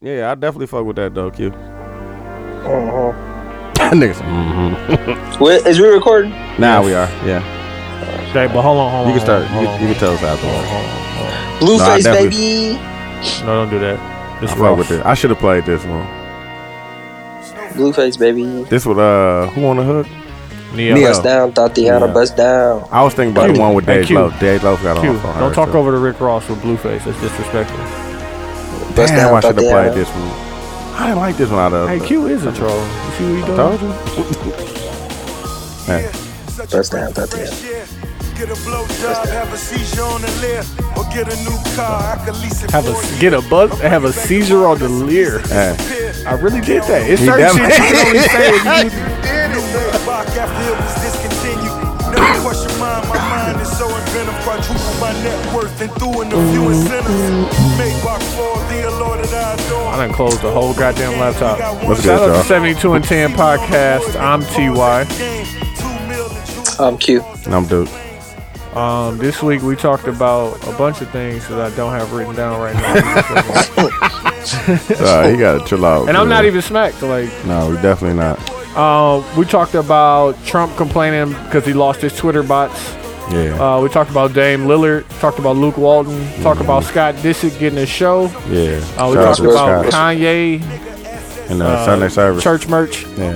Yeah, I definitely fuck with that though, Q. Uh-huh. Niggas. Mm-hmm. Wait, is we recording? Now we are. Yeah, Okay, but hold on, hold on. you can start. You hold on, can, you can tell us hold on, afterwards. hold on, hold on, hold Blueface, No, I baby. on. No, don't do that. I This fuck with it. I should have played this one. Blueface, baby. This with uh, who on the hook? Neo. Neo. Bust down, Tatiana, Yeah. bust down. I was thinking about the Q. one with Hey, Dave Q. Loaf. Dave Loaf got Q, on for her. don't talk too. over to Rick Ross with Blueface. That's disrespectful. Bust Damn, down, I should have Tatiana. played this one. I didn't like this one out of. Hey, Q is a troll. You see what he doing? Told you. Yeah, Man, such First a down, breath of thought fresh air. Get a blowjob, have a seizure on the leer, or get a new car. I could lease it Have a- for you. get a buzz- I'll have a bring it back seizure tomorrow, on the let some leer. pieces Yeah. disappear. I really did that. It's He certain shit you definitely- can only say if you- New Maybach after it was discontinued. No question mine, my mind is so inventive. Quadruple my net worth and threw in a few incentives. Maybach for the Lord that I adore. I done closed the whole goddamn laptop. What's Shout good, out y'all? to 72 and 10 podcast. I'm TY. I'm Q. And I'm Duke. Um, this week we talked about a bunch of things that I don't have written down right now. Sorry, he got to chill out. and I'm dude. not even smacked. Like, No, we definitely not. uh, we talked about Trump complaining because he lost his Twitter bots. Yeah. Uh, we talked about Dame Lillard. Talked about Luke Walton. Talked about Scott Disick getting a show. yeah. Uh, we Shout out talked to about Scott Kanye and uh, Sunday service. church merch. Yeah.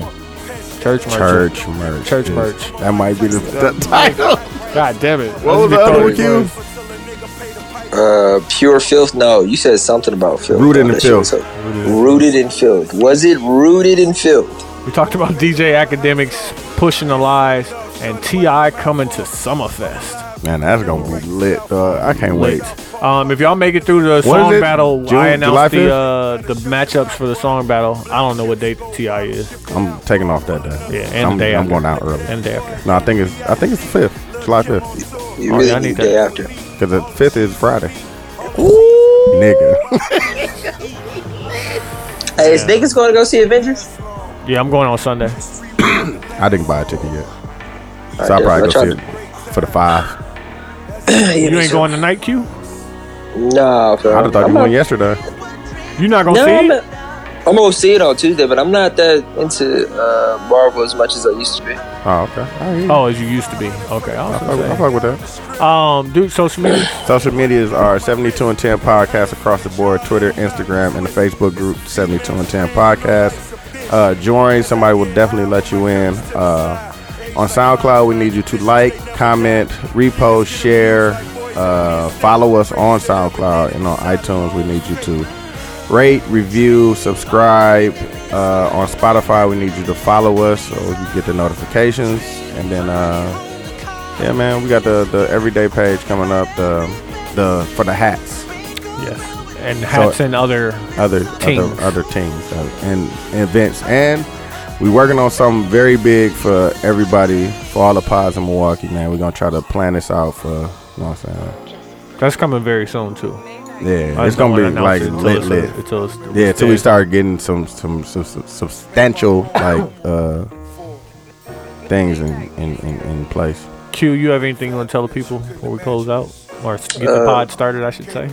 Church merch. Church merch. Church Yeah. merch. That might be the, the title. God damn it. What was the other one, Q? Uh, pure filth. No, you said something about filth. Rooted in No, the that shit filth. was so- Rooted in filth. Was it rooted in filth? We talked about DJ Academics pushing the lies and Ti coming to Summerfest. Man, that's gonna be lit. dog. I can't wait. Um, if y'all make it through the When is song it? battle, June- I July announced the 5th? uh, the matchups for the song battle. I don't know what date Ti is. I'm taking off that day. Yeah, and I'm, the day I'm after. going out early. And the day after. No, I think it's I think it's the fifth, July fifth, You Oh, really yeah, I need need day that. after. because the fifth is Friday. Nigga, Hey, is niggas going to go see Avengers? Yeah, I'm going on I Sunday. didn't buy a ticket yet, so All I'll right, probably go definitely. see it for the five. You ain't going tonight, Q? Nah, bro. I thought I'm you not- went yesterday. You not gonna No, see I'm, it? not, I'm gonna see it on Tuesday, but I'm not that into uh, Marvel as much as I used to be. Oh, okay. All right. Oh, as you used to be. Okay, I was I fuck- I gonna fuck with that. say. Um, dude, social media. Social medias are 72 and 10 podcast across the board Twitter, Instagram, and the Facebook group 72 and 10 podcast. Uh, join, somebody will definitely let you in. Uh, on SoundCloud, we need you to like, comment, repost, share, uh, follow us on SoundCloud, and on iTunes, we need you to rate, review, subscribe. Uh, on Spotify, we need you to follow us so you get the notifications, and then. Uh, yeah, man, we got the the everyday page coming up. The the for the hats, yes. And hats and other. other Teams. other other teams uh, and, and events, and we working on something very big for everybody for all the pods in Milwaukee, man. We're gonna try to plan this out for. You know what I'm That's coming very soon too. saying? Yeah, I it's don't gonna be wanna like announce it lit until lit. it's- until it's- Yeah, until we dead. start getting some some, some, some substantial like uh things in in, in, in place. Q, you have anything you want to tell the people before we close out? Or s- get Uh, the pod started, I should say.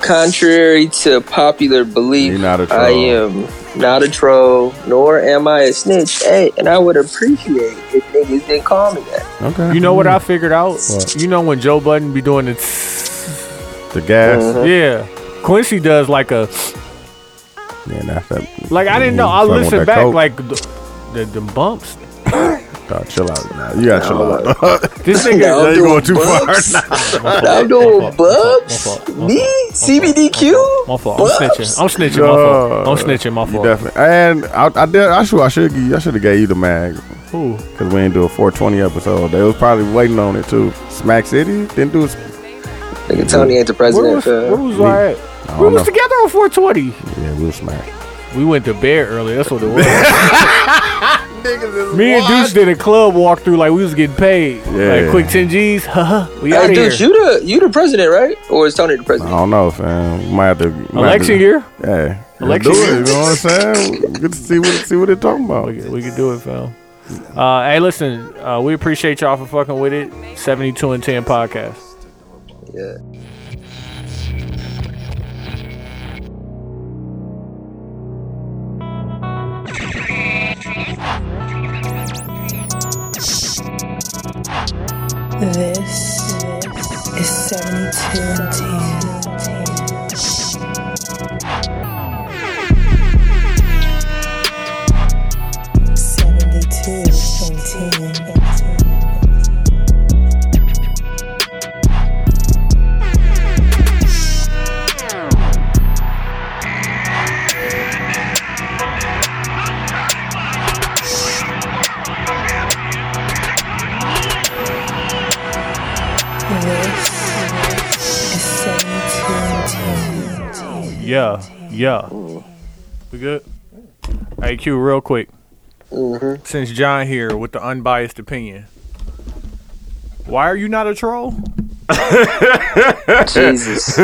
Contrary to popular belief, You're not a troll. I am not a troll, nor am I a snitch. Hey, and I would appreciate if niggas didn't call me that. Okay, You know Mm-hmm. what I figured out? What? You know when Joe Budden be doing the tss- the gas. Yeah. Quincy does like a Yeah, that's that. like I didn't know. I Fucking with listened that back coke. like the, the, the bumps. Dog, chill out now. You gotta chill out. This No, nigga I'm you going doing too far. bumps. My I'm doing fault, bubs. my fault, my fault, Me, CBDQ. my fault. I'm snitching. I'm snitching. My fault. I'm snitching. My You fault. definitely. And I, I did. I should. I should. give you- I should have gave you the mag Ooh. because we didn't do a 420 episode. They was probably waiting on it too. Smack City didn't do it. Nigga, Tony ain't the Where president. was, where fam. was I at? I We don't was know. together on 420. Yeah, we was smack. We went to bed early. That's what it was. Me and Deuce did a club walkthrough like we was getting paid. Yeah. Like quick 10 G's. Haha. we out Hey, here. dude, you the you the president, right? Or is Tony the I president? don't know, fam. We might have to. we might have Election to- year. Hey, we'll Election do year. it. You know what I'm saying? Good to see what see what they're talking about. We could, we could do it, fam. Uh, hey, listen, uh, we appreciate y'all for fucking with it. 72 and 10 podcast. Yeah. This is 7210. Seventy-two and ten. This is 7210. Yeah, yeah. We good? Hey, Q, real quick. Mm-hmm. Since John here with the unbiased opinion, why are you not a troll? Jesus.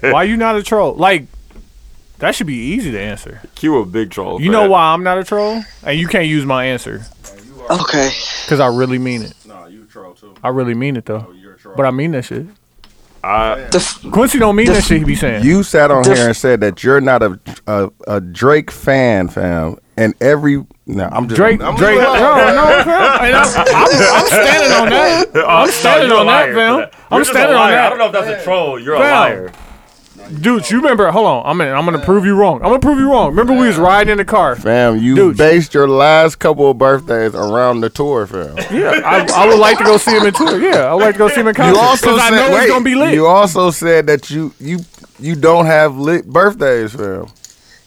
Why you not a troll? Like, that should be easy to answer. Q a big troll. You for know that. why I'm not a troll? And you can't use my answer okay. because I really mean it. Nah, you troll too. Oh, I really mean it though. You're a troll. But I mean that shit. I, The f- Quincy don't mean that shit. He be saying. You sat on here and said that you're not a a, a Drake fan, fam. And every no, I'm just Drake, I'm, Drake, no, no, fam. And I'm, I'm, I'm standing on that. I'm standing you're a on that, liar fam. for that. I'm You're just a standing on liar. that. I don't know if that's a troll. You're a Fam. liar. Dude, you remember? Hold on, I'm gonna, I'm gonna prove you wrong. I'm gonna prove you wrong. Remember we was riding in the car. fam. You Dude. based your last couple of birthdays around the tour, fam. Yeah, I, I would like to go see him in tour. Yeah, I would like to go see him in concert. You also 'Cause said I know wait, it's gonna be lit. You also said that you you you don't have lit birthdays, fam.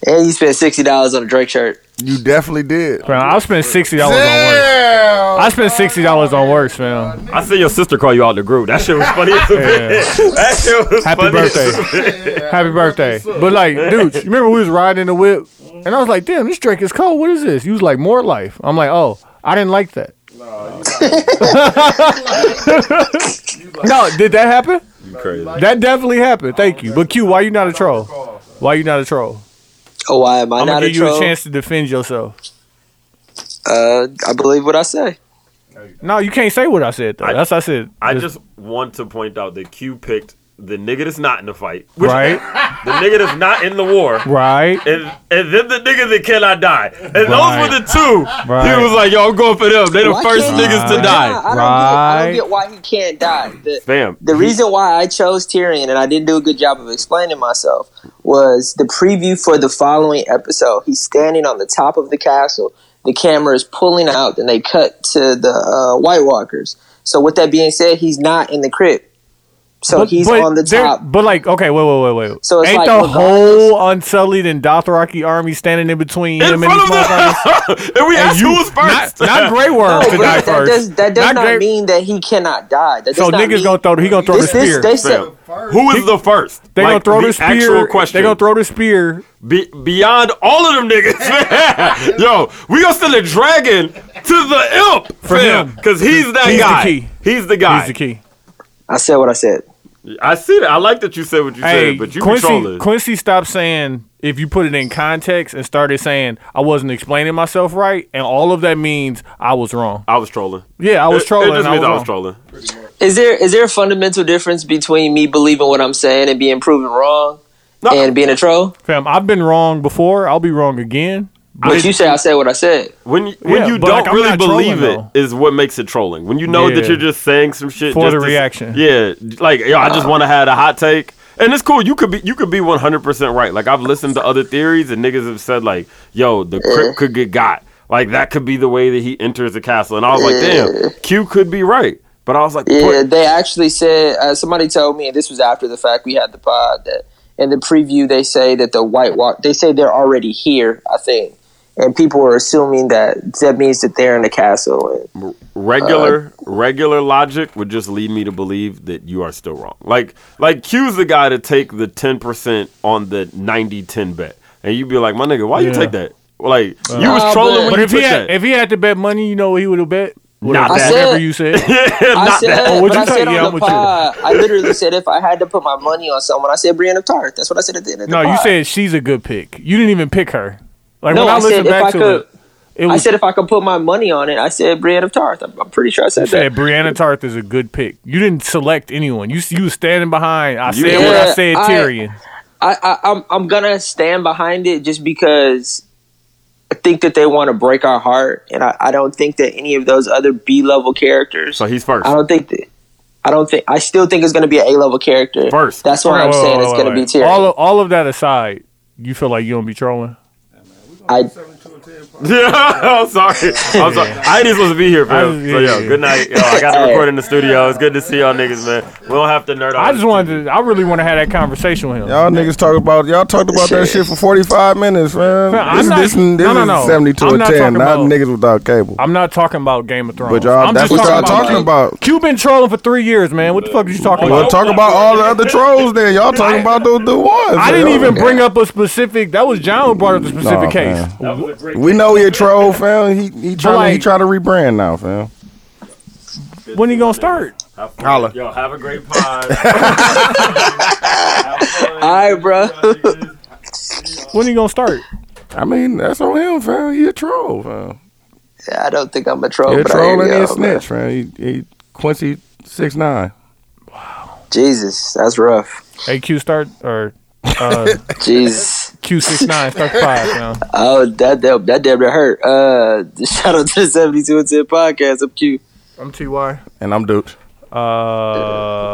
and you spent sixty dollars on a Drake shirt. You definitely did. Fam, I spent sixty dollars on work. Damn. I spent sixty dollars on works, man. I see your sister call you out in the group. That shit was funny. as a bitch. That shit was Happy funny. as a birthday. Happy birthday. But like, dude, you remember we was riding in the whip and I was like, damn, this drink is cold. What is this? You was like, more life. I'm like, oh, I didn't like that. No, did that happen? You crazy. That definitely happened. Thank you. But Q, why you not a troll? Why you not a troll? Oh, why am I I'm not gonna a give you troll? a chance to defend yourself. Uh, I believe what I say. No, you can't say what I said though. I- That's what I said. I just want to point out that Q picked the nigga that's not in the fight, which right, the nigga that's not in the war, right. and, and then the nigga that cannot die. And Right. those were the two. Right. He was like, yo, I'm going for them. They the Why first can't- niggas to Nah, die. I don't, get, I Right. don't get why he can't die. The- Fam. The reason why I chose Tyrion and I didn't do a good job of explaining myself was the preview for the following episode. He's standing on the top of the castle. The camera is pulling out, and they cut to the uh, White Walkers. So, with that being said, he's not in the crypt. So he's on the they're- top. But like, okay, wait, wait, wait, wait. So it's ain't like, the regardless- whole Unsullied and Dothraki army standing in between In him and front of these motherfuckers? the and we asked who was Not, first. not Grey No, Worm to but die that, first. Does, that does not Grey- mean that he cannot die. That does So not niggas mean- gonna throw. He gonna throw this, the this, spear. they Fam. said, Who is the first? they gonna Like, throw the the spear. Actual question. They gonna throw the spear. Be- beyond all of them niggas, man. Yo, we gonna send a dragon to the imp For fam, him. cause he's that He's the guy. key. He's the guy. He's the key. I said what I said. I see that. I like that you said what you Hey, said, but you be Quincy, trolling. Quincy stopped saying if you put it in context and started saying I wasn't explaining myself right, and all of that means I was wrong. I was trolling. Yeah, I was It- trolling. It just I means was I wrong. was trolling. Is there is there a fundamental difference between me believing what I'm saying and being proven wrong and being a troll? Fam, I've been wrong before. I'll be wrong again. But did- you say I said what I said. When you, when Yeah, you but, don't like, I'm really not trolling, believe it, though. is what makes it trolling. When you know Yeah. that you're just saying some shit For just the to- reaction. Yeah, like yo, I just want to have a hot take, and it's cool. You could be you could be 100 percent right. Like I've listened to other theories, and niggas have said like, yo, the crypt could get got. Like that could be the way that he enters the castle, and I was like, damn, Q could be right. But I was like, Yeah, but- they actually said uh, somebody told me, and this was after the fact we had the pod that in the preview they say that the White Walk they say they're already here. I think, and people are assuming that that means that they're in the castle. And regular Uh, regular logic would just lead me to believe that you are still wrong. Like like Q's the guy to take the ten percent on the 90-10 bet, and you'd be like, my nigga, why you Yeah. take that? Like you was Nah, trolling Uh, but- when But you if he took had that. if he had to bet money, you know what he would have bet? Not Whatever- that. Whatever I you said. I said, uh, Oh, what'd but you I say? said Yeah, on I'm the with you. pod, I literally said if I had to put my money on someone, I said Brienne of Tarth. That's what I said at the end of the no, you pod. said she's a good pick. You didn't even pick her. Like No, when I, I said listened if back I to could- it, it I was said if I could put my money on it, I said Brienne of Tarth. I'm, I'm pretty sure I said you said that. Brianna Tarth is a good pick. You didn't select anyone. You s- you was standing behind. I said what I Yeah, said, I- Tyrion. I, I, I'm I'm gonna stand behind it just because think that they want to break our heart, and I, I don't think that any of those other B level characters. So he's first. I don't think that. I don't think. I still think it's going to be an A level character. First. that's why Wait, I'm wait, saying wait, it's wait, going to wait. be Tyrion. All of, all of that aside, you feel like you gonna be trolling? I Yeah, I'm sorry. I'm sorry. I ain't even supposed to be here, I bro. was- So yeah, yo, yeah. good night. Yo, I got to record in the studio. It's good to see y'all niggas, man. We don't have to nerd. I just wanted. To, I really want to have that conversation with him. Y'all niggas talk about y'all talked about that shit for forty five minutes, man. Man, I'm this, not- this, this no, no, is no. seventy two I'm and not ten, talking not about- niggas without cable. I'm not talking about Game of Thrones. but y'all, I'm that's just what y'all about- talking about. Q been trolling for three years, man. What the fuck are you talking Well, about? talk about all the other trolls. Then y'all talking about the the ones. I didn't man. even bring up a specific. That was John who brought up the specific oh, Nah, case. man. We know he a troll, fam. He he trying he like- try to rebrand now, fam. When you gonna start? Holla. Yo, have a great pod. Have fun. All right, bro. When you gonna start? I mean, that's on him, fam. He a troll, fam. I don't think I'm a troll. He a but I hear troll and he y'all, a snitch, man. He, he Quincy six nine. man. Jesus, that's rough. Hey, Q start or uh, Jesus. Q six nine start the five. Man. Oh, that that, that damn near hurt. Uh, shout out to the 72 and 10 podcast. I'm cute. I'm Ty. And I'm duped. Uh,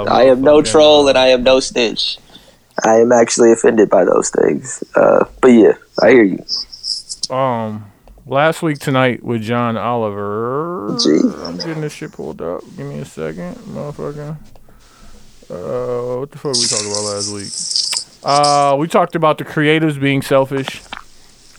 I am no motherfucking- troll and I am no snitch. I am actually offended by those things. Uh, but yeah, I hear you. Um, last week tonight with John Oliver. Gee. I'm getting this shit pulled up. Give me a second, motherfucker. Uh, what the fuck we talked about last week? Uh, we talked about the creatives being selfish.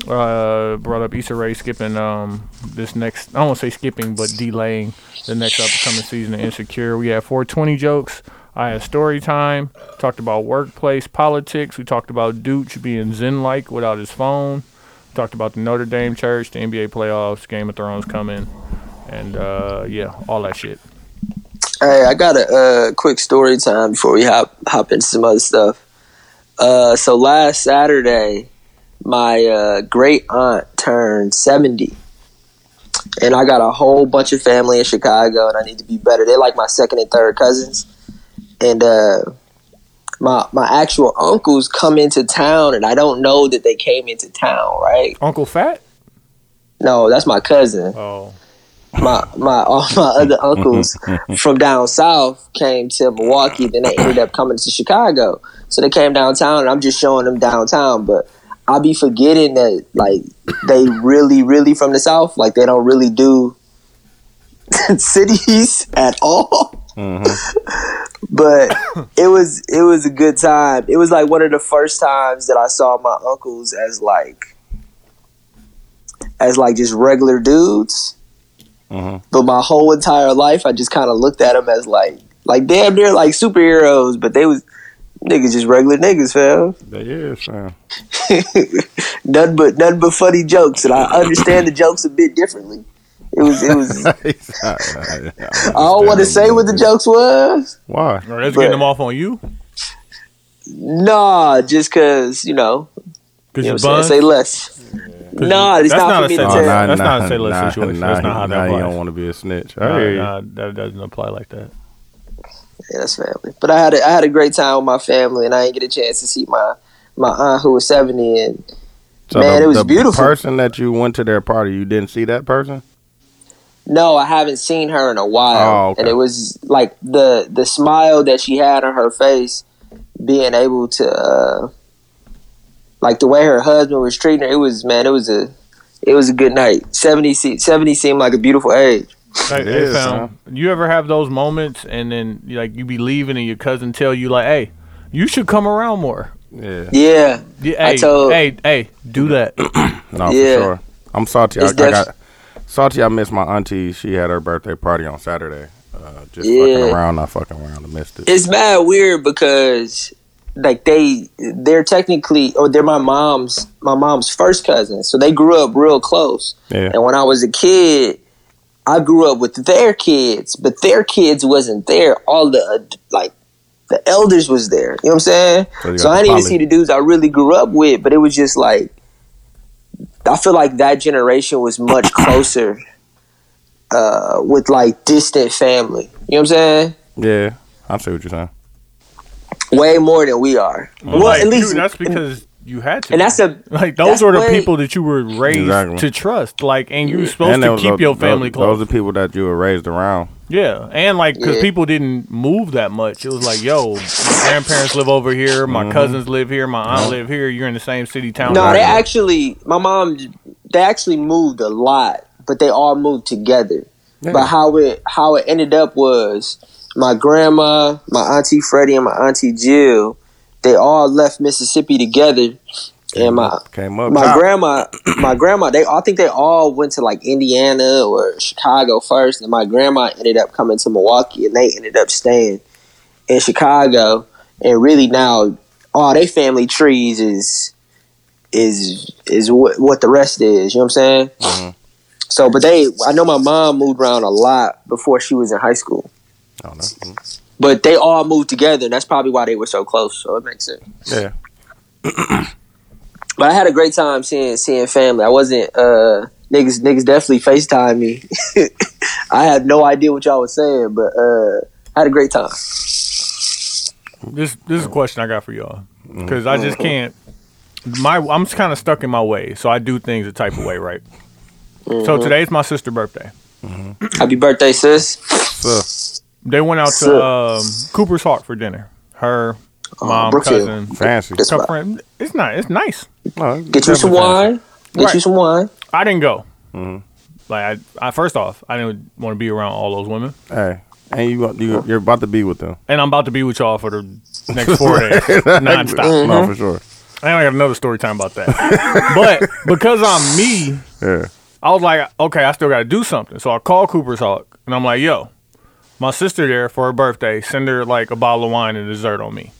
Uh, brought up Issa Rae skipping um this next. I won't say skipping, but delaying the next upcoming season of Insecure. We had 420 jokes. I had story time. Talked about workplace politics. We talked about Dooch being zen-like without his phone. Talked about the Notre Dame Church, the NBA playoffs, Game of Thrones coming, and uh, yeah, all that shit. Hey, I got a uh, quick story time before we hop hop into some other stuff. Uh, so last Saturday, my uh, great aunt turned seventy, and I got a whole bunch of family in Chicago, and I need to be better. They like my second and third cousins, and uh, my my actual uncles come into town, and I don't know that they came into town. Right? Uncle Fat? No, that's my cousin Oh, my my all my other uncles from down south came to Milwaukee. Then they ended up coming to Chicago. So they came downtown, and I'm just showing them downtown. But I be forgetting that like they really, really from the south. Like they don't really do cities at all. But it was it was a good time. It was like one of the first times that I saw my uncles as like as like just regular dudes. But my whole entire life, I just kind of looked at them as like, like damn, they're like superheroes, but they was niggas just regular niggas, fam. That is, fam. None but none but funny jokes, and I understand the jokes a bit differently. It was it was. I don't want to say what the jokes was. Why? or that's But- getting them off on you Nah, just cause you know, because you know you what I'm saying, buns. say less. Nah, it's that's not, not for me a to sentence. tell. That's not a say less situation. That's he- not how that nah, he applies. don't want to be a snitch. I Nah, hear you. nah, that doesn't apply like that. Yeah, that's family. But I had a, I had a great time with my family, and I didn't get a chance to see my my aunt who was seventy, and So Man, the, it was the beautiful. person that you went to their party, you didn't see that person? No, I haven't seen her in a while, Oh, okay. and it was like the the smile that she had on her face, being able to, uh, like the way her husband was treating her. It was man, it was a, it was a good night. Seventy, se- 70 seemed like a beautiful age. Hey, It hey, is, fam, you ever have those moments and then you, like you be leaving and your cousin tell you like, "Hey, you should come around more." Yeah. Yeah, Yeah, I hey, told- hey, hey, do that. No, Yeah. for sure. I'm salty. I, It's I got def- salty. I missed my auntie. She had her birthday party on Saturday. Uh, just Yeah. fucking around, not fucking around. I missed it. it's mad weird because like they they're technically or they're my mom's my mom's first cousin, so they grew up real close. Yeah. And when I was a kid, I grew up with their kids, but their kids wasn't there. All the uh, like the elders was there. You know what I'm saying? So you So got I didn't even poly- see the dudes I really grew up with, but it was just like I feel like that generation was much closer uh, with like distant family. You know what I'm saying? Yeah. I see what you're saying. Way more than we are. well, like, at you- least that's because you had to. And that's a like those that's were the what- people that you were raised Exactly. to trust. Like, and you were supposed And to those- keep your those- family close. Those are people that you were raised around. Yeah, and like because Yeah. people didn't move that much, it was like, yo, my grandparents live over here, my cousins live here, my aunt live here. You're in the same city, town. No, as they I live. actually, my mom, they actually moved a lot, but they all moved together. But how it how it ended up was my grandma, my auntie Freddie, and my auntie Jill, they all left Mississippi together, Mm-hmm. and my Came up. my top. grandma, my grandma, they I think they all went to like Indiana or Chicago first, and my grandma ended up coming to Milwaukee, and they ended up staying in Chicago, and really now all they family trees is is is what, what the rest is. You know what I'm saying? Mm-hmm. So, but they, I know my mom moved around a lot before she was in high school, I don't know. but they all moved together, and that's probably why they were so close. So it makes sense. Yeah. But I had a great time seeing seeing family. I wasn't uh niggas niggas definitely FaceTime me. I had no idea what y'all was saying, but uh I had a great time. This this is a question I got for y'all because I just can't. My I'm just kind of stuck in my way, so I do things a type of way, right? So Mm-hmm. today's my sister's birthday. Happy birthday, sis. So, They went out Sure. to um, Cooper's Hawk for dinner. Her mom, Uh, Brookfield. cousin, fancy. That's her right. friend. It's not. It's nice. No, Get you some definitely wine. Get you Right. some wine. I didn't go. Like I, I first off, I didn't want to be around all those women. fancy. Hey. And you, you, you're about to be with them. and I'm about to be with y'all for the next four days nonstop. No, for sure. And I got another story time about that. but because I'm me, Mm-hmm. Yeah. I was like, okay, I still got to do something. So I called Cooper's Hawk and I'm like, yo, my sister there for her birthday, send her like a bottle of wine and dessert on me.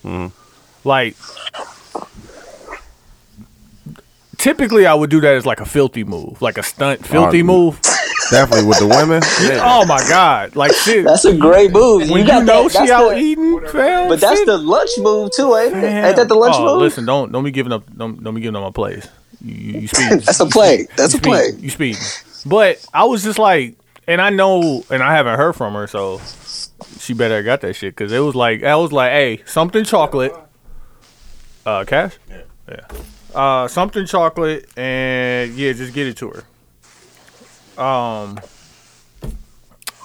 Like, typically I would do that as like a filthy move, like a stunt filthy Oh, move. Definitely with the women. Yeah. Oh my God. Like, shit. That's a great move. when you, got know that, that's she out the- eating, fam, But that's shit. the lunch move too, ain't it? Damn. Ain't that the lunch oh, move? Listen, don't don't be giving up. Don't don't be giving up my plays. You, you, you speak. That's a play. That's a you play. speak. You speak. But I was just like, and I know, and I haven't heard from her, so she better have got that shit because it was like I was like, hey, something chocolate, uh, cash, yeah, uh, something chocolate, and yeah, just get it to her. Um,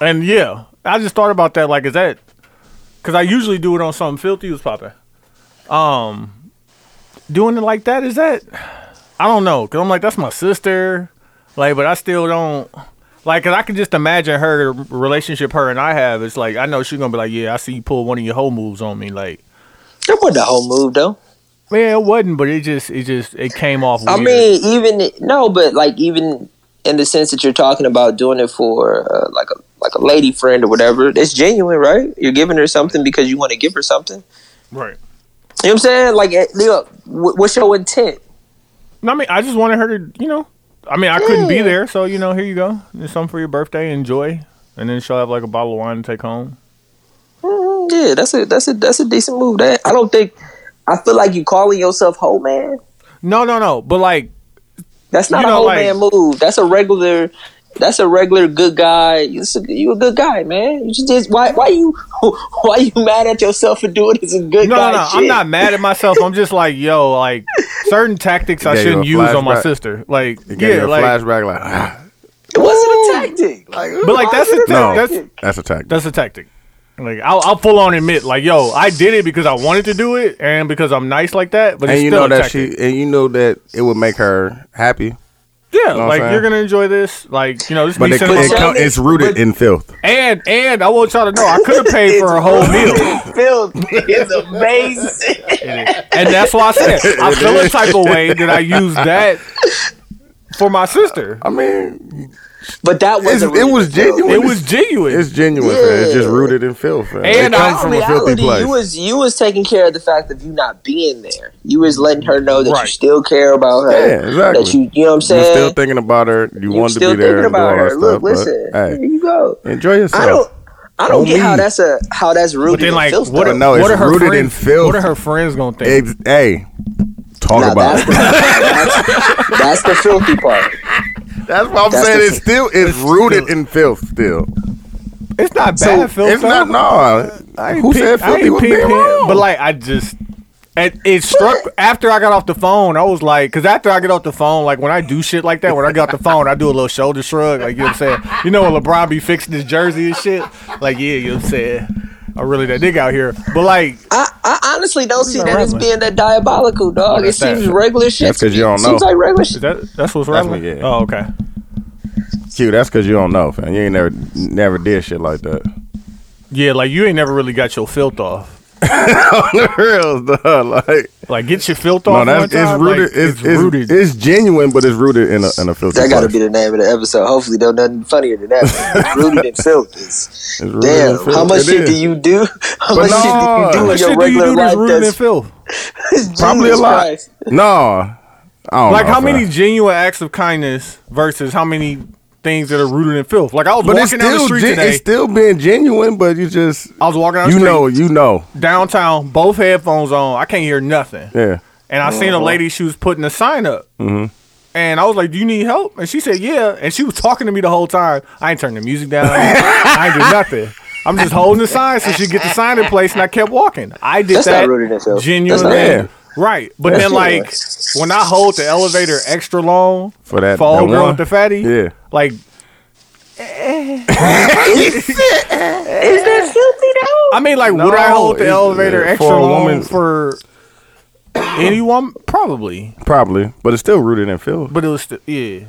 and yeah, I just thought about that. Like, is that because I usually do it on something filthy was popping. Um, doing it like that is that I don't know because I'm like that's my sister, like, but I still don't like because I can just imagine her relationship her and I have. It's like I know she's gonna be like, yeah, I see you pull one of your whole moves on me, like. That wasn't the whole move though. Man, it wasn't, but it just, it just, it came off. I weird. mean, even no, but like even in the sense that you're talking about doing it for uh, like a like a lady friend or whatever, it's genuine, right? You're giving her something because you want to give her something. right? You know what I'm saying? Like, eh, look, wh- what's your intent? No, I mean, I just wanted her to, you know, I mean, I couldn't be there, so you know, here you go, there's something for your birthday, enjoy, and then she'll have like a bottle of wine to take home. Mm, yeah, that's a that's a that's a decent move. That I don't think. I feel like you calling yourself whole man. No, no, no, but like, That's not You a know, whole like- man move. That's a regular. That's a regular good guy. You s- you a good guy, man. You just did. Why why you why you mad at yourself for doing this? A good no, guy. no, no. shit? I'm not mad at myself. I'm just like, yo, like certain tactics I gave you shouldn't a use on my flashback. sister. Like, You gave yeah, yeah, a like, flashback like, ah, It wasn't a tactic. Like, but like that's a no, that's that's, that's a tactic. that's a tactic. Like, I'll, I'll full on admit, like, yo, I did it because I wanted to do it and because I'm nice like that. But and it's you still know a that tactic. she, and you know that it would make her happy. yeah, what I'm like saying? you're gonna enjoy this, like you know, this. But it, decent amount it, of- co- it's rooted in filth. And and I want y'all to know I could have paid for a whole meal, Filth is amazing. and that's why I said I feel a type of way that I use that for my sister. I mean, But that it's, wasn't. it really was the filth. genuine. It was genuine. It's genuine. fam. It's just rooted in filth. fam. It And I- comes from a filthy reality, place. you was you was taking care of the fact of you not being there. You was letting her know that you Right. still care about her. Yeah, exactly. That you, you know what I'm You're saying. still thinking about her. You You wanted still to be there thinking and do all about that her. stuff. Look, but, listen, here hey, you go. enjoy yourself. I don't. I Don't don't get how leave. that's a how that's rooted. But then, in like, filth, what, though. are, But no, it's what are her rooted in friends, filth. What are her friends gonna think? Ex- hey, talk Now, about that's, it. the, that's, that's the filthy part. That's what I'm That's saying. the- It's still it's rooted in filth. Still, it's not bad, Phil. it's not. No, who said filthy was being wrong? But like, I just And it struck after I got off the phone. I was like, because after I get off the phone, like when I do shit like that, when I get off the phone, I do a little shoulder shrug. Like, you know what I'm saying? You know when LeBron be fixing his jersey and shit? Like, yeah, you know what I'm saying? I'm really that nigga out here. But like, I, I honestly don't see that that as rambling? being that diabolical, dog. it that's that. seems regular shit. That's 'cause you don't Seems know. like regular is shit. that that's what's That's right? what- yeah. Oh, okay. Q, that's because you don't know, fam. You ain't never never did shit like that. Yeah, like you ain't never really got your filth off. the real dog, like Like, get your filth no, off. that's one it's time, rooted. like, it's, it's rooted. It's genuine, but it's rooted in a in a filthy. That got to person. be the name of the episode. Hopefully, there's nothing funnier than that. Rooted in filth. It's, rooted in damn, filth. how much It shit is. do you do? How much no, shit do you do in your what shit do you regular do that's life? rooted in That's filth? Probably a Jesus lot. Christ. No, I don't Like know, how fam. many genuine acts of kindness versus how many things that are rooted in filth? Like I was But it's walking down the still street gen- today. it's still being genuine, but you just I was walking down the you street know you know downtown, both headphones on. I can't hear nothing. yeah. Uh-huh. Mm-hmm. And I seen a lady. She was putting a sign up. And I was like, "Do you need help?" And she said, "Yeah." And she was talking to me the whole time. I ain't turned the music down. I ain't do nothing. I'm just holding the sign so she get the sign in place, and I kept walking. I did That's not that rooted in filth. genuine, That's not Yeah. thing. right? But then, like, when I hold the elevator extra long For that- for old that girl one? with the fatty, Yeah. like Is that filthy though? eh. I mean, like, would I No, hold the it- elevator yeah, extra for a long woman- for any woman? Probably, Probably, but it's still rooted in filth. but it was still, yeah.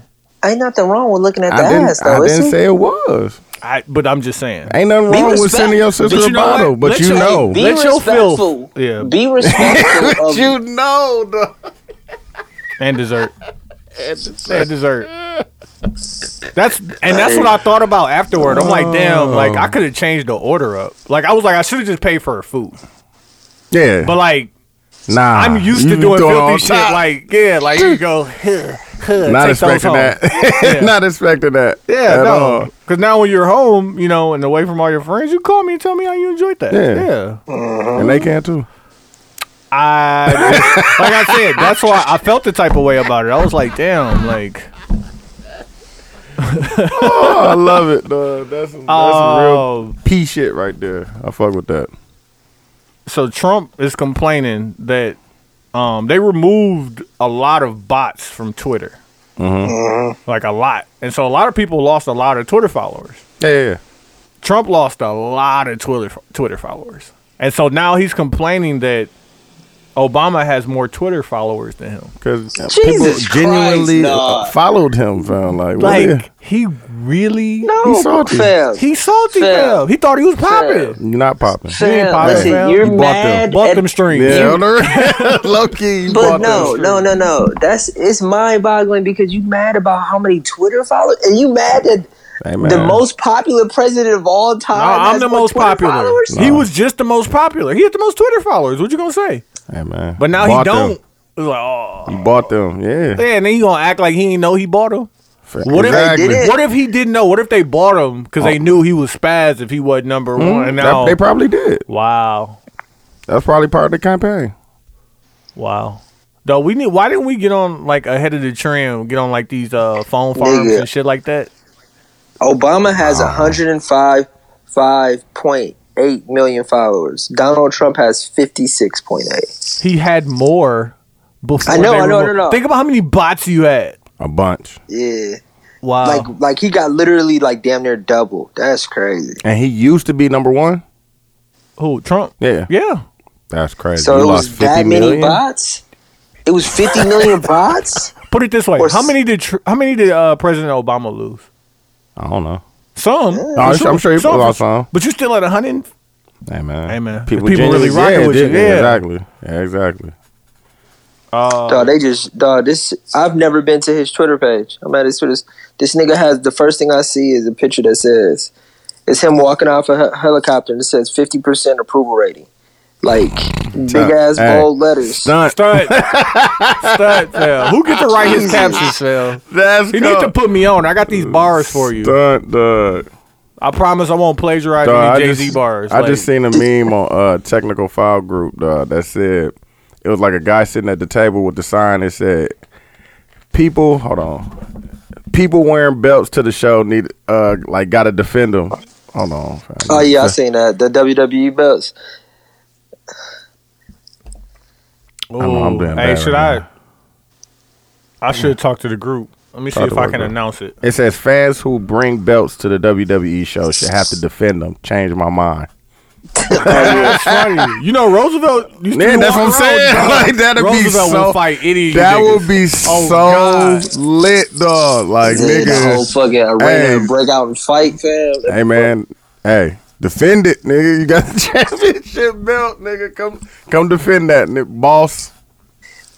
Ain't nothing wrong with looking at the I didn't. ass I though. is didn't it? say it was. I, but I'm just saying. Ain't nothing Be wrong with respect- sending your sister But you a know what? bottle, but Let you your- know. Be Let your filth- respectful. Yeah. Be respectful of you know, though. and dessert. and dessert. That's and that's what I thought about afterward. I'm like, damn, like Oh. I could have changed the order up. Like I was like, I should have just paid for her food. Yeah, But like, nah. I'm used you to be doing throwing all filthy shit. type. Like, yeah, like here you go, here, here, not take those expecting home. that. Yeah. not expecting that. Yeah, at no. all. Because now when you're home, you know, and away from all your friends, you call me and tell me how you enjoyed that. Yeah. yeah. and they can too. I just, like I said, that's why I felt the type of way about it. I was like, damn, like. Oh, I love it, dog. That's some, that's some real Oh, pea shit right there. I fuck with that. so Trump is complaining that um, they removed a lot of bots from Twitter, Mm-hmm. like a lot, and so a lot of people lost a lot of Twitter followers. Yeah, yeah, yeah. Trump lost a lot of Twitter Twitter followers, and so now he's complaining that Obama has more Twitter followers than him. Because people Jesus Christ, genuinely nah. uh, followed him, fam. Like, what Like is- he really, no, He salty. fam. he salty Fam. fam. He thought he was popping. you not popping. He ain't Fam, popping, listen, fam. you're He bought them- mad bought at- them strings. Yeah, on the low key. you But bought that no, shit. no, no, no. That's it's mind boggling because you mad about how many Twitter followers and you mad that Hey, the man. most popular president of all time. No, I'm has the more most Twitter popular. followers? He was just the most popular. He had the most Twitter followers. What you gonna say? Hey, man. But now he Bought don't. Them. It's like, oh, You bought them. Yeah. yeah, and then you gonna act like he ain't know he bought them. What exactly. They did if it. what if he didn't know? What if they bought him because they knew he was spaz if he was number one? And Oh. now, Hmm? That- they probably did. wow, That's probably part of the campaign. wow. Though we need, why didn't we get on like ahead of the trend? Get on like these uh, phone farms Nigga. and shit like that. Obama has 105 5.8 million followers. Donald Trump has 56.8. He had more before. I know, they I know, removed- I know, I know. Think about how many bots you had. A bunch. Yeah. Wow. Like like he got literally like damn near double. That's crazy. And he used to be number one. Who Trump? Yeah. Yeah. That's crazy. So you it lost was 50 that many million? bots? It was 50 million bots? Put it this way: Or How s- many did Tr- how many did uh, President Obama lose? I don't know. Some. Oh, I'm sure- I'm sure he for lost sure. some. But you still at 100? Hey man. Hey, man. The people genuinely- really rocking yeah, with you. did- Yeah. Exactly. Yeah, exactly. Dawg, they just dog. This I've never been to his Twitter page. I'm at his Twitter. This nigga has the first thing I see is a picture that says it's him walking off a he- helicopter and it says 50 percent approval rating, like big ass Hey. bold letters. Stunt. Stud. Stud fell. Who get to write his captions, fell? That's You need to put me on. I got these bars for you. Stunt, dog. I promise I won't plagiarize Dog, I any Jay Z just- bars. I Like, just seen a meme on uh, Technical File Group dog, that said it was like a guy sitting at the table with the sign that said, "People, hold on, people wearing belts to the show need uh like gotta defend them." Hold on. fam. E Oh yeah, I seen that the WWE belts. I'm- I'm doing hey, bad should right now. I? I should talk to the group. Let me see Talk if to I our can group. announce it. It says fans who bring belts to the WWE show should have to defend them. Change my mind. That's funny. You know Roosevelt. Used to Yeah, be that's what I'm walking around saying. with- Like, that'd be Roosevelt so- will fight any. of you That niggas. would be Oh, so God. lit, dog. Like Dude, the whole niggas. fucking arena Hey. break out and fight, fam. Hey man, hey, defend it, nigga. You got the championship belt, nigga. Come, come defend that, nigga. boss.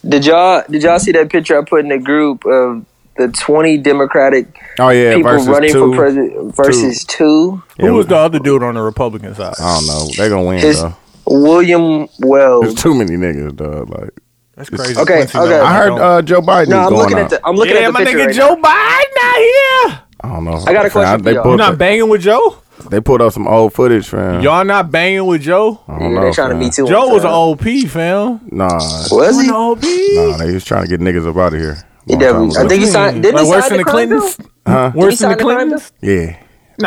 Did y'all did y'all see that picture I put in the group of the twenty Democratic Oh yeah, people versus running two. for president versus two? Who was the other dude on the Republican side? I don't know. They gonna win It's- though. William Wells. There's too many niggas, dog. Like That's crazy. Okay, Quincy okay. Miller I heard don't- uh, Joe Biden No, was I'm going looking out. at the I'm looking yeah, at the my picture. nigga right now. Joe Biden out here. I don't know. I got a question They for y'all. pulled, You not banging with Joe? they pulled up some old footage, fam. Y'all not banging with Joe? I Yeah, don't know, they trying to fam. me too. Joe was an OP, fam. Nah, Was he? An OP. nah. They was trying to get niggas up out of here. He definitely. I think he signed. Didn't Like he worse sign than the the crime bill? Clintons? Worse sign than the the crime bill? Clintons? yeah.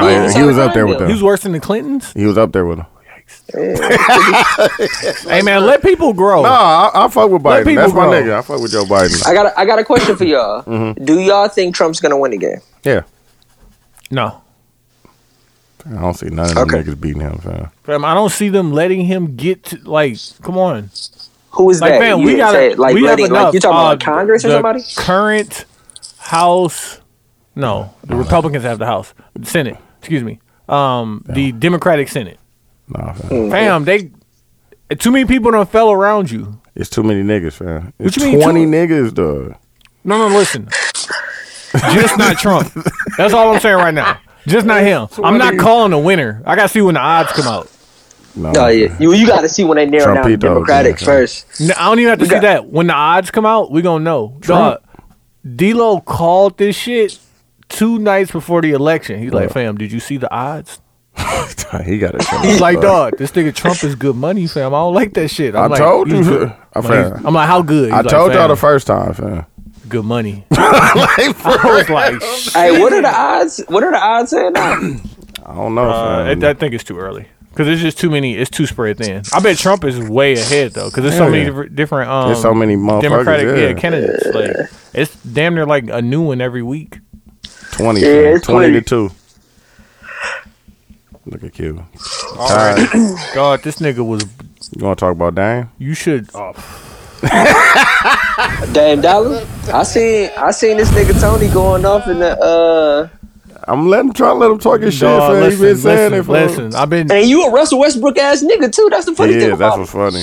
No, Yeah, he he was signed up there with the them. he was worse than the Clintons. He was up there with them. Hey man, let people grow. No, I, I fuck with Oh. Let Biden. people That's my grow. nigga. I fuck with Joe Biden. I got. A, I got a question for y'all. Mm-hmm. Do y'all think Trump's gonna win again? Yeah. No, I don't see none of them Okay. niggas beating him, fam. fam, I don't see them letting him get to, like. Come on, Who is like that? man, you we didn't got say it. like we letting, have like enough. you talking Uh, about Congress or the somebody? Current House, no, the Republicans have the House, Senate. Excuse me, um, the Democratic Senate. Nah, fam. Mm. Fam, they too many people done fell around you. It's too many niggas, fam. It's you mean too- twenty niggas, dog. No, no, listen. Just not Trump. That's all I'm saying right now. Just not him. I'm not calling a winner. I gotta see when the odds come out. No, No, Oh, yeah. You you got to see when they narrow down Trumpito, Democratic yeah. first. No, I don't even have to see got- that. When the odds come out, we gonna know. Dog, D-Lo called this shit two nights before the election. He's like, fam, did you see the odds? he got it. He's like, dog, this nigga Trump is good money, fam. I don't like that shit. I I'm like, told he's good. you, I, I'm like, fam. I'm like, how good? He's I like, told y'all "Fam, the first time, fam. good money. I was like, Oh, shit. Hey, what are the odds? What are the odds saying now? I don't know, Uh, fam. I, I think it's too early because it's just too many. It's too spread thin. I bet Trump is way ahead though because there's so Hell many yeah. different different um, There's so many motherfuckers, Democratic yeah. yeah, candidates. Like it's damn near like a new one every week. Twenty, Yeah, fam. it's twenty to 20. two. Look at Q. All right, God, this nigga was. You want to talk about Dame? You should. uh, Dame Dollar. I seen I seen this nigga Tony going off in the uh I'm letting trying to let him talk his shit, Dog, fam. listen, he been saying listen, it for listen. I've been. and you a Russell Westbrook ass nigga too. That's the funny thing Yeah, that's about what's funny.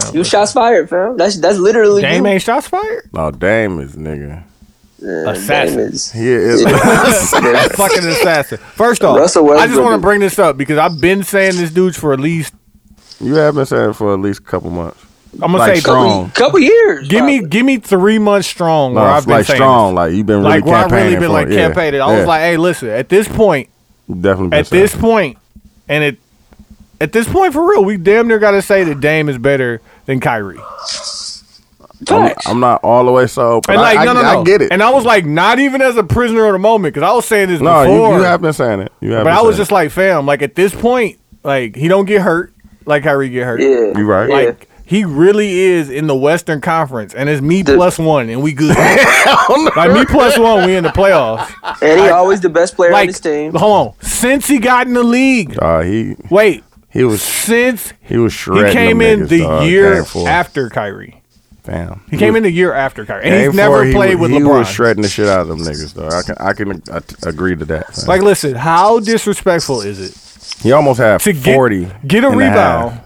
Fam, it. You shots fired, fam. That's that's literally Dame you. ain't shots fired. No, Dame is nigga. Dame Assassin. is- He is. Fucking assassin. First off, Russell I just Westbrook want to is- bring this up because I've been saying this dude for at least. you have been saying it for at least a couple months. I'm gonna Like say. strong. couple, couple years. Give me, probably. give me three months strong. No, where it's I've been like saying strong. Like you've been really like where I campaigning really been for like it. Yeah, campaigning. I yeah. was like, hey, listen, at this point, definitely been at saying this it. point, and it, at this point for real, we damn near got to say that Dame is better than Kyrie. I'm, Facts. I'm not all the way so. But And like, I, no, no, I, no, I get it. And I was like, not even as a prisoner of the moment, because I was saying this no, before. you, you have been saying it. You have. but I was just like, fam, like at this point, like he don't get hurt, like Kyrie get hurt. yeah. You right. Yeah. Like he really is in the Western Conference, and it's me plus one, and we good. like me plus one, we in the playoffs. And he always the best player on Like, his team. hold on, since he got in the league, Uh, he wait, he was since he was he shredding. came them in niggas, the dog, year game four. after Kyrie. Damn. He came in the year after Kyrie, and he's never played with he LeBron. was shredding the shit out of them niggas, though. I can I can uh, t- agree to that. fam. like, listen, how disrespectful is it he almost had to get forty. get a and half. rebound,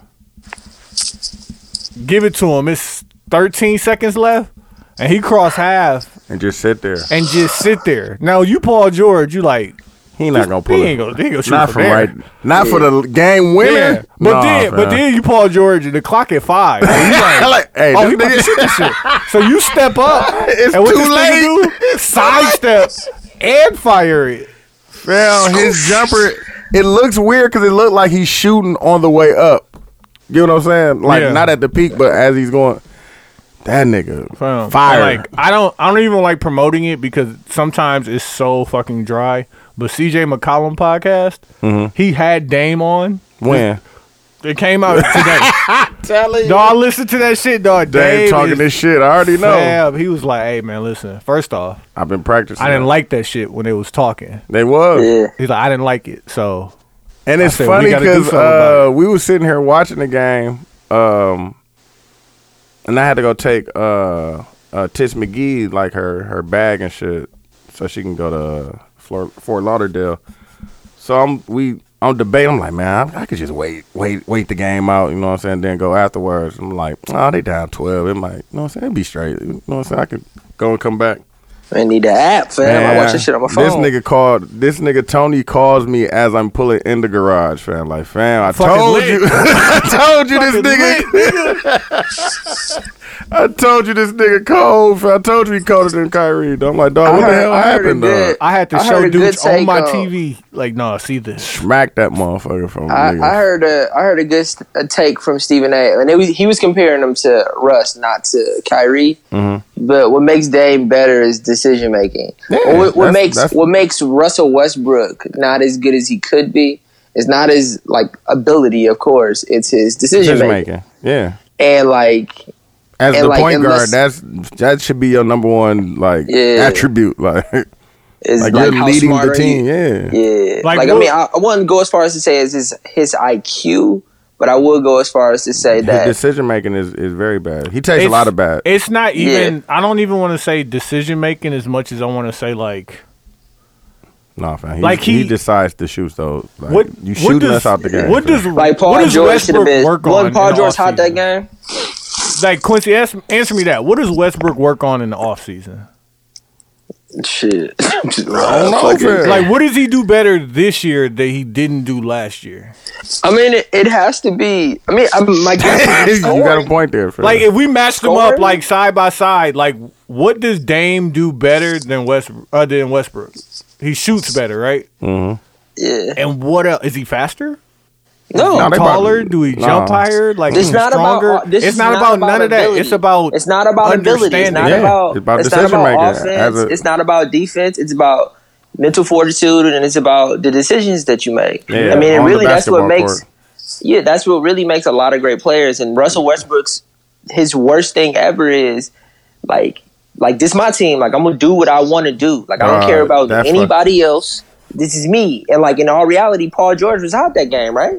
give it to him? It's 13 seconds left, and he cross half and just sit there. and just sit there. Now you, Paul George, you like He not gonna pull he it. ain't gonna, he ain't gonna shoot not from from there. right. Not for the game winner. Yeah, but Nah, then, but fam. then you Paul George and the clock at five. And you like, like, hey, Oh, this he about to nigga- shoot this shit. So you step up, It's and what too this nigga do? Sidestep and fire it. Fam, his jumper, it looks weird because it looked like he's shooting on the way up. You know what I'm saying? Like Yeah. not at the peak, but as he's going, that nigga Fam, fire. Like I don't, I don't even like promoting it because sometimes it's so fucking dry. But CJ McCollum podcast, he had Dame on when It came out today. Telling Dog, listen to that shit, dog. Dave talking is this shit. I already know. fab. He was like, "Hey, man, listen. First off, I've been practicing. I didn't like that shit when they was talking. They was. Yeah. He's like, I didn't like it. So And it's said, we funny gotta do because something about uh, we were sitting here watching the game, um, and I had to go take uh, uh, Tish McGee like her her bag and shit, so she can go to Flor- Fort Lauderdale. So I'm we I'm debating. I'm like, man, I, I could just wait, wait, wait the game out. You know what I'm saying? Then go afterwards. I'm like, oh, they down twelve. It might, you know what I'm saying? It'd be straight. You know what I'm saying? I could go and come back. I need the app, fam. I watch Man, this shit on my phone. This nigga called. This nigga Tony calls me as I'm pulling in the garage, fam. Like, fam, I Fucking told lit. you, I told you this nigga. I told you this nigga cold. Fam. I told you he colder than Kyrie. Though. I'm like, dog, I what the heard- hell I heard happened, it dog? did. I had to I heard show a good dudes on take, my though. TV. Like, no, see this. Smack that motherfucker from I, nigga. I heard a I heard a good st- a take from Stephen A. And it was, he was comparing him to Russ, not to Kyrie. But what makes Dame better is decision making. Mm-hmm. Yeah, what, that's- what makes that's- what makes Russell Westbrook not as good as he could be is not his like ability, of course. It's his decision Decision making. making. Yeah. And like As And the like, point guard, unless- that's that should be your number one like Yeah. attribute. Like, is like, like, you're how leading smart the are team. you? Yeah. Yeah. Like, Like, what- I mean, I, I wouldn't go as far as to say it's his his IQ, but I would go as far as to say His that decision making is, is very bad. He takes a It's- lot of bad. It's not Yeah. even. I don't even want to say decision making as much as I want to say like No, fam. He, Like, he, he- decides to shoot those. Like, what you shooting does, us out the game. What fam. does like Paul what does George should have Westbrook been. work on? Wasn't Paul in the George hot that game? offseason? Like Quincy, ask, answer me that. What does Westbrook work on in the offseason? Shit. I Oh, don't know, fam. Like, what does he do better this year that he didn't do last year? I mean, it, it has to be. I mean, I'm, my guess is you got a scoring. point there, fam. Like, if we matched them up Scoring? like side by side, like, what does Dame do better than West uh, than Westbrook? He shoots better, right? Yeah. And what else? Is he faster? No, No, they taller? probably- do we nah. jump higher? Like it's is he not stronger? about. This it's is not, about, none of that. ability. It's about It's not about ability. It's not understanding. Yeah, about. it's about It's not decision making about as offense. a- it's not about defense. It's about mental fortitude, and it's about the decisions that you make. Yeah, I mean, it on the really that's what basketball makes. Yeah, that's what really makes a lot of great players. And Russell Westbrook's his worst thing ever is like like this my team. Like I'm gonna do what I want to do. Like I don't Uh, care about that fuck- anybody else. This is me. And like in all reality, Paul George was out that game, right?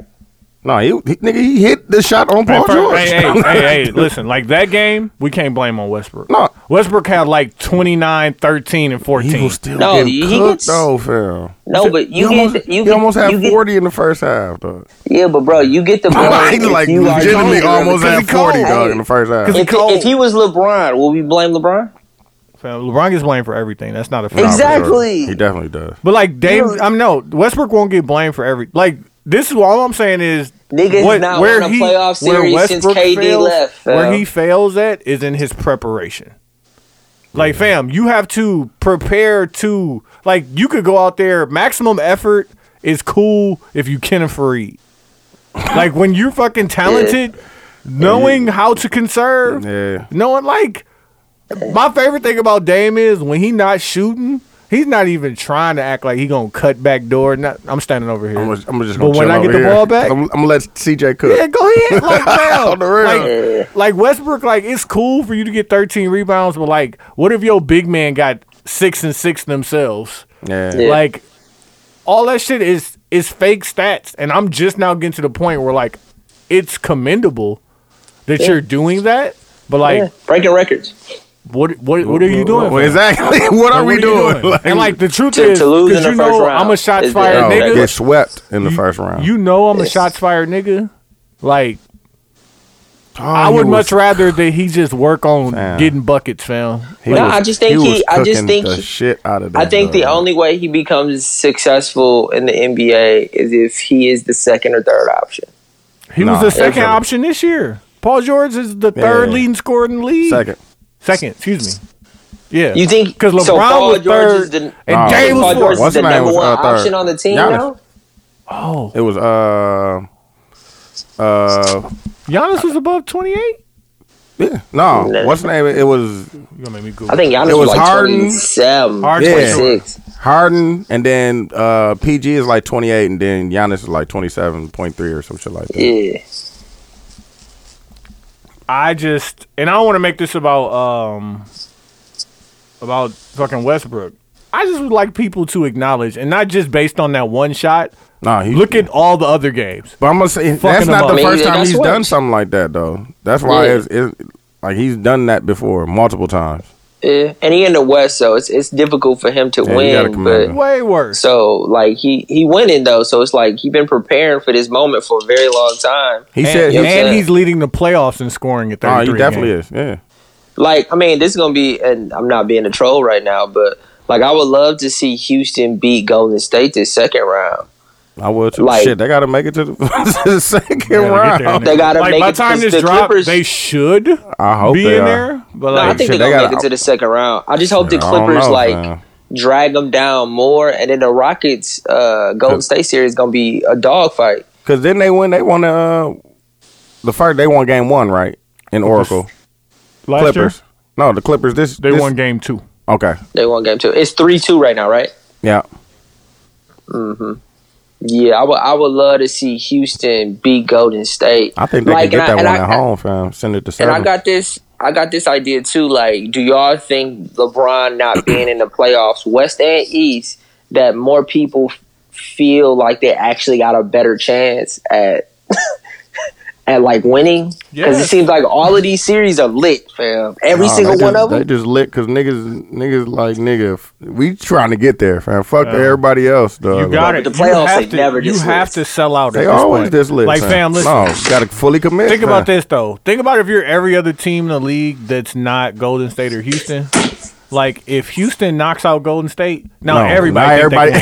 no, he, he- nigga, he hit the shot on Paul Hey, George. Hey, hey, hey, hey, listen, like that game, we can't blame on Westbrook. No. Westbrook had like 29, 13, and 14. He was still No, getting he cooked gets- though, fam. No, but you, almost, get you he get, almost had you get- forty in the first half, dog. yeah, but bro, you get the ball. He if like you are legitimately cold. almost Because had he cold. forty, dog, in the first half. Because he If, if he was LeBron, will we blame LeBron? Fam, LeBron gets blamed for everything. That's not a fact. Nah, for sure. Exactly. He definitely does. But like Dame, You're- I'm no Westbrook won't get blamed for every. Like this is all I'm saying is Niggas not won a playoff series since Westbrook KD left, fam. Where he fails at is in his preparation. Like fam, you have to prepare to like you could go out there. Maximum effort is cool if you can Fareed. like when you're fucking talented, knowing how to conserve, Yeah. knowing like my favorite thing about Dame is when he not shooting, he's not even trying to act like he gonna cut back door. Not, I'm standing over here. I'm, just- I'm just But gonna when chill I get over the here. ball back- I'm, I'm gonna let CJ cook. yeah, go ahead. Like, bro, On the real. like, like Westbrook, like it's cool for you to get 13 rebounds, but like, what if your big man got six and six themselves? Yeah, Yeah. Like, all that shit is is fake stats, and I'm just now getting to the point where like, it's commendable that you're doing that, but like, Yeah. Breaking records. what what what are you doing? Well, fam? exactly. What are Like, we what doing? Like, and like the truth To- is, to lose because in the you first know round I'm a shots is fired bad. bro, nigga. get swept in the first round. You know I'm a Yes. shots fired nigga. Like Oh, I he would was much rather that he just work on Fam. getting buckets, fam. He No, was- I just think he- was I just cooking think the he- shit out of. I that think the dog. only way he becomes successful in the NBA is if he is the second or third option. He Nah, was the second definitely. option this year. Paul George is the third yeah. leading scorer in the league. second. second, excuse me. Yeah, You think because LeBron so Paul was George third is the, and Nah, Dame Paul was George fourth. What's is the his name number was, one uh, third? option on the team Giannis. now? Oh, It was uh uh Giannis was above twenty eight. yeah no No. what's the name? It was You gonna make me go? I think Giannis It was was like Harden. 27, Harden, Yeah. 26. Harden and then uh PG is like twenty eight and then Giannis is like twenty seven point three or some shit like that. Yeah. I just and I don't want to make this about um about fucking Westbrook. I just would like people to acknowledge, and not just based on that one shot. Nah, he, Look at all the other games. But I'm gonna say that's Fucking not him the up. first Maybe time that's he's what- done something like that though. That's why Yeah. it's, it's like he's done that before multiple times. Yeah. And he in the West, so it's it's difficult for him to Yeah, you gotta win. commend But him. Way worse. so like he he winning though, so it's like he been preparing for this moment for a very long time. He and, said he, yeah. and said- he's leading the playoffs in scoring at oh, 33. he definitely games. is. Yeah. Like I mean, this is gonna be, and I'm not being a troll right now, but like I would love to see Houston beat Golden State this second round. I would too. Like- Shit, they gotta make it to the, to the second They gotta get there, round. nigga. They gotta like, make by it the time to this the drop, Clippers. they should I hope be they in are. there. But No, like, I think shit, they're they gonna gotta- make it to the second round. I just hope the I don't Clippers know, like man. drag them down more, and then the Rockets uh, Golden State series gonna be a dogfight. Cause then they win. They won uh, the first. They won game one, right? In Oracle, last Clippers. No, the Clippers. This year, they this- won game two. Okay, They won game two. It's three two right now, right? yeah. Yeah, I would I would love to see Houston beat Golden State. I think they Like, can get and that I- one and at I- home, fam. Send it to And I seven. got this I got this idea too. Like, do y'all think LeBron not being in the playoffs, West and East, that more people f- feel like they actually got a better chance at at like winning? Because it Yes. seems like all of these series are lit, fam. Every Nah, single they one just, of them. They just lit because niggas, niggas like nigga. f- We trying to get there, fam. Fuck everybody else, though. You But got it. the You playoffs, have they to- never You dismiss. have to sell out. They at this always point. this lit. Like, fam, listen. No, got to fully commit. Think fam. about this though. Think about if you're every other team in the league that's not Golden State or Houston. Like if Houston knocks out Golden State, now No, everybody, think not they everybody.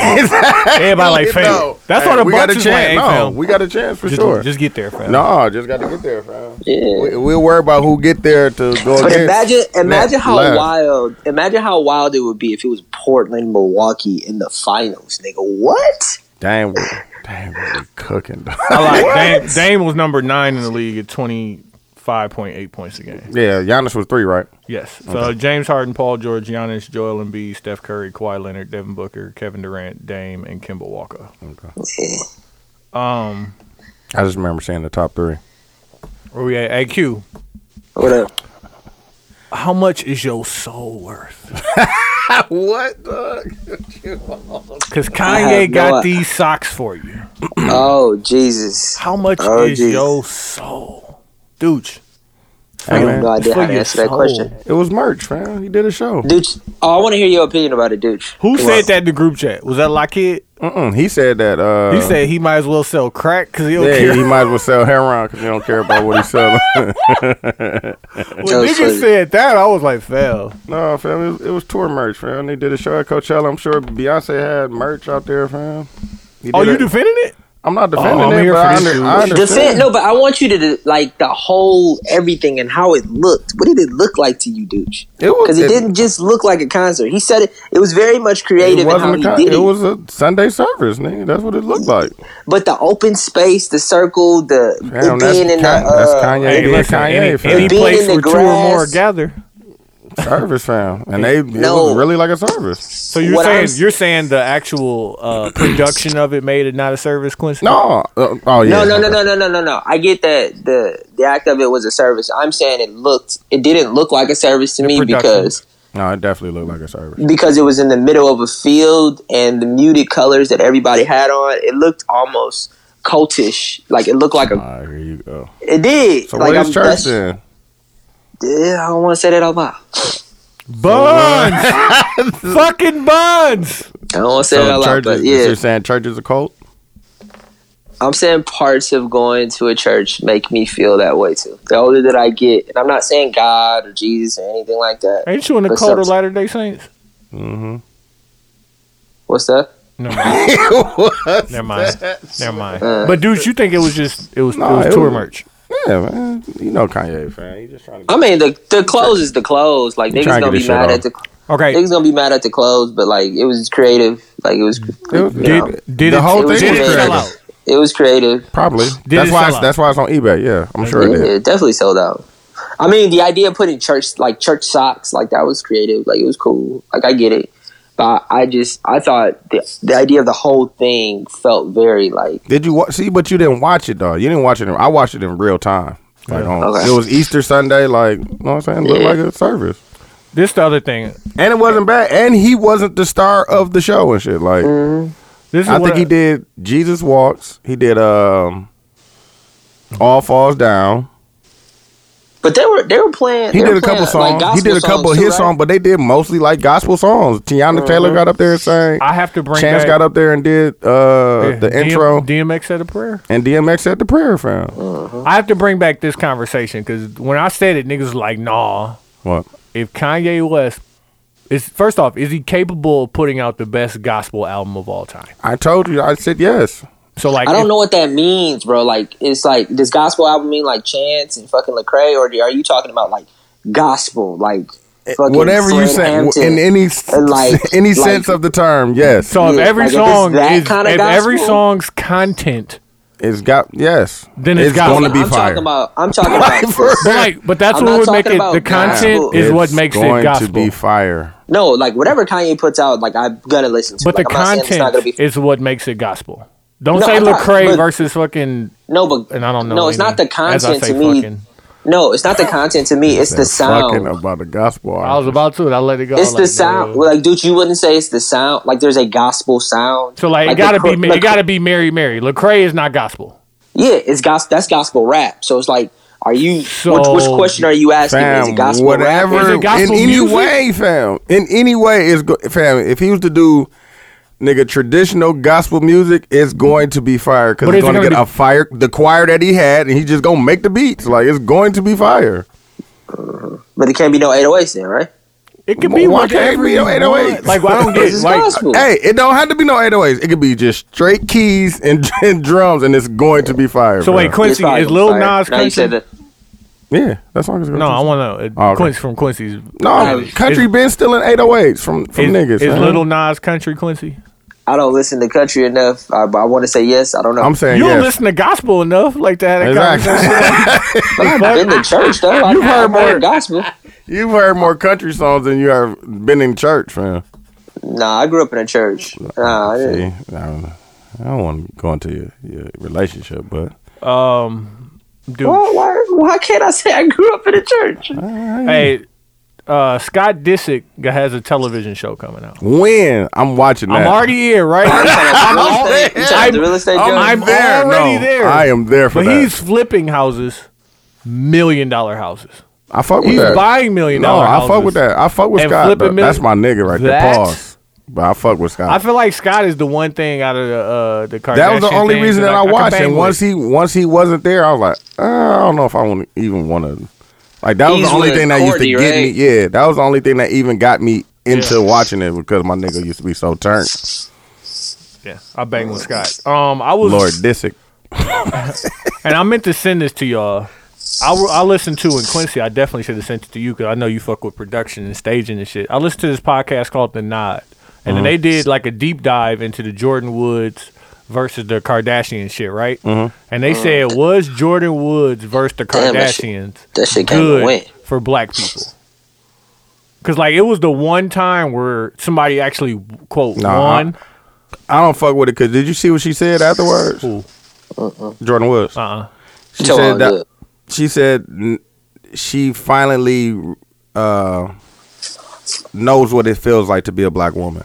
can- everybody like fam. No. That's why Hey, the we Bucks got a is chance. like, hey, No, fam, we got a chance for just, sure. just get there, fam. No, just got to get there, fam. Yeah. We, we'll worry about who get there to go But against. imagine, imagine how last. wild, imagine how wild it would be if it was Portland, Milwaukee in the finals, nigga. What? Damn, we- damn, we be cooking. dog. I like Dame, Dame was number nine in the league at twenty five point eight points a game. yeah, Giannis was three, right? Yes. So James Harden, Paul George, Giannis, Joel Embiid, Steph Curry, Kawhi Leonard, Devin Booker, Kevin Durant, Dame, and Kimball Walker. Um, I just remember saying the top three. where we at? AQ. What up? How much is your soul worth? What? Because have Kanye no got i- these socks for you. Oh Jesus! How much Oh, is geez. your soul, dude? I have no idea how For to your answer that soul. question. It was merch, fam. He did a show. Dooch, oh, I want to hear your opinion about it, Dooch. Who Come said on. that in the group chat? Was that Lockheed? Mm-mm, he said that. Uh, He said he might as well sell crack because he don't yeah, care. he might as well sell heroin because he don't care about what he's selling. when was niggas funny. said that, I was like, fell. no, fam, it was, it was tour merch, fam. They did a show at Coachella. I'm sure Beyonce had merch out there, fam. He Oh, did you it- defending it? I'm not defending Oh, I'm it, here but for I, this under, dude. I understand. Defend no, but I want you to like the whole everything and how it looked. What did it look like to you, Dooch? It was- because it, it- didn't just look like a concert. He said it. It was very much It creative in how wasn't a he con- did it. it was a Sunday service, nigga. That's what it looked like. but the open space, the circle, the Damn, it that's, being in the Ka- that's uh, Kanye. being Kanye, any, fam. any Being place in the where two or more grass. gather. service fam, and they it No. was really like a service. So you're What saying I'm- you're saying the actual uh, production of it made it not a service, Quincy? No, uh, oh yeah, No, no, no, no, no, no, no, no. I get that the the act of it was a service. I'm saying it looked it didn't look like a service to me production. because no. It definitely looked like a service. because it was in the middle of a field and the muted colors that everybody had on. It looked almost cultish. Like it looked like All a right, here you go. it did. So like what is church that's- then? Yeah, I don't want to say that out loud. Buns, fucking buns. I don't want to say that So out loud. church But is, yeah, you're saying church is a cult? I'm saying parts of going to a church make me feel that way too. The older that I get, and I'm not saying God or Jesus or anything like that. Ain't you in the What's cult up? of Latter Day Saints? Mm-hmm. What's that? No, never mind. Never mind. Uh, But dude, you think it was just it was, Nah, it it was tour was- merch? Yeah, man. You know Kanye fan. He just trying to. Get, I mean, the the clothes is the clothes. Like You niggas trying to gonna get be this shit off. mad at the Okay. niggas gonna be mad at the clothes, but like it was creative. Like it was, it was, you know, did, Did the it, whole it was thing did was it creative. Oh, sell created. out? it was creative. Probably. Did that's it why. sell It's, out? that's why it's on eBay. Yeah, I'm sure it Yeah, did. it definitely sold out. I mean, the idea of putting church like church socks like that was creative. Like it was cool. Like I get it, but I just I thought the the idea of the whole thing felt very like Did you wa- see? But you didn't watch it though. You didn't watch it. In, I watched it in real time. Like on, Okay. it was Easter Sunday. Like you know what I'm saying? Looked Yeah. like a service, This the other thing. and it wasn't bad. And he wasn't the star of the show and shit. Like This is I what think he did Jesus Walks. He did um All Falls Down. But they were they were playing. He they did were a couple playing, like, songs. he did a gospel couple of songs, too, his right? Mm-hmm. songs, but they did mostly like gospel songs. Tiana Taylor got up there and sang. I have to bring Chance back got up there and did uh, Yeah, the DM intro, DMX said a prayer. and DMX said the prayer found. I have to bring back this conversation because when I said it, niggas was like, nah. What? If Kanye West is first off, is he capable of putting out the best gospel album of all time? I told you. I said yes. So like, I if- don't know what that means, bro. Like, it's like does gospel album mean like Chance and fucking Lecrae, or are you talking about like gospel, like fucking Eh, Whatever you Fred say, w- Hampton? in any s- And, like- any like- sense of the term, yes. So if Yeah, every like, if it's song that is kinda if every gospel- song's content, it's got yes. Then it's gospel. going to be I'm fire. talking about. I'm talking about. Whatever. but like, but that's I'm what not would make talking it the about content gospel. is what It's makes going it to be gospel. fire. No, like whatever Kanye puts out, like I'm gonna listen to. But like, the I'm not saying it's not content gonna be. is what makes it gospel. Don't No, say I'm not- Lecrae but- versus fucking no, but and I don't know. No, it's not the either, as I content say to me. fucking. No, it's not the content to me. It's the That's Fucking sound. about the gospel. I was about to, and I let it go. It's like, the sound. dude. Like, dude, you wouldn't say it's the sound. Like, there's a gospel sound. So like, it the gotta cor- be ma- the it gotta be Mary Mary. Lecrae is not gospel. Yeah, it's gospel. That's gospel rap. So it's like, are you? So- which, which question are you asking? is it fam, gospel whatever rap? Is it gospel in any music? way, fam. In any way is go- fam. If he was to do nigga traditional gospel music, it's going to be fire because But it's is it going to get gonna be- a fire the choir that he had, and he just gonna make the beats. Like it's going to be fire. But it can't be no 808s then, right? It could Why be what can't it be no 808s? Like I don't get oh It's like gospel. Hey, it don't have to be no 808s. It could be just straight keys and, and drums, and it's going to be fire. So wait, bruh. Quincy probably is Lil fire. Nas Now you said country? that. yeah, that song is going No, to I want to. Oh, okay. Quincy from Quincy's. No, country Is- been stealing 808s from from Is, niggas. is man. Little Nas country Quincy? I don't listen to country enough. I, I want to say yes. I don't know. I'm saying You don't yes. listen to gospel enough like to have that conversation. Exactly. I've been to church though. I've heard heard more. more gospel. You've heard more country songs than you have been in church, man. Nah, I grew up in a church. Nah, I See, didn't. I don't, I don't want to go into your, your relationship, but Um, Dude, Why, why, why can't I say I grew up in a church? hey, uh, Scott Disick has a television show coming out. when I'm watching that, I'm already here, right? I'm real already- estate, you talking about the real estate I'm, judge? I'm there. already no, there. I am there for but that. he's flipping houses, million dollar houses. I fuck with He's that. buying million no, dollar I houses. fuck with that. I fuck with and Scott. flipping though. That's my million- nigga right there. That- Pause. But I fuck with Scott. I feel like Scott is the one thing out of the uh, the Kardashian. that was the only things reason that I, could watched. bang And with. once he once he wasn't there, I was like, uh, I don't know if I want even want to. Like that was He's the only with thing that used to Cordy, get right? me. Yeah, that was the only thing that even got me into watching it because my nigga used to be so turned. yeah, I bang with Scott. Um, I was Lord Disick. And I meant to send this to y'all. I, I listened to and Quincy. I definitely should have sent it to you because I know you fuck with production and staging and shit. I listened to this podcast called The Nod, and Mm-hmm. then they did like a deep dive into the Jordan Woods versus the Kardashian shit, right? Mm-hmm. And they said was Jordan Woods versus the Damn, that shit- Kardashians that shit came and good went. for black people? Because like it was the one time where somebody actually quote Nah, I- won. I don't fuck with it because did you see what she said afterwards? Who? Jordan Woods. Uh-uh. She Tell said all that. good. She said n- she finally uh, knows what it feels like to be a black woman.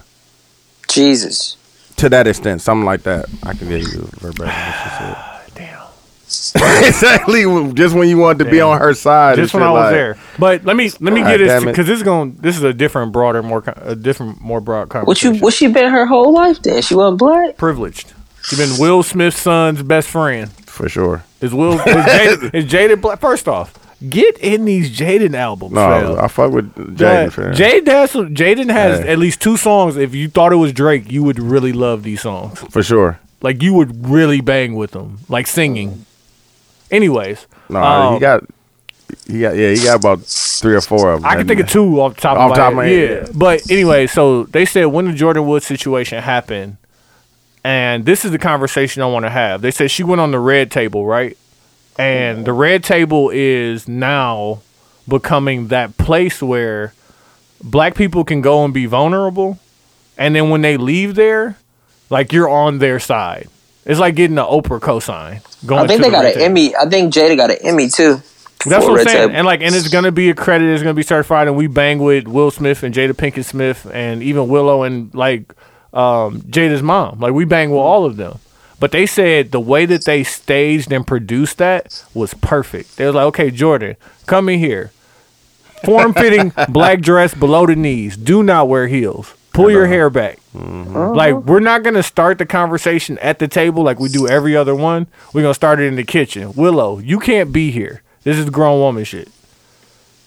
Jesus. To that extent, something like that. I can give you verbatim what she said. Damn. exactly. Just when you wanted to be Damn. on her side. just and when I shit, was like- there. But let me let me God get this damn it. because this is going this is a different, broader, more con- a different, more broad What conversation. you? What she been her whole life? Then she wasn't black. privileged? You've been Will Smith's son's best friend. For sure. Is Will is Jaden, is Jaden black? First off, get in these Jaden albums. No, I, I fuck with Jaden. fam. Jaden has some- Jaden has Hey. at least two songs. If you thought it was Drake, you would really love these songs. For sure. Like you would really bang with them, like singing. Anyways, No, um, he got. He got. Yeah, he got about three or four of them. I can think of two off the top Off of my, top of my head. head, yeah. yeah. But anyway, so they said when the Jordan Woods situation happened, and this is the conversation I want to have. They said she went on the red table, right? And the red table is now becoming that place where black people can go and be vulnerable, and then when they leave there, like you're on their side. It's like getting an Oprah cosign. Going I think to they the got red an tape. Emmy. I think Jada got an Emmy too. That's for what I'm Red saying. Table. And like, and it's gonna be accredited. It's gonna be certified. And we bang with Will Smith and Jada Pinkett Smith and even Willow and like um, Jada's mom. Like we bang with all of them. But they said the way that they staged and produced that was perfect. They was like, okay, Jordan, come in here. Form fitting black dress below the knees. Do not wear heels. Pull your hair back. Like we're not gonna start the conversation at the table like we do every other one. We're gonna start it in the kitchen. Willow, you can't be here. This is grown woman shit.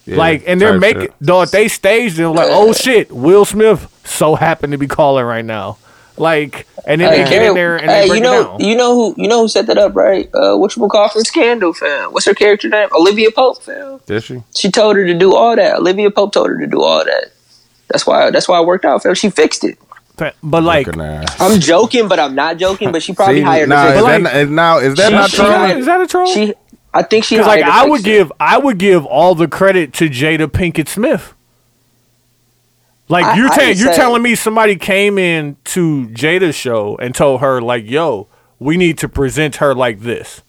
Yeah, like, and they're type making shit. though if they staged it like, oh shit, Will Smith so happened to be calling right now. Like, and then they get in there and hey, they break you it know, down. you know who, you know who set that up, right? Uh, what you call from Scandal, fam? What's her character name? Olivia Pope, fam. Did she? She told her to do all that. Olivia Pope told her to do all that. That's why. That's why it worked out, fam. She fixed it. but like, Fucking ass. I'm joking, but I'm not joking. But she probably See, hired. nah, her. is to that, like- not- is- now is that She- not she- true? Troy? is that a troll? fix- She, I think she. Because hired like her to I fix would it. give I would give all the credit to Jada Pinkett Smith. Like I- you're I telling would you're say- telling me somebody came in to Jada's show and told her like, "Yo, we need to present her like this."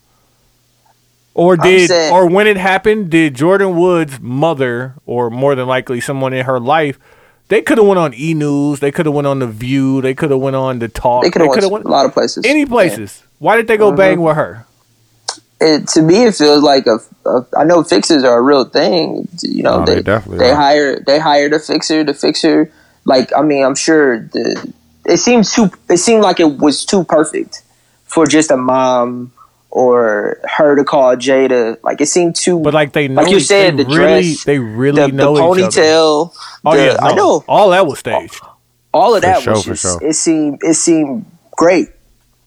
Or did saying- or when it happened, did Jordan Woods' mother or more than likely someone in her life they could have went on E News, they could have went on the View, they could have went on the Talk, They could have coulda went, a lot of places. any places. Why did they Mm-hmm. go bang with her? it, to me, it feels like a, a. I know fixers are a real thing. You know, No, they they definitely they are. hire they hired a fixer. The fixer, like I mean, I'm sure the it seemed too. It seemed like it was too perfect for just a mom or her to call Jada. Like it seemed too. But like they know you each- said, they the really dress, they really the, know the each other. ponytail. Oh the- yeah, I no, know all that was staged. Oh. all of For that sure, was for just, sure. it seemed it seemed great.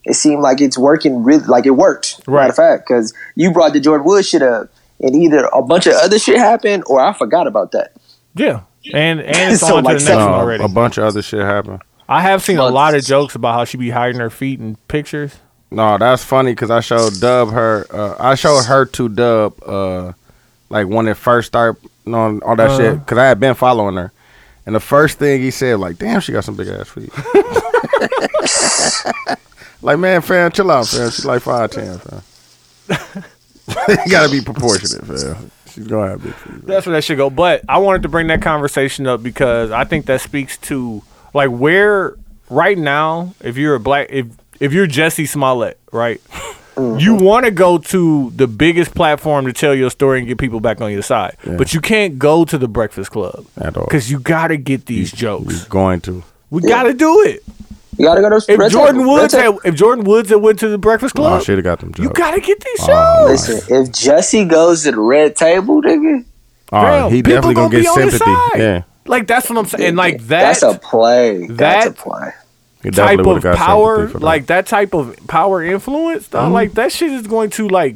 It seemed like it's working really like it worked. Right. Matter of fact, because you brought the Jordan Wood shit up, and either a bunch of other shit happened, or I forgot about that. Yeah, and and it's So, on like, to the next sex- one No, already. a bunch of other shit happened. I have seen a But- lot of jokes about how she be hiding her feet in pictures. No, that's funny because I showed Dub her. Uh, I showed her to Dub, uh, like when it first started, you know, all that Uh-huh. shit. Because I had been following her, and the first thing he said, like, "Damn, she got some big ass feet." like, man, fam, chill out, fam. She's like five ten, fam. you gotta be proportionate, fam. She's gonna have big feet. That's where that should go. But I wanted to bring that conversation up because I think that speaks to like where right now, if you're a black, if if you're Jesse Smollett, right, Mm-hmm. you want to go to the biggest platform to tell your story and get people back on your side, but you can't go to the Breakfast Club At all. because you got to get these He's jokes. going to. We got to do it. You gotta go to If Red Jordan Table, Red Woods had, Table. if Jordan Woods had went to the Breakfast Oh, Club, should have got them. you jokes. gotta get these shows. Oh, Listen, if Jesse goes to the red table, nigga, Oh, Damn, he people definitely gonna, gonna be get on his sympathy. side. Yeah, Like that's what I'm saying. And like that that's a play. that's a that- play. he type definitely of would've got power, sympathy for that. like that type of power influence, Mm-hmm. dog, like that shit is going to like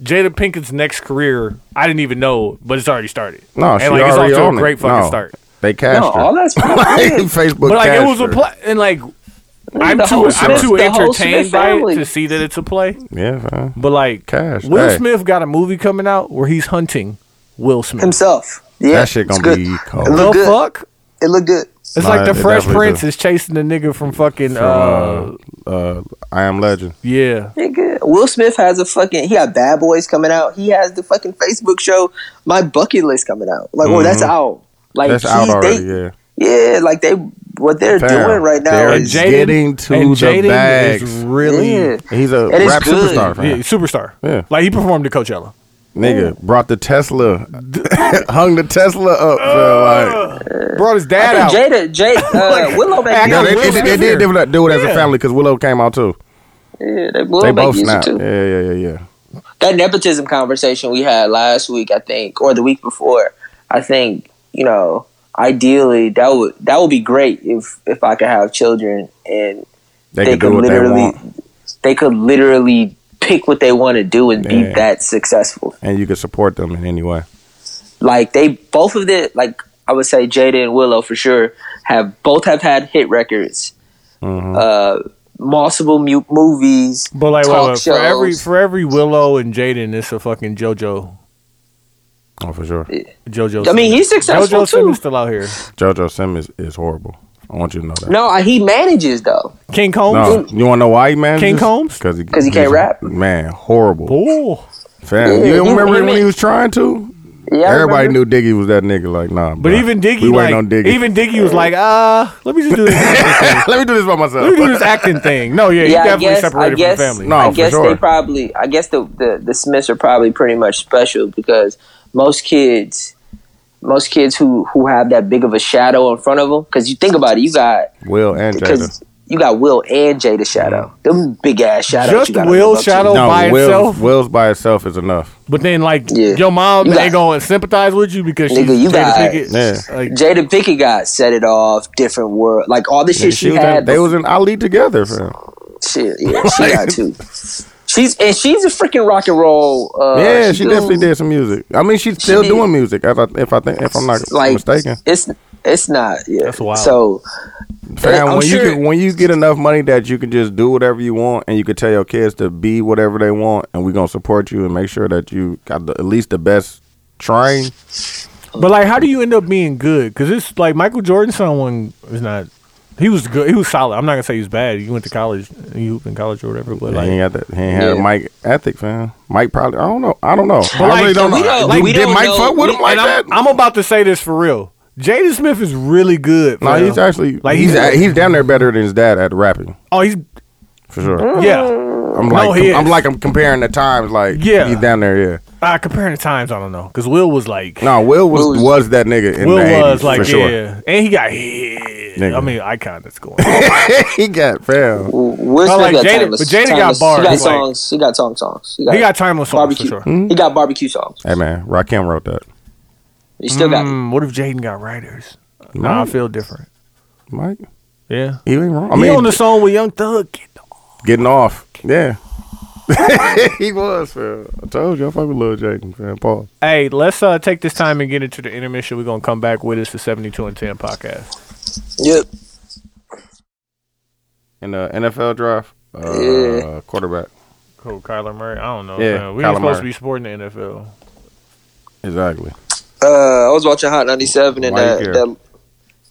Jada Pinkett's next career. I didn't even know, but it's already started. No, and she like it's off already to a on it. great fucking No, start. They No, cashed her. all that's play. Facebook. But like it cashed was a her. play, and like I'm the too whole I'm Smith- too the whole entertained Smith by it family. to see that it's a play. Yeah, fine. But like Cash, Will hey. Smith got a movie coming out where he's hunting Will Smith. himself. Yeah, that shit it's gonna good. be cold. It the look good. fuck. It looked good. It's Nah, like the it Fresh definitely Prince do. is chasing the nigga from fucking uh, From, uh, uh, I am Legend. yeah. Nigga, Will Smith has a fucking. He got Bad Boys coming out. He has the fucking Facebook show, My Bucket List coming out. Like, oh, that's out. Like Mm-hmm. That's out he's- already. They, yeah, yeah. like they what they're Fam, doing right now they're is Jaden getting to and the Jaden bags. is really Yeah. he's a And it's rap good. superstar. Fam. yeah, superstar. Yeah. like he performed at Coachella. Nigga brought the Tesla, hung the Tesla up. fam, like, Uh, Brought his dad I out. think Jada, Jada, uh, Willow back no, here. they, Will they, they, Smith did here. do it as Yeah. a family because Willow came out too. Yeah, they, Willow They back both used it snapped. too. Yeah, yeah, yeah, yeah. That nepotism conversation we had last week, I think, or the week before. I think you know, ideally, that would that would be great if if I could have children and They, they, can do could what they literally want, they could literally pick what they want to do and Yeah. be that successful. and you can support them in any way. Like they both of the like I would say Jada and Willow for sure have both have had hit records, Mhm. uh, multiple mu- movies. But like, wait, talk wait, for every shows. for every Willow and Jaden, it's a fucking JoJo. Oh, for sure. JoJo. I mean, Simmons. he's successful JoJo too. Simmons still out here. JoJo Sim is, is horrible. I want you to know that. No, I, he manages though. King Combs. No, you want to know why he manages? King Combs? because he, 'Cause he can't he's- rap? Man, horrible. Ooh. Fam, you Yeah, don't he- remember he when he meant- was trying to? Yeah, I Everybody remember. knew Diggy was that nigga. Like, nah. But bruh. even Diggy, we like, waiting on Diggy. even Diggy was like, uh, let me just do this. let me do this by myself. let me do this acting thing. No, yeah, he Yeah, I definitely guess- separated I guess, from the family. No, I for guess sure. they probably. I guess the, the the Smiths are probably pretty much special because most kids, most kids who who have that big of a shadow in front of them. Because you think about it, you got Will and Jada. because you got Will and Jada Shadow. Them big ass shadows. Just you gotta Will live up to. Shadow by Will's, itself. Will's by itself is enough. But then, like, Yeah. your mom You ain't got- going to sympathize with you because she's Nigga, you Jada got- Pinkett. Yeah. Like, Jada Pinkett got set it off, different world, like all the shit she, was had. in, they was in Ali together, fam. shit, yeah, she got too. She's and she's a freaking rock and roll. Uh, yeah, she, do- definitely did some music. I mean, she's still did. doing music. If I, if I think, if I'm not Like mistaken, it's it's not. Yeah, that's wild. So fam, I'm when sure- you get, when you get enough money that you can just do whatever you want, and you can tell your kids to be whatever they want, and we're gonna support you and make sure that you got the, at least the best train. But like, how do you end up being good? Because it's like Michael Jordan. Someone is not. He was good. He was solid. I'm not gonna say he was bad. He went to college. He hooped in college or whatever. But he like, ain't got that. He ain't had Yeah. Mike ethic, fam. Mike probably. I don't know. I don't know. I like, really don't know. we don't- Did- we did don't Mike know. fuck with We- him like and that? I'm about to say this for real. Jaden Smith is really good. no, fam. he's actually Like, like he's he's- a- he's down there better than his dad at rapping oh he's for Mm. sure. yeah. I'm No, like he I'm is. like I'm comparing the times. Like Yeah. he's down there. Yeah. Uh, comparing the times, I don't know because Will was like No, Will was Will was- was, that nigga in Will the 80s, was for like sure. yeah, and he got hit. Nigga. I mean, icon that's going. on. he got fam. Will But, Smith like, got Jada- timeless, but Jada got timeless- bars, He got like- songs. He got song songs. he got timeless songs for barbecue. sure. He got barbecue songs. Hey man, Rakim wrote that. He still got Mm, what if Jaden got writers? Nah, I Mike, feel different. Mike, Yeah, he ain't wrong. I he mean, on the song with Young Thug. Get the getting off. Yeah, he was fam. I told you I fuck with Lil Jaden, fam. Paul. Hey, let's uh, take this time and get into the intermission. We're gonna come back with us the seventy-two and ten podcast. Yep. In the NFL draft, uh, Yeah. quarterback. Cool, Kyler Murray. I don't know. Yeah, man. we ain't Kyler supposed to Murray. be supporting the NFL. Exactly. Uh, I was watching Hot 97 and Why you that, care? that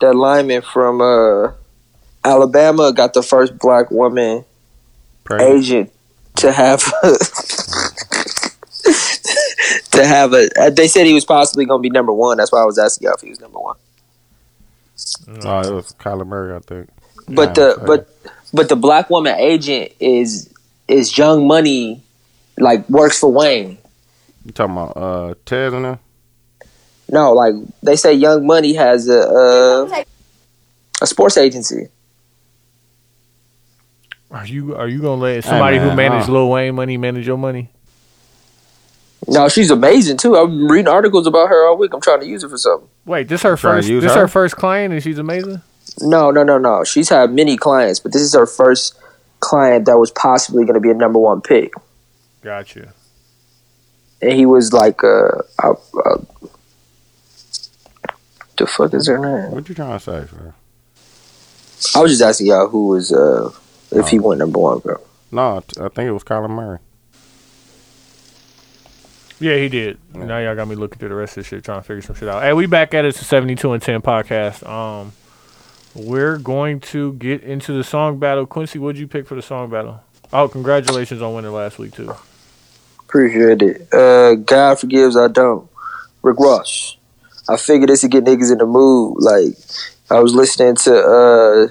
that lineman from uh, Alabama got the first black woman Pregnant. agent to have to have a. uh, They said he was possibly going to be number one. That's why I was asking y'all if he was number one. No, Oh, it was Kyler Murray, I think. But Yeah, the but but the black woman agent is is Young Money, like works for Wayne. You talking about uh Tez and them? No, like they say Young Money has a a, a sports agency. Are you are you gonna let somebody who man, managed nah. Lil Wayne money manage your money? No, she's amazing too. I'm reading articles about her all week. I'm trying to use it for something. Wait, this her Trying to first. use This her? her? first client, and she's amazing. No, no, no, no. She's had many clients, but this is her first client that was possibly going to be a number one pick, Gotcha. and he was like, uh, uh, uh the fuck is her name? What you trying to say, fam? I was just asking y'all who was uh if he went number one, bro. No, I I think it was Kyler Murray. Yeah, he did. Now y'all got me looking through the rest of this shit, trying to figure some shit out. Hey, we back at it. It's the seventy-two and ten podcast. Um, we're going to get into the song battle. Quincy, what'd you pick for the song battle? Oh, congratulations on winning last week too. Appreciate it. Uh, God forgives, I don't. Rick Ross. I figured this would get niggas in the mood. Like, I was listening to uh,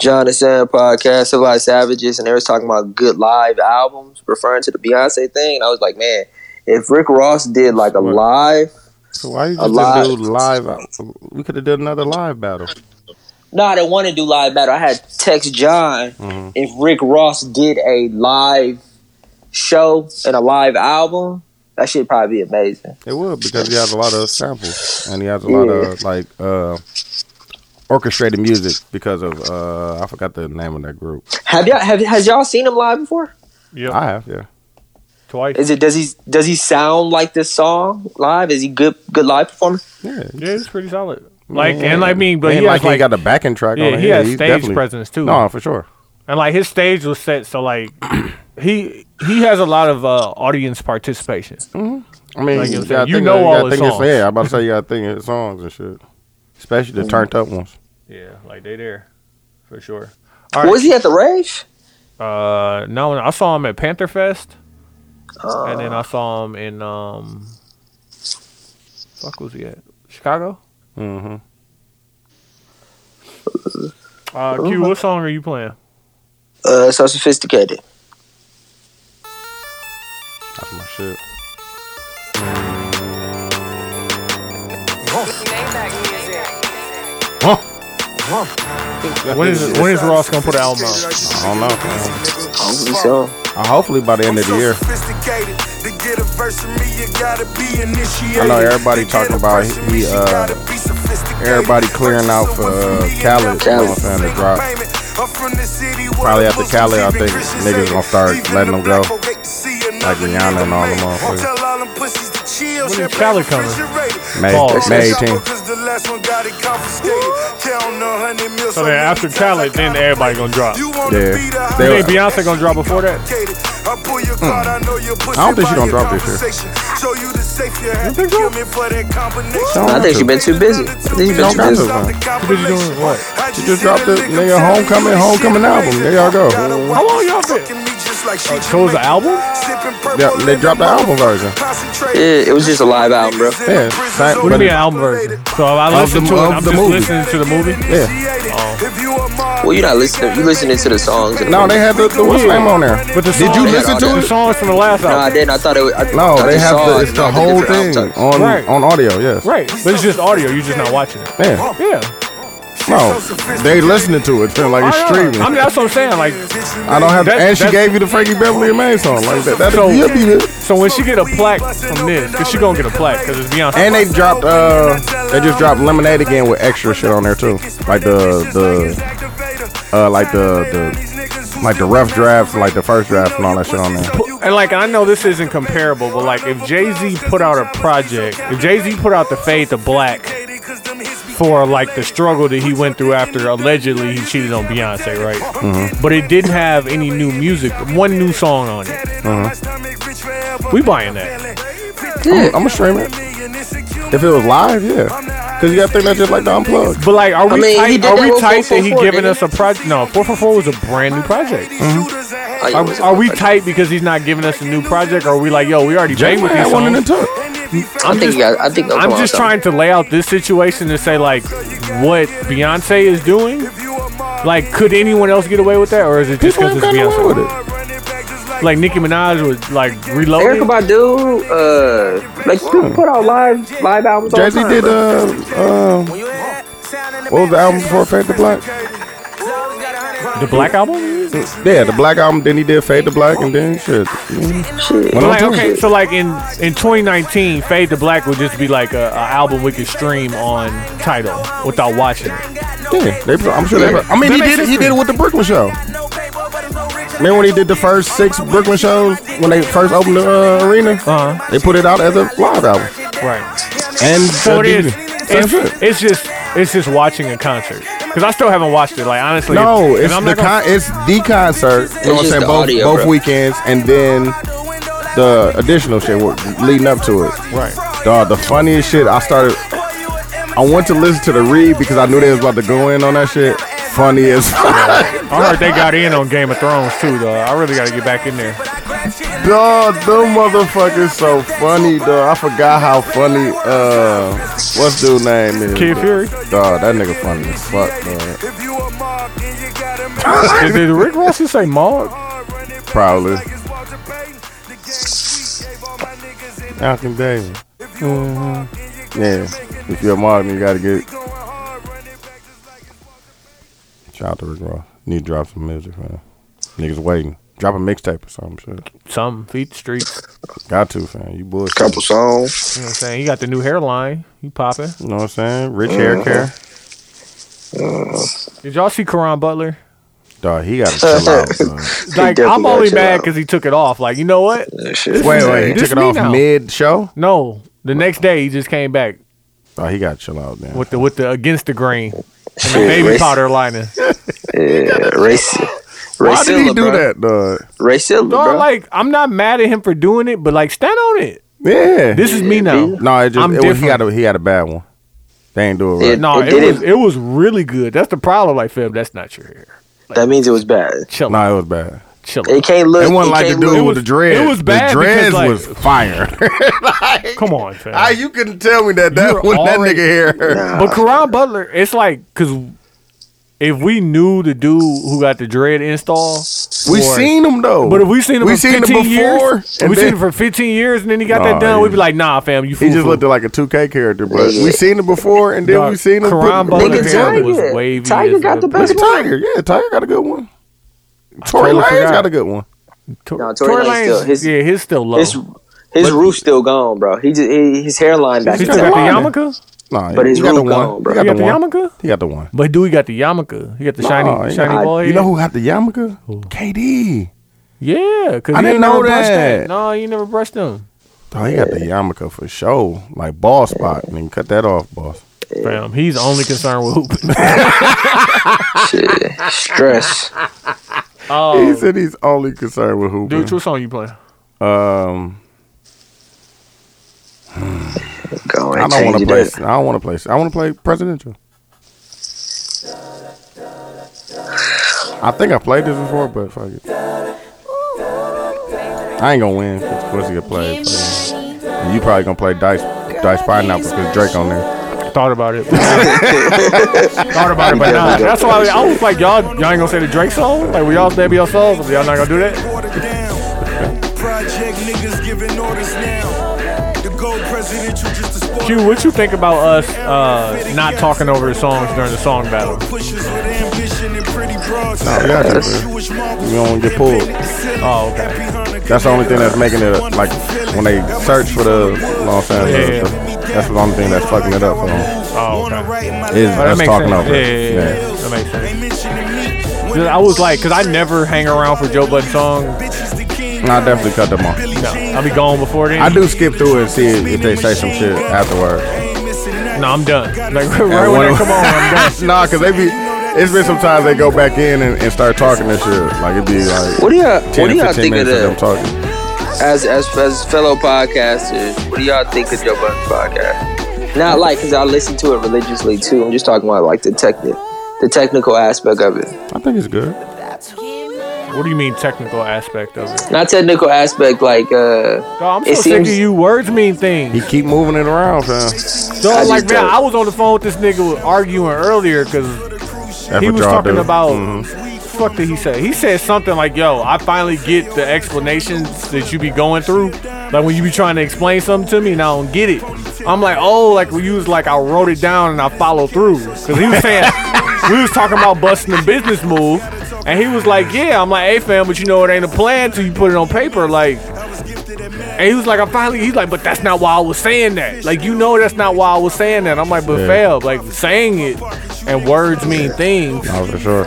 John and Sam podcast, Civilized Savages, and they was talking about good live albums, referring to the Beyonce thing. And I was like, man, if Rick Ross did like a live. So why you A just live- didn't do live? out- We could have done another live battle. No, I didn't want to do live battle. I had text John if Rick Ross did a live show and a live album, that should probably be amazing. It would because he has a lot of samples and he has a lot of like uh orchestrated music because of uh I forgot the name of that group. Have y'all have has y'all seen him live before? Yep, I have, yeah. twice. Is it does he does he sound like this song live? Is he good good live performer? Yeah. Yeah, it's pretty solid. Like Yeah. and I mean, but Ain't he like has he like, got the backing track on yeah, it. he has he's stage definitely- presence too. No, for sure. And like his stage was set, so like he he has a lot of uh, audience participation. I mean, Like you you, said, gotta you think know of- all gotta his think of- songs. Yeah, I'm about to say you gotta think of his songs and shit. Especially the turned up ones. Yeah, like they there for sure. Was he at the rave? Uh, no, no, I saw him at Panther Fest, and then I saw him in um, fuck was he at Chicago? Mm-hmm. Uh, Q, what song are you playing? Uh, so sophisticated. That's my shit. Huh. When is when is Ross gonna put an album out? I don't know. I don't think Oh, so. Uh, hopefully by the end of the year. Sophisticated. To get a verse from me, you gotta be initiated. I know everybody talking about he, uh, everybody clearing out for, uh, Khaled, you know what I'm saying, to drop. Probably after Cali, Cali, I think niggas gonna start letting them go. Like Rihanna and all them motherfuckers. When is Cali coming? May, Pause. May 18th. So then after Khaled, then everybody gonna drop. You Yeah. They think Beyonce gonna drop before that? I don't think she gonna drop this year. think so? Don't I think she been too busy. I think she been Don't too busy. drop this What you doing? What? She just dropped the nigga homecoming homecoming album. There y'all go. How long y'all been? Uh, so it's an album? Yeah, they dropped the album version. Yeah, it was just a live album, bro. Yeah, same- What do you mean an album version? So I listen the- to it. of I'm the just movie. listening to the movie. Yeah. Oh. Well, you're not listening. You listening to the songs. and No, they had the, the what's Yeah. name on there. But the Did song- you They had listen all to that. The it? songs from the last No, I album. didn't. I thought it was. I, No, I they just have saw the, it. it's It the was a whole different thing album. on Right. on audio. Yes. Right, but it's just audio. You're just not watching it. Yeah. Yeah. No, they listening to it. Feel like it's I know. streaming. I mean, that's what Oh, I'm saying. Like, I don't have. That- and she that's- gave you the Frankie Beverly and May song like that. That So- you'll be good. so when she get a plaque from this, cause she gonna get a plaque, cause it's Beyonce. And they dropped. uh They just dropped Lemonade again with extra shit on there too. Like the the uh like the the like the rough draft, like the first draft and all that shit on there. and like I know this isn't comparable, but like if Jay Z put out a project, if Jay Z put out the Fade to Black for like the struggle that he went through after allegedly he cheated on Beyonce, right? Mm-hmm. But it didn't have any new music, one new song on it. Uh-huh. We buying that. I'm gonna stream it if it was live. Yeah, because you gotta think that's just like the unplugged. But like, are we I mean, he tight? did Are that we with tight that he 444, giving didn't us a project? No, four four four was a brand new project. Mm-hmm. Oh, yeah, it Are, was a are we different tight because he's not giving us a new project? Or are we like, yo, we already Jay banged with these had one in the songs? tuck. project. I think you guys. I think I'm just trying to lay out this situation to say like what Beyonce is doing. Like, could anyone else get away with that, or is it just People because ain't it's got away with Beyonce? it. Like Nicki Minaj was like Erica reloaded. Badu, uh, like people put out live live albums. all the Jay Z time, did bro. uh um what was the album before Fade to Black? The Black Album. Yeah, the Black album. Then he did Fade to Black, and then shit. mm, Shit. went But on like, tour. okay, so like in in 2019, Fade to Black would just be like a, a album we could stream on title without watching it. Yeah, they, I'm sure they. I mean, he did it. He did it with the Brooklyn show. Remember when he did the first six Brooklyn shows when they first opened the uh, arena? Uh-huh. They put it out as a live album. Right. And So uh, it is. DVD. Same shit. It's, it's just it's just watching a concert because I still haven't watched it. Like honestly, No, if- if it's I'm the not gonna- con- it's the concert. You know what I'm just saying? the Both audio, both bro. weekends, and then the additional shit wa- leading up to it. Right. Dog, the funniest shit. I started. I went to listen to the read because I knew they was about to go in on that shit. Funny as fuck. I heard they got in on Game of Thrones too, though. I really got to get back in there. dog, them motherfuckers so funny, dog. I forgot how funny. Uh, what's dude name is? Kid Fury. Dog, that nigga funny as fuck, dog. Did, did Rick Ross just say Maul? Probably. Malcolm Davis. Mm-hmm. Yeah. If you're a Martin, you gotta get. Shout out to Rick Ross. Need to drop some music, man. Niggas waiting. Drop a mixtape or something. Shit. Some feet streets. Got to, fam. You bullshit. couple songs. You know what I'm saying? He got the new hairline. He popping. You know what I'm saying? Rich hair Mm-hmm. care. Did y'all see Karan Butler? Dog, he gotta chill out. son. Like definitely I'm only got you mad out. because he took it off. Like you know what? Uh, Shit. Wait, wait. He This took it me off now. mid show? No, the next day he just came back Oh, he gotta chill out, man. with the with the against the grain and the Shit, baby race- powder lining. Yeah, race. Why did he Racilla, do bro. that, dog? Racilla, No, bro. like I'm not mad at him for doing it, but like stand on it. Yeah. This is me now. no, it just I'm it was, he different. had a he had a bad one. They ain't do it Yeah. right. No, It it, did was it. it was really good. That's the problem. Like, fam, that's not your hair. That means it was bad. Chill out, No, it was bad. chill It out. can't look. It wasn't like the can't dude look- was- with the dreads. it was bad The because, dreads like- was fire. like, Come on, fam. how you couldn't tell me that that You're when that already- nigga here. But Karan Butler, it's like because if we knew the dude who got the dread install, We or- seen him though. But if we seen him, we for seen him 15 before, Years, and we then- seen him for 15 years, and then he got Nah, that done. We'd yeah. be like, nah, fam, you. he just looked like a 2K character, but we seen him before, and then Dog, we seen him. Karan put, Butler put it Nigga, hair together. Tiger. was wavy Tiger as got the a- Look best at one. Tiger, yeah, Tiger got a good one. Tory totally Lanez forgot. got a good one. Tor- No, Tory Lanez still- his- yeah, his still low. His his roof's still gone, bro. He just he, his hairline back. he He's still in still there. lying. got the yarmulke. Nah, But he his got the one. roof gone, bro. He got He the got the one. yarmulke. He got the one. But dude, he got the yarmulke. He got the shiny, Nah, he shiny got- ball. You head. know who got the yarmulke? KD. Yeah, cause I didn't he ain't know never brushed that. No, he never brushed them. Oh, he got the yarmulke for sure. Like ball spot. I mean, cut that off, boss. Fam, he's only concerned with hooping. Shit. Stress. He Oh, said he's only concerned with hooping. dude, what song you playing? um, Go I and don't want change to it play. up. I don't want to play. I want to play presidential. I think I played this before, but fuck it. I ain't gonna win. 'cause Pussy get played. but- You probably gonna play dice, dice by now because Drake on there. Thought about it. Thought about it, but nah. That's why I, was like, y'all, y'all ain't gonna say the Drake song? Like, we y'all stab your souls? Y'all not gonna do that? Water down. Project niggas giving orders now. The gold presidential just a sport. Q, what you think about us uh, not talking over the songs during the song battle? Pushers with ambition and pretty broads. Nah, we got you, bro. We We don't get pulled. Oh, okay. That's the only thing that's making it uh, like when they search for the you know what I'm saying, Yeah. the- the- That's the only thing that's fucking it up for them. Oh, okay. Is Oh, that us makes talking sense. over Yeah, it. yeah, yeah. That makes sense. I was like, because I never hang around for Joe Budden songs. I definitely cut them off. No, I'll be gone before then. I do skip through and see if they say some shit afterwards. No, I'm done. Like, right And when one they of- come on, I'm done. nah, cause they be. It's been some times they go back in and, and start talking and shit. Like it'd be like What do y'all 10 what do or y'all 15 think of minutes the them talking. as as as fellow podcasters, what do y'all think of Joe Budden podcast? Not like because I listen to it religiously too. I'm just talking about like the technical, the technical aspect of it. I think it's good. What do you mean technical aspect of it? Not technical aspect like uh, Dog, I'm so It sick seems- of you. Words mean things. He keep moving it around, fam. I Dog, just like, man, don't- I was on the phone with this nigga arguing earlier because That's he what was y'all talking do. about. Mhm. Fuck did he say? He said something like, "Yo, I finally get the explanations that you be going through. Like when you be trying to explain something to me and I don't get it. I'm like, oh, like when you was like, I wrote it down and I followed through. Cause he was saying we was talking about busting a business move, and he was like, yeah. I'm like, hey fam, but you know it ain't a plan till you put it on paper. Like, and he was like, I finally. He's like, but that's not why I was saying that. Like, you know, that's not why I was saying that. I'm like, but Yeah. fam, like saying it and words mean things. Oh, for sure.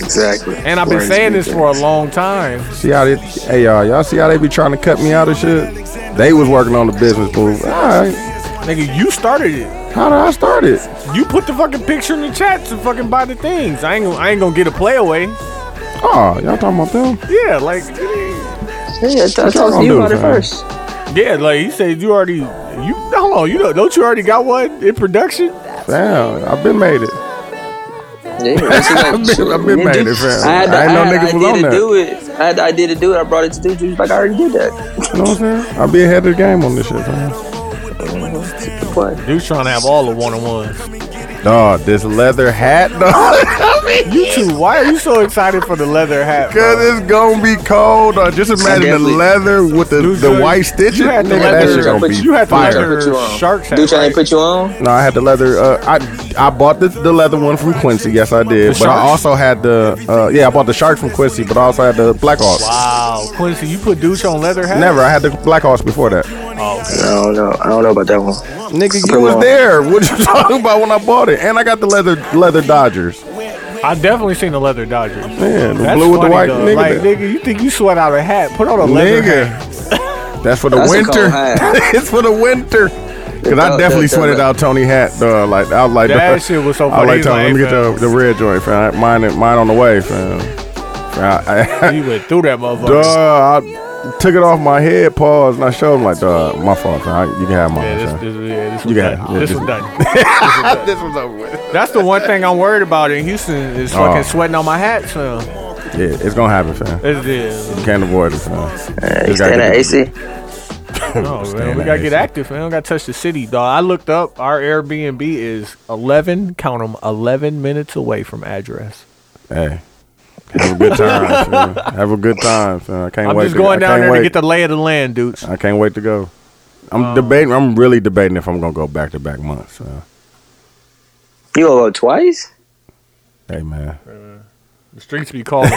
exactly. And I've been saying this for a long time. See how they, hey y'all, y'all see how they be trying to cut me out of shit? They was working on the business move. All right, Nigga, you started it. how did I start it? You put the fucking picture in the chat to fucking buy the things. I ain't, gonna- I ain't gonna get a play away. Oh, y'all talking about them? Yeah, like, Yeah, I y'all talked to gonna you do, about it fam? first. yeah, like he said, you already, you hold on, you know, don't you already got one in production? Damn, I've been made it. Yeah, that's what I've been, I've been made it, fam. I, I had to, I, ain't know niggas had, I was on did to that. do it. I, had, to- I did to do it. I brought it to dude. He was like, I already did that. You know what I'm saying? I'll be ahead of the game on this shit, fam. What? Dude's trying to have all the one on ones. Dog, this leather hat, dog. You too. Why are you so excited for the leather hat? bro? Cause it's gonna be cold. dog. just imagine the definitely- leather with the, Dude, the you- white stitching. You had the Nigga, that shit leather. gonna put be you had the fire. leather Put you on. sharks hat. Dude, trying right? to put you on? No, I had the leather. Uh, I I bought the, the leather one from Quincy. Yes, I did. The But I shark? also had the uh, yeah, I bought the shark from Quincy. But I also had the Black Hawks. Wow, Quincy, you put douche on leather hat? Never, I had the Black Hawks before that. I don't know. I don't know about that one. Nigga, you Come was on. there. What you talking about when I bought it? And I got the leather leather Dodgers. I definitely seen the leather Dodgers. Man, the That's blue with the funny, white. though. Nigga, like, that- nigga, you think you sweat out a hat? Put on a leather hat. Nigga. That's for the That's a cold winter. hat. it's for the winter. Cause I that- definitely that- sweated that- out Tony hat. Though, like I was like That dog, shit was I so was funny. like, He's Tony, let me like, get the, the red joint, fam. Mine, mine on the way, fam. Fam, I, He went through that motherfucker. duh, I, took it off my head, paused, and I showed him like, "Dog, my fault. I, you can have mine." Yeah, this, son." this, yeah, this You one's got it. done. Yeah, this- this one's done. this was over with. That's the one thing I'm worried about in Houston is fucking Oh. sweating on my hat, fam. Yeah, it's gonna happen, fam. It's just, You can't avoid it, fam. Just You gotta get stand at the- AC. no, oh, man. We that gotta get AC. active, fam. We gotta touch the city, dog. I looked up. Our Airbnb is 11, count 'em, 11 minutes away from address. Hey. Have a good time. fam. Have a good time. Fam. I can't I'm wait. just to, going I down can't there wait. to get the lay of the land, dudes. I can't wait to go. I'm Um, debating. I'm really debating if I'm gonna go back to back months. So. You gonna go twice? Hey man. The streets be calling.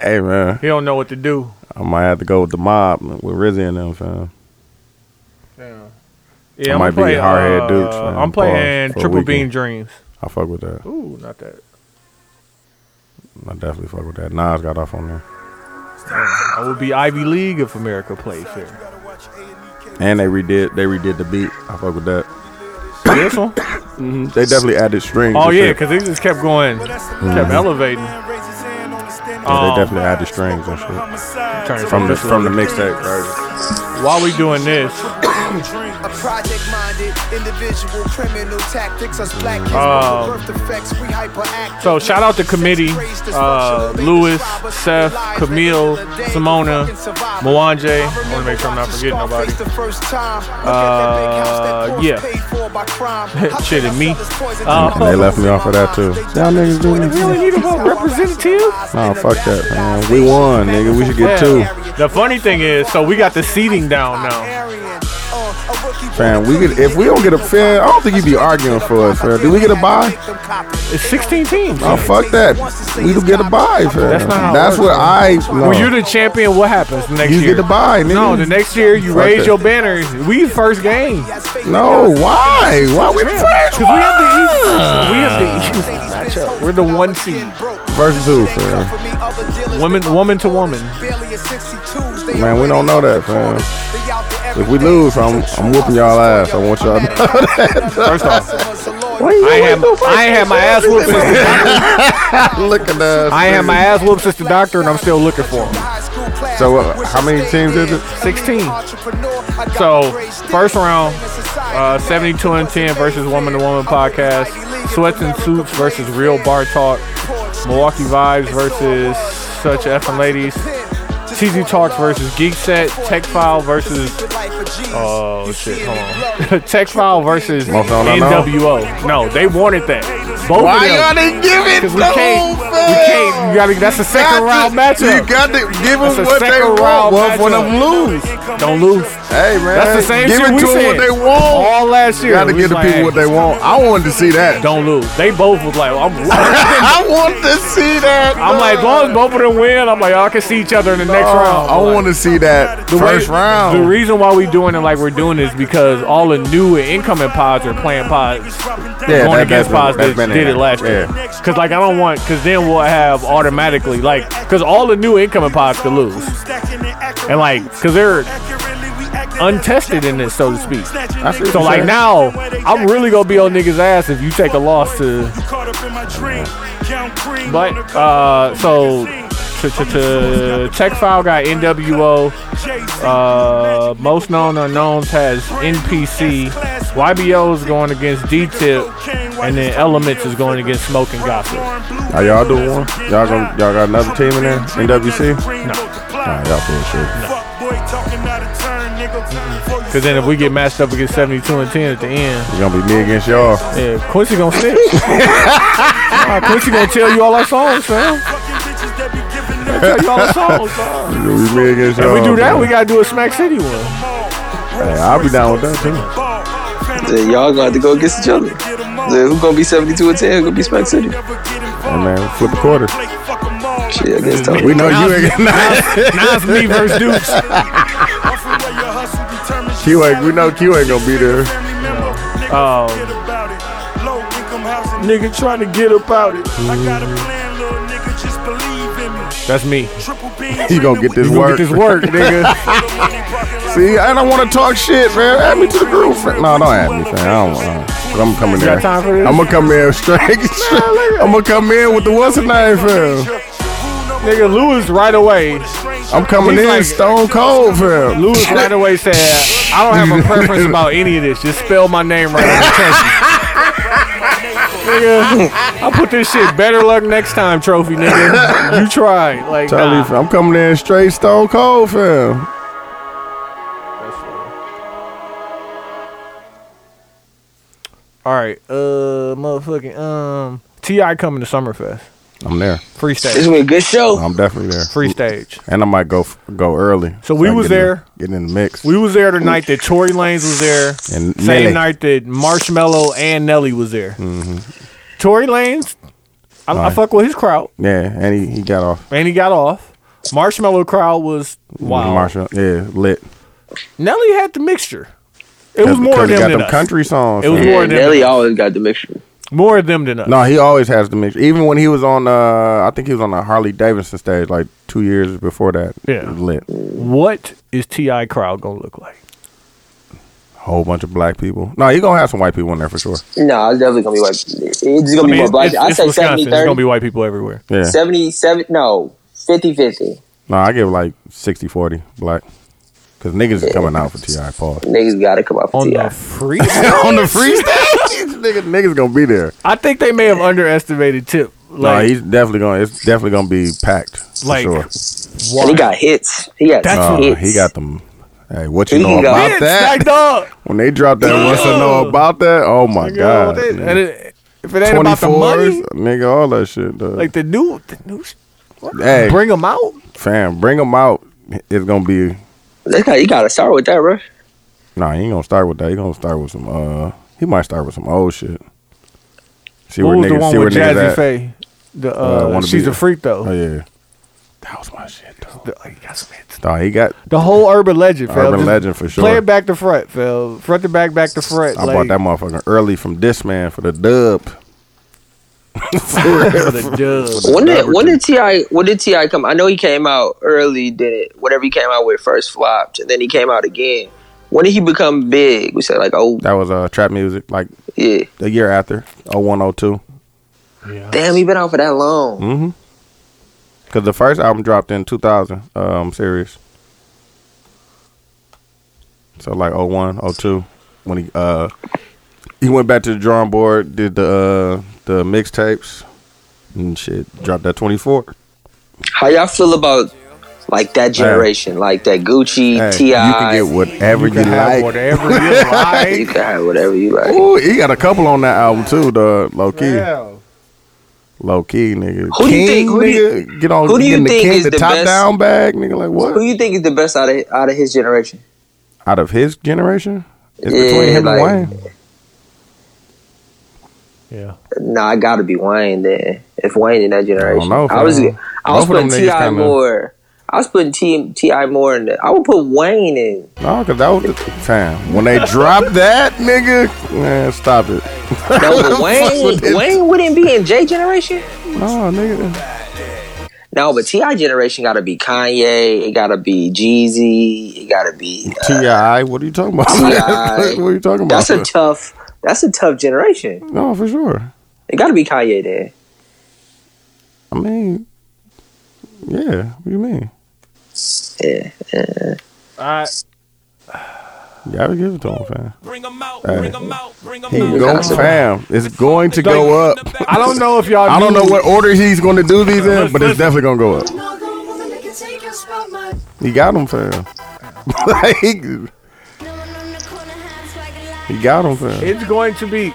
Hey man. he don't know what to do. I might have to go with the mob with Rizzy and them. Fam. Yeah, I might I'm be playing hard-head uh, dudes, man. I'm Pause playing for a Triple Beam weekend. Dreams. I fuck with that. Ooh, not that. I definitely fuck with that. Nas got off on there, I would be Ivy League if America played fair. and they redid. They redid the beat. I fuck with that. this one? They definitely added strings. Oh and yeah, shit. because they just kept going, kept elevating. Mm-hmm. Yeah, um, they definitely added strings and shit Turn it from the this from the way. mixtape version. While we doing this, A project-minded individual criminal tactics us black kids Um, with birth defects, we hyperactive. so shout out to committee, uh, Lewis, Seth, Camille, Simona, Mwanje. I want to make sure I'm not forgetting nobody. Uh, yeah. Shit, and me. Uh, And they left me off of that, too. Y'all niggas do this. really need a vote representative? Nah, Oh, fuck that, man. We won, nigga. We should get two. The funny thing is, so we got the seating down now. Fam, we could if we don't get a fair, I don't think you'd be arguing for us, fam. Do we get a buy? It's 16 teams. Oh fuck that. We do get a buy, fam. That's not how it That's works, what I no. When you're the champion, what happens next You year? get the buy, nigga. no, the next year you Fuck raise that. your banner. We first game. No, why? Why we first? Cause we have the East. We have the Ah. East matchup. We're the one seed. Versus who, fam? Woman, woman to woman. Man, we don't know that, fam. If we lose, I'm I'm whooping y'all ass. I want y'all to know that. First off, I I ain't had, I ain't had my ass whooped. Since, am look at us. I ain't had my ass whooped since the doctor, and I'm still looking for him. So uh, how many teams is it? 16. So first round, uh, 72 and 10 versus Woman to Woman podcast. Sweats and Suits versus Real Bar Talk. Milwaukee Vibes versus Such Effing Ladies. TZ Talks versus Geek Set. Tech File versus oh shit, hold on. Tech File versus Most don't know. NWO. No, they wanted that. Both of them. didn't give it? Cause we can't, we can't. You gotta. That's a second round matchup. got to give That's a second round matchup. lose. Don't lose. Hey man, That's the same give shit it we to them said. what they want. All last You year, got to we give was the like, people what they want. I wanted to see that. Don't lose. They both was like, I'm. I wanted to see that. I'm like, as long as both of them win, I'm like, y'all can see each other in the next round. Oh, I want to see that The way- first round. The reason why we doing it like we're doing is because all the new and incoming pods are playing pods. Yeah, that- going that's against been- pods that's that been did it. it last year. Yeah. Because, like, I don't want, because then we'll have automatically, like, because all the new incoming pods could lose. And, like, because they're untested in this, so to speak. I see what So, you're like, saying. now, I'm really going to be on niggas' ass if you take a loss to. But, uh, so, to, to, to Tech File got NWO. Uh, most known unknowns has NPC. YBO is going against D Tip, and then Elements is going against Smoke and Gossip. Are y'all doing one? Y'all gonna y'all got another team in there? NWC? No. Nah, y'all full of shit. Because then if we get matched up against 72 and 10 at the end, It's gonna be me against y'all. yeah, Quincy gonna snitch. Nah, Quincy gonna tell you all our songs, man. Tell you all our songs. man. It's gonna be me against y'all. If we do that, bro. we gotta do a Smack City one. Hey, I'll be down with that too. Yeah, y'all gonna have to go against each other. Yeah, who gonna be 72 and 10? Who gonna be Smack City? Hey man, flip a quarter. Shit, I guess tough. We know you ain't getting Now it's me versus Dukes. Q ain't we know Q Oh. ain't gonna be there. Um, Nigga trying to get up out it. That's me. You gonna get this You gonna work. get this work, nigga. See, I don't want to talk shit, man. Add me to the group. fam. No, don't add me, fam. I don't. Uh, 'cause I'm coming got there. time for this? I'm gonna come in straight. I'm gonna come in with the what's the name, fam? Nigga, Lewis right away. I'm coming He's in like- stone cold for him. Lewis right away said, I don't have a preference about any of this. Just spell my name right on the trophy. nigga, I put this shit better luck next time trophy, nigga. You tried. Like, Tell you, nah. I'm coming in straight stone cold for him. All right, uh, motherfucking, um, Ti coming to Summerfest, I'm there. free This stage, was a good show. I'm definitely there. free stage. And I might go f- go early. So we I can was get in- there. Get in the mix. We was there the night that Tory Lanez was there. And same Nelly. night that Marshmello and Nelly was there. Mm-hmm. Tory Lanez, I, I Alright. fuck with his crowd, yeah, and he, he got off. and he got off. Marshmello crowd was wow. Marshall. Yeah, lit. Nelly had the mixture. It was more of he them got than them us. country songs. It was man. more Yeah, than Nelly always got the mixture. More of them than us. No, he always has the mix. Even when he was on, uh, I think he was on the Harley Davidson stage like two years before that. Yeah. It was lit. What is Ti crowd gonna look like? Whole bunch of black people. No, he gonna have some white people in there for sure. No, it's definitely gonna be like it's gonna be I mean, more it's- black. it's- I it's say Wisconsin. 70 There's gonna be 30, white people everywhere. Yeah. 77 no, 50 50. No, I give like 60-40 black. Cause niggas is coming out for Ti Paul Niggas gotta come out for On Ti. the free, on the freestyle. niggas, niggas gonna be there. I think they may have underestimated Tip. no, Like, he's definitely gonna. It's definitely gonna be packed. For Like, sure. why? And he got hits. He got That's Uh, hits. he got them. Hey, what you He know got about Hits, that? like, dog. when they dropped that, what's you know about that? Oh my Yo, god! they- man. and it- if it ain't about the 24s, money, nigga, all that shit. Dog. like the new, the new, sh- hey, bring them out. fam, bring them out. It's gonna be. That's how you gotta start with that, bro. Nah, he ain't gonna start with that. He gonna start with some. Uh, he might start with some old shit. See What where was the niggas. one See where with niggas Jazzy at. Faye? The uh, Uh, wanna she's be- a freak though. Oh yeah, that was my shit. Dog. The, oh, like, that's some hits. Dog, he got. The whole urban legend, fell. Urban legend for sure. Play it back to front, fell. Front to back, back to front. I like, bought that motherfucker early from this man for the dub. for the dub. When did when did Ti when did Ti come? I know he came out early. Did it whatever he came out with first flopped, and then he came out again. When did he become big? We said like oh That was uh trap music, like yeah, the year after 0102. damn, he been out for that long. Hmm? Cause the first album dropped in 2000. Um, serious. So like 01, 02, when he uh he went back to the drawing board, did the uh the mixtapes and shit. Dropped that 24. How y'all feel about like that generation, like that Gucci Hey, Ti? you can get whatever you, You can have like. whatever You you like. can have whatever you like. Ooh, he got a couple on that album too, dog. Low key, Hell. low key, nigga. Who do King, you think- who do you- nigga, get on. who do you get in think the, king, is the, the top best- down bag, nigga? Like what? Who you think is the best out of out of his generation? out of his generation? It's Yeah, between him like- and Wayne. Yeah. No, I gotta be Wayne then. If Wayne in that generation, I, know, was fam. I was Both of them putting Ti niggas kinda- more. I was putting T- Ti more in. The, I would put Wayne in. No, because that was the time. When they dropped that, nigga, man, stop it. No, but Fuck with it. Wayne, Wayne wouldn't be in J generation. No, nigga. No, but Ti generation gotta be Kanye. It gotta be Jeezy. It gotta be. uh, T.I., what are you talking about? T.I.. what are you talking about? that's a tough. That's a tough generation. no, for sure. It gotta be Kanye then. I mean, yeah, what do you mean? Yeah. I, Yeah, I give it to him, fam. Bring them out, Hey. bring them out, bring them He out. go, fam. It's going to go up. I don't know if y'all. I don't knew- know what order he's going to do these in, but it's definitely going to go up. He got him, fam. like, he got him, fam. It's going to be.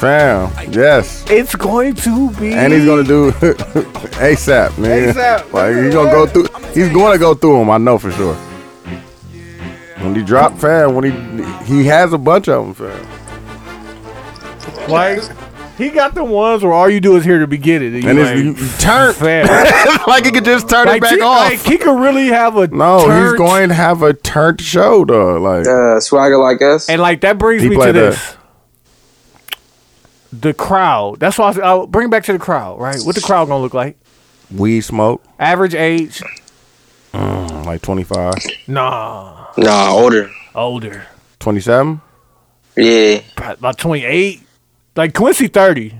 Fam, yes. It's going to be. And he's gonna do ASAP, man. ASAP. Like he's gonna go through. He's gonna go through them. I know for sure. When he drop fam, when he he has a bunch of them, fam. like. He got the ones where all you do is hear to be get it, And you it's you like, turn fair. like he could just turn it like, back he, off. like, he could really have a no, he's turnt- going to have a turned show, dog. Like Uh, swagger like us. and like that brings He me to played that. this the crowd that's why I, said- I'll bring it back to the crowd right what the crowd gonna look like weed smoke, average age like 25, nah nah, older. older 27. Yeah, about 28 like Quincy 30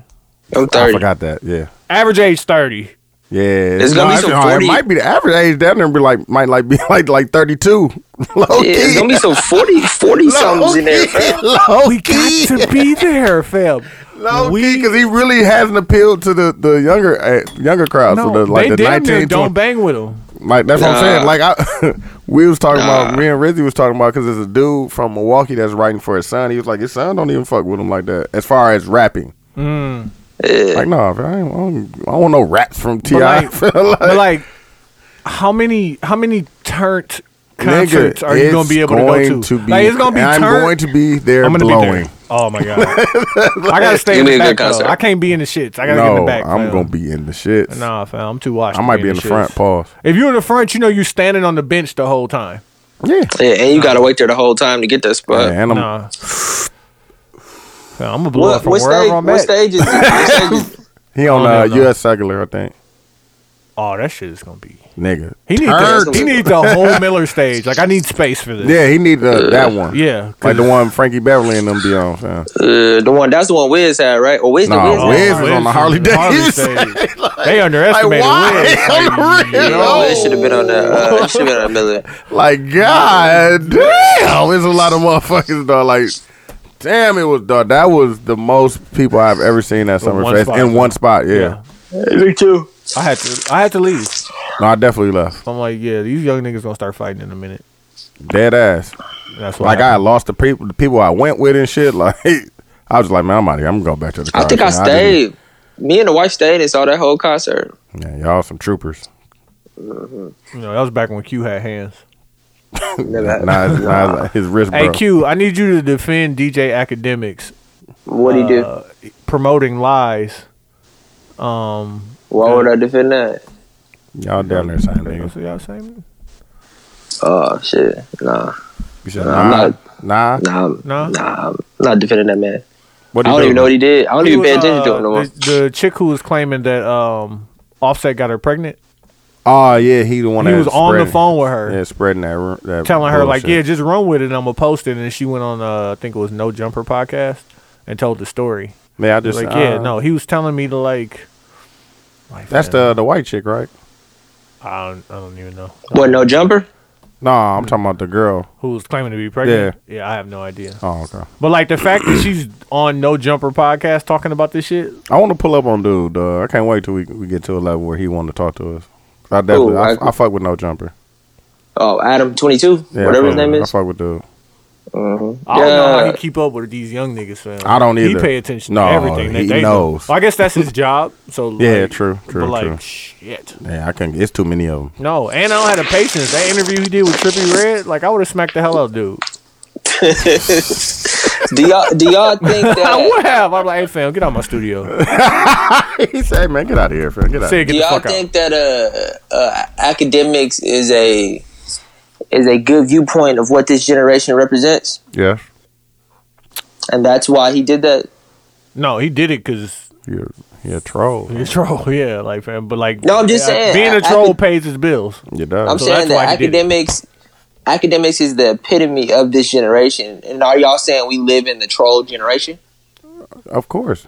I'm I thirty. forgot that. Yeah, Average age thirty. Yeah, There's gonna be it's- some oh, 40 It might be the average age. That number be like might like be like like thirty two. Low Yeah, there's gonna be some 40, 40 somethings in there. fam. Low We key, got to be there, fam. low we- key, because he really hasn't appealed to the the younger uh, younger crowd. No, so the, like they the damn near nineteen don't bang with him. Like that's what I'm saying. Like I, we was talking about me and Rizzy was talking about because there's a dude from Milwaukee that's writing for his son. He was like, his son don't even fuck with him like that as far as rapping. Like no, nah, I, ain't- I don't, I don't want no raps from Ti. like- feel But like, how many how many turnt concerts Nigga, are you gonna it's be able going to go to? be- like, it's gonna be I'm turnt. going to be there I'm gonna blowing. be there. Oh my god! I gotta stay It's in gonna be a good the back. though. concert. I can't be in the shits. I gotta get in No, the back. I'm fam. gonna be in the shits. Nah, fam. I'm too washed. I to might be in the front. shits. Pause. If you're in the front, you know you're standing on the bench the whole time. Yeah. Yeah, and you gotta wait there the whole time to get that spot. Yeah, and I'm Nah. Fam, I'm gonna blow What, up from what, wherever stage, I'm what at. stage is it? What stage is it? he on I uh, don't know. U.S. Cellular, I think. Oh, that shit is gonna be. Nigga, He needs the, Turnt. he need the whole Miller stage. Like I need space for this. yeah, he need uh, that one. Yeah. like the one Frankie Beverly and them be on. fam. Uh, the one that's the one Wiz had, right? Or Wiz the Nah, Wiz. had? Wiz Oh, was on the Harley Davidson. stage. they underestimated Wiz. on the real? No, it should have been on the. Uh, it should have been on the Miller. Like, god damn, there's a lot of motherfuckers though. Like, damn, it was dog. That was the most people I've ever seen at one Summerfest spot. in one spot. Yeah, Yeah. Me too. I had to. I had to leave. no, I definitely left. I'm like, yeah, these young niggas gonna start fighting in a minute. Dead ass. That's why. Like, I had lost the people, the people I went with and shit. Like, I was like, man, I'm out here. I'm gonna go back to the. I car. think I Man, didn't- stayed. Me and the wife stayed and saw that whole concert. yeah, y'all some troopers. you know, that was back when Q had hands. Never had- Nah, his, nah, his wrist Hey broke. Q, I need you to defend DJ Academics What'd he do? promoting lies. Why would I defend that? Y'all down there, same niggas. So y'all saying? Oh shit, nah, You said, I'm nah, nah. nah, I'm- No? nah, I'm not defending that man. What I don't do? even know what he did. I don't He even pay was, attention to uh, him no more. The, the chick who was claiming that um, Offset got her pregnant. Oh yeah, he the one. he that was on the spreading- phone with her, Yeah, spreading that. ru- that telling her like, "Yeah, bullshit. just run with it. and I'm gonna post it." And she went on, uh, I think it was No Jumper podcast, and told the story. Man, I just like, yeah, uh, no, he was telling me to like. like, That's man, the the white chick, right? I don't, I don't even know What? No jumper? No, I'm talking about the girl. who was claiming to be pregnant. Yeah, I have no idea. Oh, okay. But like the fact that she's on No Jumper podcast talking about this shit, I want to pull up on dude. Uh, I can't wait till we, we get to a level where he want to talk to us. I definitely, Ooh, I, I- I fuck with no jumper. Oh, Adam twenty two, Yeah, I whatever his fuck name with- is. I fuck with dude. I don't know how Yeah. he keep up with these young niggas. Fam. I don't He either. pay attention No, to everything. that he they do. knows. Well, I guess that's his job. So Yeah, like, true, true, But like, true. shit, Yeah, I can't. It's too many of them. no. And I don't have the patience. That interview he did with Trippy Red, like I would have smacked the hell out of dude. Do y'all do y'all think I that? would have. I'm like, hey fam, get out of my studio. he said, "Man, get out of here, friend. Get out." Say, Do get the y'all fuck out. think that uh, uh academics is a is a good viewpoint of what this generation represents, Yeah, and that's why he did that? No, he did it because you're you're a troll. he's a troll. Yeah, like fam, but like, No, I'm just yeah, saying, being I- a I troll could- pays his bills. You does. I'm So saying that's why that he did it. academics academics is the epitome of this generation. And are y'all saying we live in the troll generation? of course.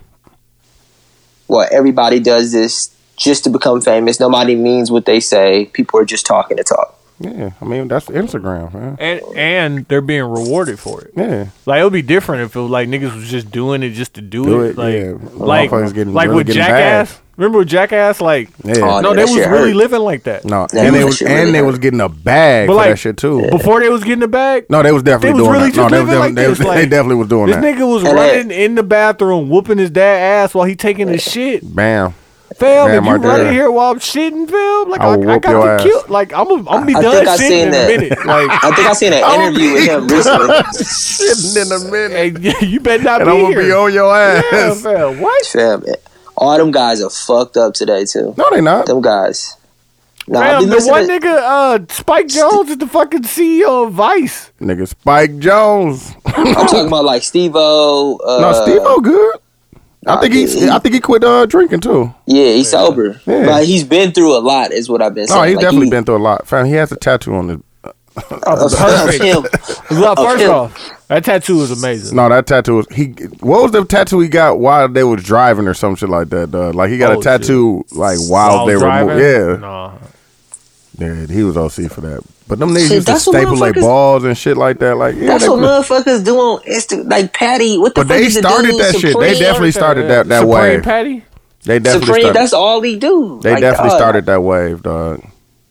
Well, everybody does this just to become famous. Nobody means what they say. People are just talking to talk. Yeah, I mean that's Instagram, man. And and they're being rewarded for it. Yeah, Like it would be different if it was like niggas was just doing it just to do, Do it. it, Like, yeah. like, Motherfuckers getting- like really with getting Jackass. bad. Remember with Jackass? Like, yeah. Oh, dude, no, they that was shit really hurt. living like that. no, Yeah, and that they was shit and really they hurt. was getting a bag But for like, that shit too. Before they was getting the bag, No, they was definitely They was doing really that. No, just they was, living definitely like they, was, this, like, they definitely was doing this that. nigga was And that- running in the bathroom, whooping his dad ass while he taking his shit. Bam. Fam, Damn, if you my running dad. here while I'm shitting, fam, like I I, will I whoop your got ass. to kill. Like I'm, a, I'm gonna be I done think I shitting seen in that. a minute. Like, I think I seen an interview with him recently. Shitting in a minute. hey, you better not And be I'm gonna here. be on your yeah, ass. fam, what? Fam, all them guys are fucked up today too. No, they not. Them guys. Nah, I Fam, be the one listening- nigga, uh, Spike Jones is the fucking CEO of Vice. Nigga Spike Jones. I'm talking about like Steve O. Uh, no, Steve O good. I nah, think he he- I think he quit uh, drinking too. Yeah, he's sober. Yeah. Like he's been through a lot, is what I've been saying. No, he's Like, definitely he- been through a lot. Fam, he has a tattoo on his Of, of perfect. him. Look, Oh, of first him. off, that tattoo is amazing. No, that tattoo was he. What was the tattoo he got while they was driving or some shit like that? Dog? Like he got Oh, a tattoo like while, While they driving? were mo- yeah. Nah. Dude, he was OC for that. But them niggas See, used to that's what staple their motherfuckers- balls and shit like that. Like yeah, That's they what put- motherfuckers do on Insta. Like Patty, what the But fuck they is the started dude, that shit. They Supreme? definitely started that that Supreme wave. Patty They definitely Supreme. started. That's all he do. they Like, uh, definitely dog, started that wave, dog.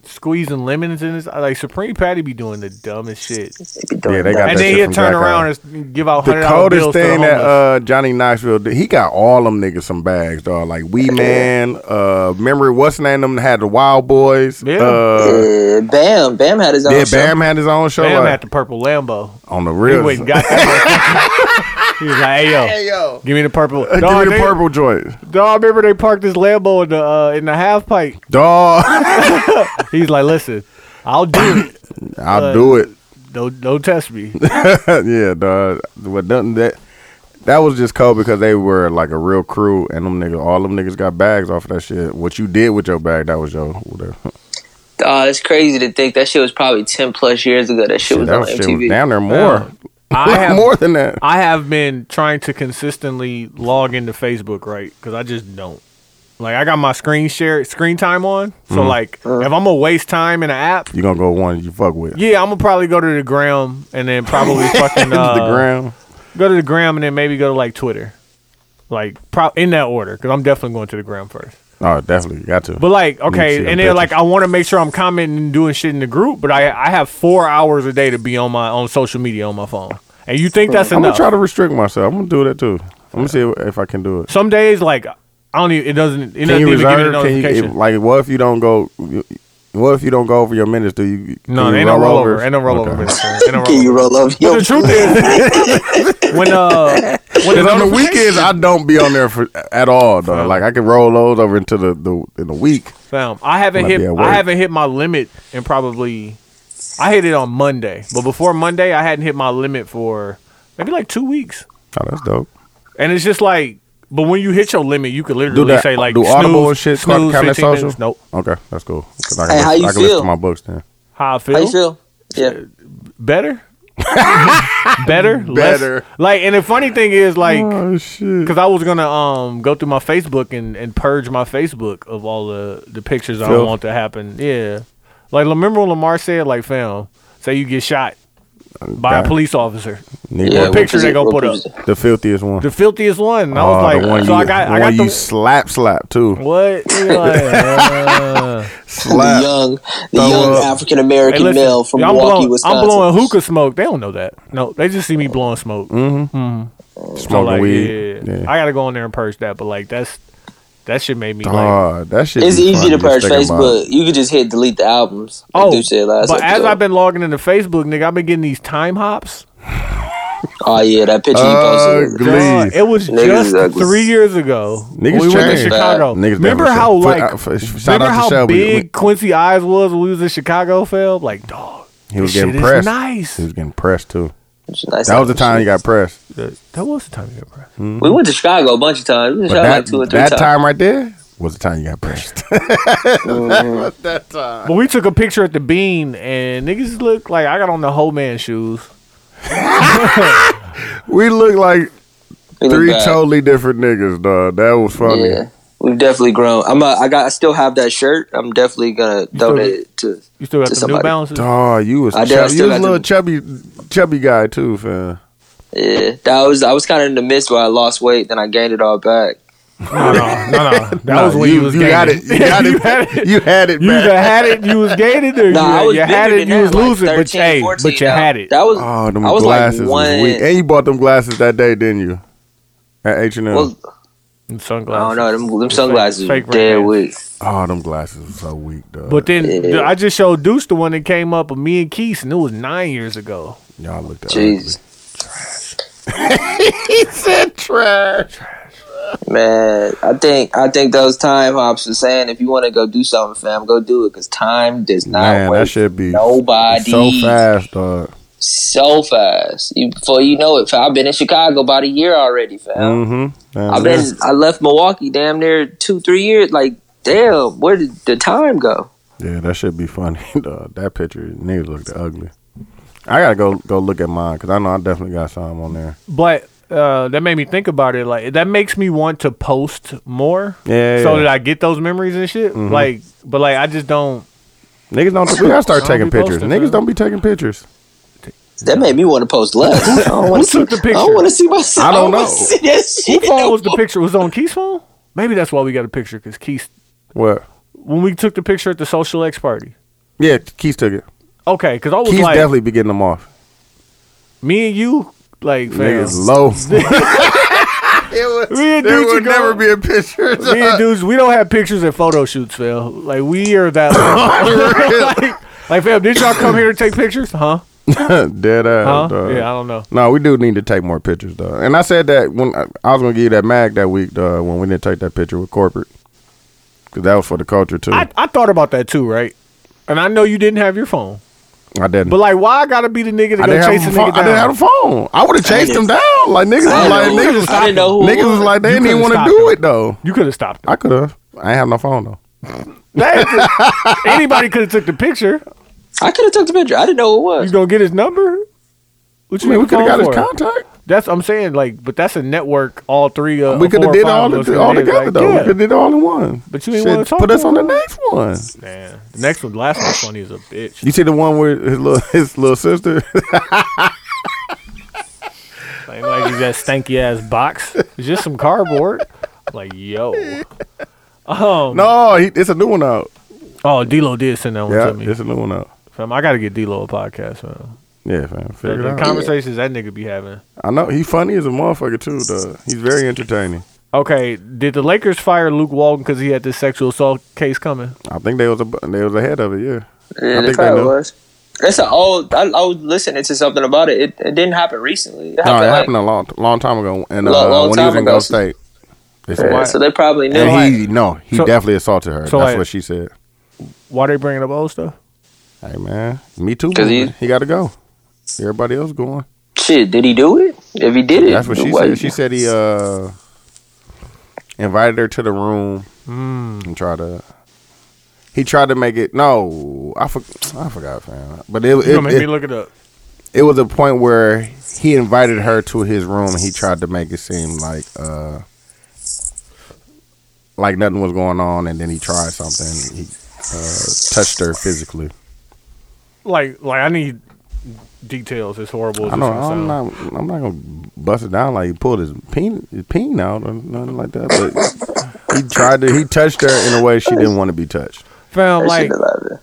Squeezing lemons in his like Supreme Patty be doing the dumbest shit, they be doing Yeah, they that. got and that then shit he'll from turn Jack around Allen. and give out The hundred dollars coldest bills to the thing that homeless. uh, Johnny Knoxville did, he got all them niggas some bags, dog. Like Wee Man, uh, memory what's the name them had the Wild Boys. Yeah. Uh, Yeah, Bam, Bam had his own. yeah, show. Bam had his own show Bam like, at the purple Lambo. on the He real. went and got that. he was like, "Hey yo, yo. give me the purple." Uh, Dog, Give me they- the purple joint, Dog, I remember they parked this Lambo in the uh, in the half pipe. dog. He's like, "Listen, I'll do it. I'll Uh, do it. Don't don't test me." yeah, dog. But nothing that that was just cold because they were like a real crew, and them niggas, all them niggas got bags off of that shit. What you did with your bag, that was your whatever. Oh, it's crazy to think that shit was probably ten plus years ago. That shit Shit, was that on shit was MTV. down there more, Oh. I have more than that. I have been trying to consistently log into Facebook, right? Because I just don't. Like I got my screen share screen time on, so Mm-hmm. like Uh-huh. if I'm gonna waste time in an app, You gonna go one you fuck with yeah, I'm gonna probably go to the gram and then probably fucking uh, the ground. go to the gram and then maybe go to like Twitter, like pro- in that order because I'm definitely going to the gram first. Oh, definitely got to. But like, see okay, them and then like pictures. I want to make sure I'm commenting and doing shit in the group, but I I have four hours a day to be on my on social media on my phone, and you think that's I'm gonna enough? try to restrict myself. I'm gonna do that too. I'm gonna see if- if I can do it. Some days like I don't even it doesn't it Can doesn't you even give me the reserve? Can you notification. if- like what if you don't go? What if you don't go over your minutes? Do you? no, can ain't you no roll rollover, overs? ain't no rollover. Okay. man. Ain't no Can you rollover. roll up? Yo, But the truth is, when uh, when Because on the Oh. notification- weekends I don't be on there for at all though. Like I can roll those over into the, the in the week. Fam, I haven't Might be hit. at I work. haven't hit my limit in probably. I hit it on Monday, but before Monday, I hadn't hit my limit for maybe like two weeks. Oh, that's dope. And it's just like, but when you hit your limit, you could literally that- say like, do snooze, Audible and shit start snooze counting 15 social? minutes. Nope. Okay, that's cool. 'Cause I Hey, how you I can listen feel? to my books then. How I feel? how you feel? Yeah, Better. Better. less- Better. like, and the funny thing is, like, Oh shit. because I was gonna um go through my Facebook and, and purge my Facebook of all the the pictures I Filth. don't want to happen. Yeah, like remember when Lamar said like, "Fam, say you get shot by a God. police officer, Need yeah. that. picture they gonna put picture- The filthiest one. the filthiest one." And I Oh, was like, the one "So you, I got the I one got you the slap slap too. what?" He like, uh, The Slap. young, the Throw young up. African hey, American listen, male from I'm Milwaukee, blowing, Wisconsin. I'm blowing hookah smoke. They don't know that. No, they just see me blowing smoke. So Smoking like, weed. yeah, I gotta go in there and purge that. But like, that's that shit made me like. Oh, that shit. It's be easy fun to just purge think about. Facebook. You can just hit delete the albums. Like Oh, Duke said last but as episode. I've been logging into Facebook, nigga, I've been getting these time hops. oh yeah, that picture you posted. Ugly. Dog, Please. it was Niggas just is ugly. three years ago. when Niggas we went to changed. Chicago. Niggas remember definitely how changed. like For- uh, for- shout remember out to how Shelby. big Quincy Eyes was when we was in Chicago, Phil? Like, dog, He was this shit getting is pressed. nice. He was getting pressed too. It's nice That was the album. time he got pressed. Uh, That was the time you got pressed. We went to Chicago a bunch of times. We went to But Chicago that, like two or three that times. time right there was the time you got pressed. But we took a picture at the Bean, and niggas look like I got on the whole man shoes. we look like We look Three back. totally different niggas, dog. That was funny. Yeah, we've definitely grown. I'm. A, I got. I still have that shirt. I'm definitely gonna donate it to. You still got To the New somebody. Balances. Dog, you was I did- I chubby. still You was a got little them. chubby, chubby guy too, fam. Yeah, that was. I was kind of in the midst where I lost weight, then I gained it all back. No, no, no, no. That was when you, you, was you got it. You gaining. got it. you had it. You had it. You back. either had it, you was gated, or Nah, I you, was you had bigger it, than you was that, like losing, but, 13, hey, 14 but you now. had it. That was. Oh, them I was glasses like was one. weak. And you bought them glasses that day, didn't you? At H and M. well, And I don't sunglasses. know. Them, them sunglasses were fake red dead hands. weak. Oh, them glasses was so weak, dog. But then Yeah. th- I just showed Deuce the one that came up of me and Keith, and it was nine years ago. y'all looked at Jesus. Trash. he said trash. Man, I think I think those time hops are saying if you want to go do something, fam, go do it because time does not Man, wait. that should be nobody. so fast, dog. so fast. You, before you know it, fam, I've been in Chicago about a year already, fam. Mm-hmm. I've been I left Milwaukee damn near two three years. Like damn, where did the time go? Yeah, that should be funny. dog. that picture, niggas looked ugly. I gotta go go look at mine because I know I definitely got some on there. But uh, that made me think about it. Like that makes me want to post more. Yeah, Mm-hmm. So yeah. that I get those memories and shit. Like, but like I just don't. Niggas don't. We gotta start I'll taking be pictures. posting, Niggas fam. don't be taking pictures. That made me want to post less. I don't want to see. took the I picture? don't want to see myself. I don't wanna know. See that shit Who phone was the picture? Was it on Keith's phone? Maybe that's why we got a picture because Keith. What? When we took the picture at the social X party. Yeah, Keith took it. Okay, because I was Keith like, definitely be getting them off. me and you, like, fam, Niggas low. me and there dudes would would never be a picture. Me and dudes, we don't have pictures at photo shoots, fam. Like we are that. like, like, fam, did y'all come here to take pictures? Huh? Dead ass. Huh? dog. Yeah, I don't know. No, we do need to take more pictures, though. And I said that when I, I was gonna give you that mag that week, though, when we didn't take that picture with corporate, because that was for the culture too. I, I, I thought about that too, right? And I know you didn't have your phone, didn't. but like, why I gotta be the nigga to I go didn't, chase have a a phone. nigga I down? didn't have a phone. I would have chased them down. Like niggas, was I like didn't know who- niggas, I didn't know who it niggas was was. like they You didn't even could've want to do stopped them. it though. you could have stopped. Him. I could have. I ain't have no phone though. Anybody could have took the picture. I could have took the picture. I didn't know who it You was. gonna get his number? What I mean, you mean? we could have got his contact. That's I'm saying. Like, but that's a network. All three. Uh, We could have did all the the, all together though. We could have did all in one. But you ain't Shit, wanna talk put us to on the him. next one. Man, the next one, last one's funny as a bitch. You see the one with his little his little sister. Like, like he's that stanky ass box. It's just some cardboard. Like, yo. Um, no, he, it's a new one out. Oh, D'Lo did send that one Yeah, to me. it's a new one out. Fam, I gotta get D'Lo a podcast, man. Yeah, fam. The, Figure it out. conversations that nigga be having. I know he funny as a motherfucker too. Though he's very entertaining. Okay, did the Lakers fire Luke Walton because he had this sexual assault case coming? I think they was a, they was ahead of it. Yeah. Yeah, I it think they probably knew. was. It's an old. I, I was listening to something about it. It, it didn't happen recently. It No, happened, it like- happened a long, long time ago, and uh, Long- long when he was time in ago. Gulf State, they said, Yeah, so they probably knew. and he no, he So- definitely assaulted her. so That's I- what she said. Why they bringing up old stuff? Hey man, me too. 'Cause he- man. he got to go. Everybody else going. Shit, did he do it? If he did it, That's what she why- said. She said he uh invited her to the room Hmm. and tried to. He tried to make it. No, I for, I forgot, fam. But it You it, gonna make me it, look it up? it was a point where he invited her to his room and he tried to make it seem like uh like nothing was going on and then he tried something he uh, touched her physically Like, like I need details. It's horrible. As i I know i'm not i'm not gonna bust it down like he pulled his peen his peen out or nothing like that but he tried to he touched her in a way she didn't want to be touched Fam, that shit like, about it.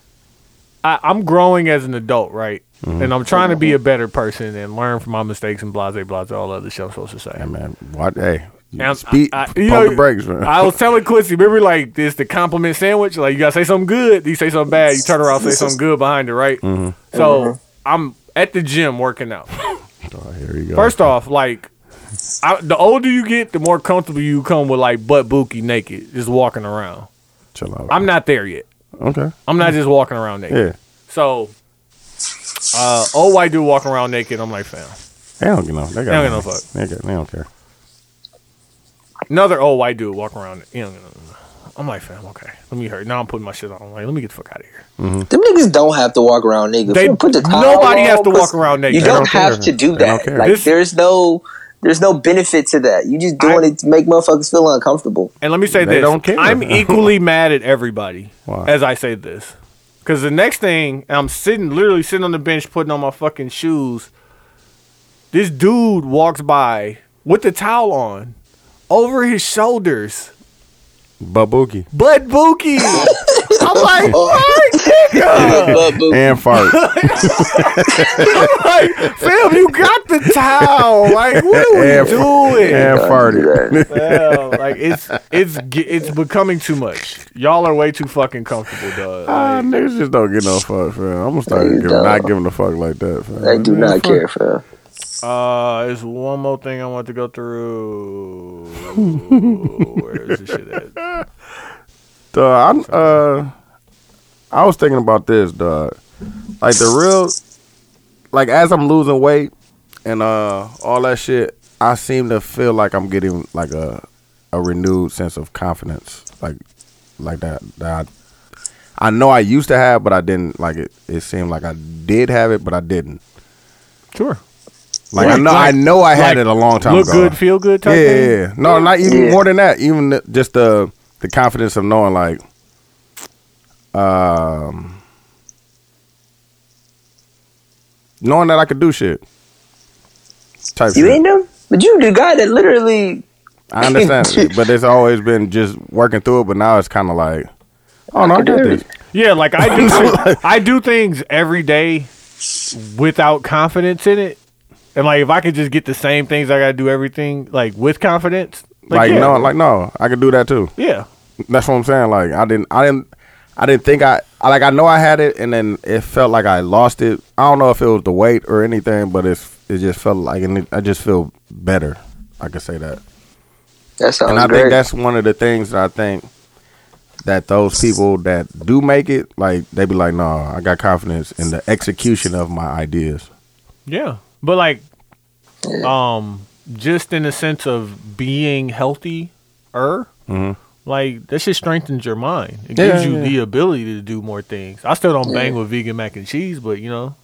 I, I'm growing as an adult, right? Mm-hmm. And I'm trying to be a better person and learn from my mistakes and blase blase all other shit I'm supposed to say. hey man what hey And speak I- I- pump you know, the brakes man I was telling Quincy, remember like this the compliment sandwich? Like you gotta say something good, you say something bad, you turn around, say something good behind it, right? Mm-hmm. So I'm at the gym working out. oh, here you go First off, like I, the older you get, the more comfortable you come with like butt bookie naked, just walking around. chill out I'm not there yet. okay I'm not just walking around naked. yeah So uh old white dude walking around naked, I'm like, fam. they don't give no they, don't got give no fuck. they, got- they don't care another old white dude walking around. You know, I'm like, fam, okay, let me hurt. Now I'm putting my shit on. I'm like, let me get the fuck out of here. Them niggas don't have to walk around naked. They- put the towel nobody on, has to put- walk around naked. You They don't, don't have care. to do They don't that. care. Like This- there's no there's no benefit to that. You just doing it to make motherfuckers feel uncomfortable. And let me say They this: don't care. I'm equally mad at everybody Why? as I say this, because the next thing I'm sitting, literally sitting on the bench, putting on my fucking shoes. This dude walks by with the towel on over his shoulders. babuki Bud Bookie. I'm like, what? But- but- and fart like, fam, you got the towel. Like, what are we And- doing? and farted. Right. Well, like it's it's ge- it's becoming too much. Y'all are way too fucking comfortable, dog. Ah, niggas just don't get no fuck, fam. I'm gonna start They giving, don't. not giving a fuck like that, fam. They do Man, not fuck- care, fam. Uh, there's one more thing I want to go through. Where is this shit at? Duh, I'm, uh, I was thinking about this, dog. Like the real, like as I'm losing weight and uh all that shit, I seem to feel like I'm getting like a a renewed sense of confidence, like like that that I know I used to have, but I didn't like it. It seemed like I did have it, but I didn't. Sure. Like I Right, know, I like- know I had like, it a long time Look ago. good, feel good yeah, type yeah, thing. yeah. no, not even Yeah. more than that. Even the, just the the confidence of knowing, like, um, knowing that I could do shit. Type You shit. ain't know, but you the guy that literally I understand, it, but it's always been just working through it. But now it's kind of like, oh no, I got this. Yeah, like I do, thi- I do things every day without confidence in it, and like if I could just get the same things I gotta do everything like with confidence, Like yeah, no, like no, I could do that too. yeah, That's what I'm saying. Like I didn't, I didn't, I didn't think I, I like I know I had it, and then it felt like I lost it. I don't know if it was the weight or anything, but it's it just felt like, and it, I just feel better. I could say that, that sounds and I great. think that's one of the things that I think that those people that do make it, like they be like, no, I got confidence in the execution of my ideas. yeah. But like, um, just in the sense of being healthy, er, like that shit strengthens your mind. It Mm-hmm. Yeah, gives you yeah. the ability to do more things. I still don't bang with vegan mac and cheese, but you know,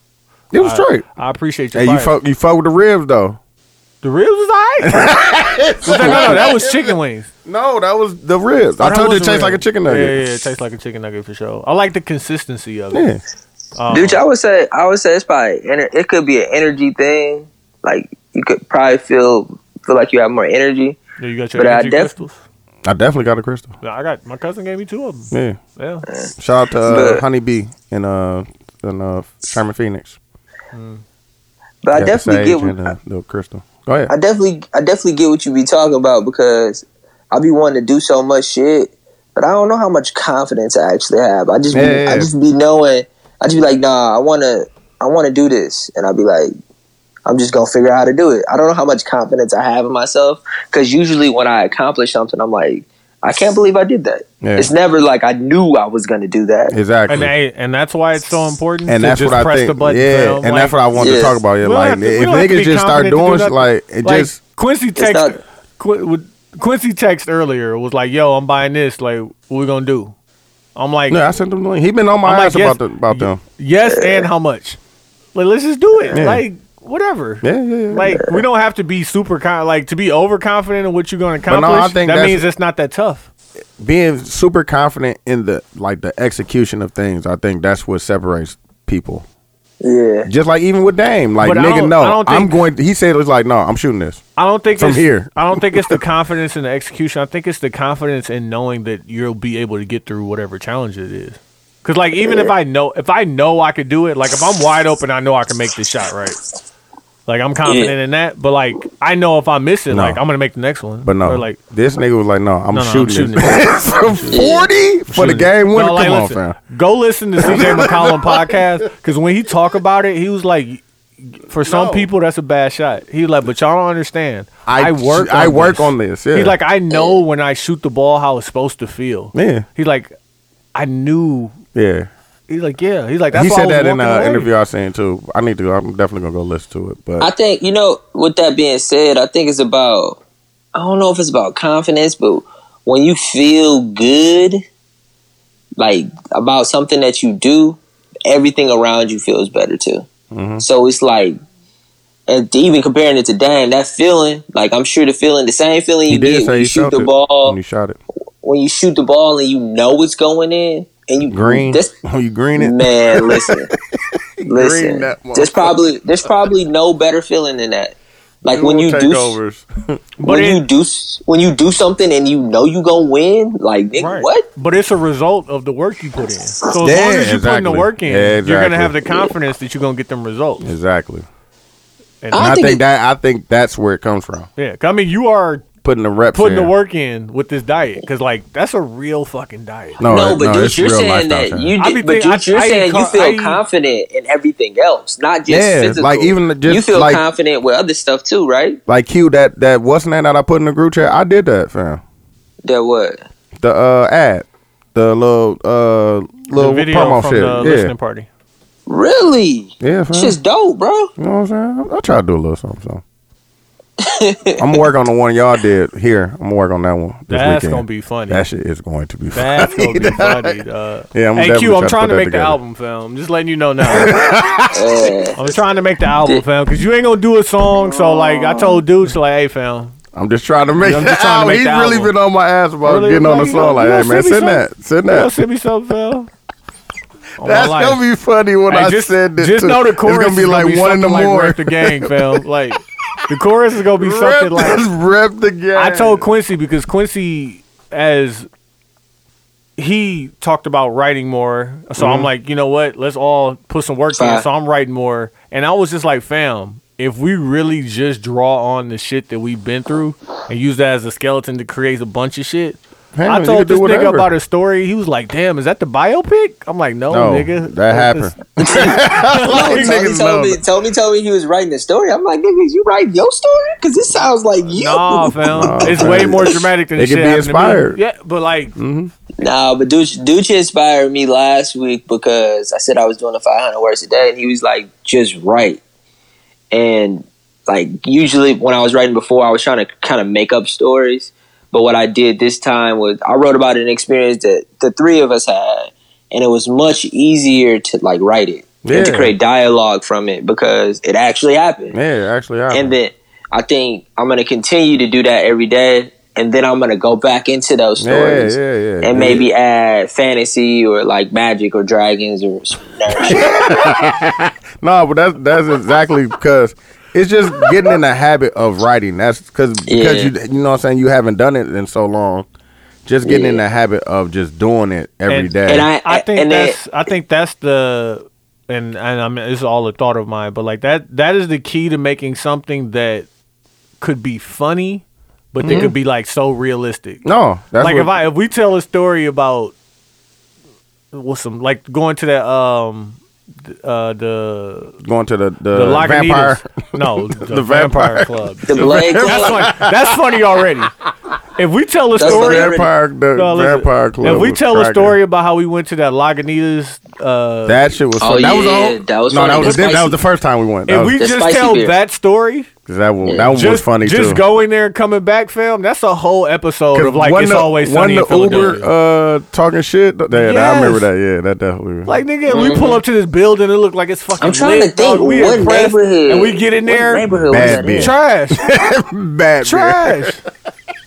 It was straight. I appreciate your Hey, you fire. fuck, you fuck with the ribs though. the ribs was alright. no, no, that was chicken wings. No, that was the ribs. Oh, That I told you it wasn't tastes real. like a chicken Yeah, yeah, nugget. yeah, it tastes like a chicken nugget for sure. I like the consistency of it. Yeah. Um, Dude, I would say I would say it's probably ener- it could be an energy thing. Like you could probably feel feel like you have more energy. yeah, you got your but I energy def- crystals. I definitely got a crystal. Yeah, I got my cousin gave me two of them. Yeah. Yeah, Shout out to uh, But- Honey Bee and uh and uh Sherman Phoenix. But I Yeah, definitely Sage get and, what, uh, little crystal. Go ahead. I definitely I definitely get what you be talking about because I be wanting to do so much shit, but I don't know how much confidence I actually have. I just be, Yeah, yeah, yeah. I just be knowing. I just be like, nah, I wanna I wanna do this, and I be like, I'm just gonna figure out how to do it. I don't know how much confidence I have in myself because usually when I accomplish something, I'm like, I can't believe I did that. Yeah. It's never like I knew I was gonna do that. exactly. And, and hey, and that's why it's so important. to that's just what I press think. The button, yeah, fam. and Like, that's what I wanted Yeah. to talk about. Yeah, we don't like have to- we if don't have to niggas be just start confident to do doing shit, nothing. like it Like, just Quincy text. not- Qu- with- Quincy text earlier was like, "Yo, I'm buying this. Like, what we gonna do?" I'm like, no, I sent them the link. He been on my I'm like, ass yes- about the, about them. "Yes, and how much? Like, let's just do it. Yeah. Like, whatever. Yeah, yeah, yeah. Like, we don't have to be super con- like to be overconfident in what you're gonna no, accomplish. I think that that's- means it's not that tough. being super confident in the like the execution of things. I think that's what separates people. Yeah, Just like even with Dame, like But I nigga, don't- no, I don't think- I'm going. He said it was like, no, I'm shooting this. I don't think From it's, here. I don't think it's the confidence in the execution. I think it's the confidence in knowing that you'll be able to get through whatever challenge it is. Cause like even if I know if I know I could do it, like if I'm wide open, I know I can make this shot right. Like I'm confident Yeah. in that, but like I know if I miss it, No. like I'm gonna make the next one. But no, Or, like this nigga was like, no, I'm No, no, I'm shooting, shooting this. So Forty for the game winner. No, like, Come on, listen, fam. Go listen to CJ McCollum podcast because when he talk about it, he was like, for some No. people that's a bad shot. He was like, but y'all don't understand. I, work. I on work this. on this. Yeah. He's like, I know when I shoot the ball how it's supposed to feel. Yeah. He's like, I knew. yeah. He's like, yeah. He's like, that's he why I said was that in walking an away. interview I seen too. I need to. I'm definitely gonna go listen to it. But I think you know. With that being said, I think it's about. I don't know if it's about confidence, but when you feel good, like about something that you do, everything around you feels better too. Mm-hmm. So it's like, and to even comparing it to Dame, that feeling, like I'm sure the feeling, the same feeling you get when you shoot felt the it ball, when you shot it when you shoot the ball and you know it's going in, and you green. That's, When you green it, man, listen, listen. that There's probably there's probably no better feeling than that. Like when you do takeovers. But when it- you do s- when you do something and you know you gonna win, like nigga, Right. what? But it's a result of the work you put in. So as long Yeah, as you're putting the exactly. work in, Yeah, you're exactly. gonna have the confidence that you're gonna get them results. exactly. And And I I think think it- that I think that's where it comes from. yeah, 'Cause, I mean, you are Putting the reps, putting in. the work in with this diet because like that's a real fucking diet. No, no, but dude, it's you're real saying lifestyle that change. you I did, be but think- I- you- you're I eat saying you car- I feel eat- confident in everything else, not just Yeah, physical. like, even the- just, you feel like- confident with other stuff too, right? like Q, that that what's the name that I put in the group chat? I did that, fam. That what? The uh ad, the little uh The little video promo from shit. the yeah, listening party. Really? yeah, fam. It's just dope, bro. you know what I'm saying? I, I try to do a little something. something. I'm gonna work on the one y'all did here. I'm gonna work on that one. This That's weekend. gonna be funny. That shit is going to be. Fun. That's gonna be funny. dog. Yeah, I'm hey definitely Q, I'm trying to put trying to that make the together. album, fam. I'm just letting you know now. Yeah. I'm trying to make the album, fam, because you ain't gonna do a song. So like, I told dudes, like, hey, fam, I'm just trying to make. I'm it just trying out. to make He's the really album. been on my ass about Really? getting on the You song. don't- Like, you hey don't man, send send me that, send you gonna that. send me something, fam? On my That's life. gonna be funny when Hey, I just, said that. just too. know the It's chorus gonna be like one in the something like morning. Rep the gang, fam. Like the chorus is gonna be something like rep the game. I told Quincy because Quincy, as he talked about writing more, Mm-hmm. so I'm like, you know what? Let's all put some work in. Fair. So I'm writing more, and I was just like, fam, if we really just draw on the shit that we've been through and use that as a skeleton to create a bunch of shit. Hey, man, I you told could do this nigga whatever. about his story. He was like, "Damn, is that the biopic?" I'm like, "No, No, Oh, nigga, that happened. Tony, niggas know told me, Tony told me he was writing the story. I'm like, nigga, you write your story? Because this sounds like you. Nah, fam, it's fam. way more dramatic than It the could shit be happened to me. inspired. Yeah, but like, Mm-hmm. Nah, but Duce, Duce inspired me last week because I said I was doing the 500 words a day, and he was like, just write. And like usually when I was writing before, I was trying to kind of make up stories. But what I did this time was I wrote about an experience that the three of us had, and it was much easier to like write it and to Yeah. create dialogue from it because it actually happened. Yeah, actually, I. And then I think I'm gonna continue to do that every day, and then I'm gonna go back into those yeah, yeah, stories yeah. and maybe add fantasy or like magic or dragons or some nerd shit. No, but that's that's exactly because it's just getting in the habit of writing. That's because because Yeah. you you know what I'm saying you haven't done it in so long. Just getting in Yeah. the habit of just doing it every And- day. and I, I think and then- that's I think that's the and and I mean it's all a thought of mine, but like that that is the key to making something that could be funny, but that could be like so realistic. no, that's like what, if I if we tell a story about what's some like going to that um th- uh the going to the the, the Lagunitas. vampire. no the, The vampire. vampire club the blade. that's funny that's funny already if we tell a That's story funny. Vampire, the No, listen, vampire club. If we was tell a cracking. story about how we went to that Lagunitas, uh, that shit was. Oh, that was yeah, all. that was no, funny. that was The that was spicy- the first time we went. That, if we was, The just spicy tell beer. that story, that, one, that one just was funny just too. going there and coming back, fam. That's a whole episode 'Cause of like wasn't it's the- always sunny wasn't the in Philadelphia. Uber uh, talking shit. Yeah, I remember Yes. that. Yeah, that definitely. like nigga, we pull up to this building, it look like it's fucking. Mm-hmm. I'm trying lit, to think dog. We what impressed, neighborhood. and we get in what there, neighborhood was Bad that bitch. in? trash, bad. beer. trash.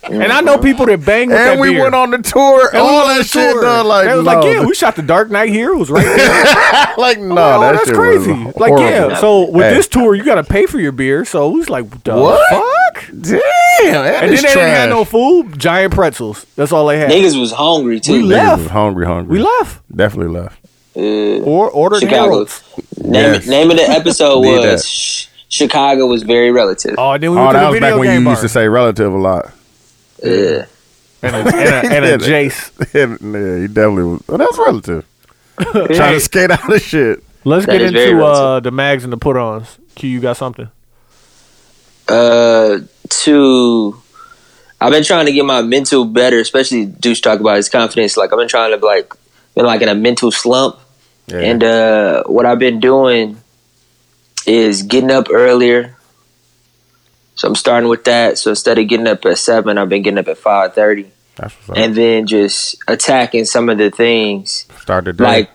and I know people that bang with that And we beer. went on the tour, And we all went on that the shit, tour. dog. Like, they was no, like, yeah, we shot the Dark Knight here. It was right there. like, no, Oh, that shit that's was crazy. horrible. Like, yeah. So with Hey. this tour, you gotta pay for your beer. So it was like, the What? fuck? damn, that And then is they didn't trash. have no food. Giant pretzels. That's all they had. Niggas was hungry too. We Niggas left. was hungry, hungry. we left Definitely left. Uh, or ordered Chicago. Harold's. name, Yes. name of the episode Did that. was Sh- Chicago was very relative. Oh, and then we oh, went to that the was video back when game you bar. used to say relative a lot. Yeah. and a, and a, and a Jace. yeah, he definitely was. Well, that's relative. Trying Hey, to skate out of shit. let's That get is very into uh, the mags and the put-ons. Q, you got something? Uh, to I've been trying to get my mental better, especially Deuce talk about his confidence. Like I've been trying to like been like in a mental slump. Yeah. And uh, what I've been doing is getting up earlier. So I'm starting with that. So instead of getting up at seven, I've been getting up at five thirty, that's what's up. and then just attacking some of the things Start the day. like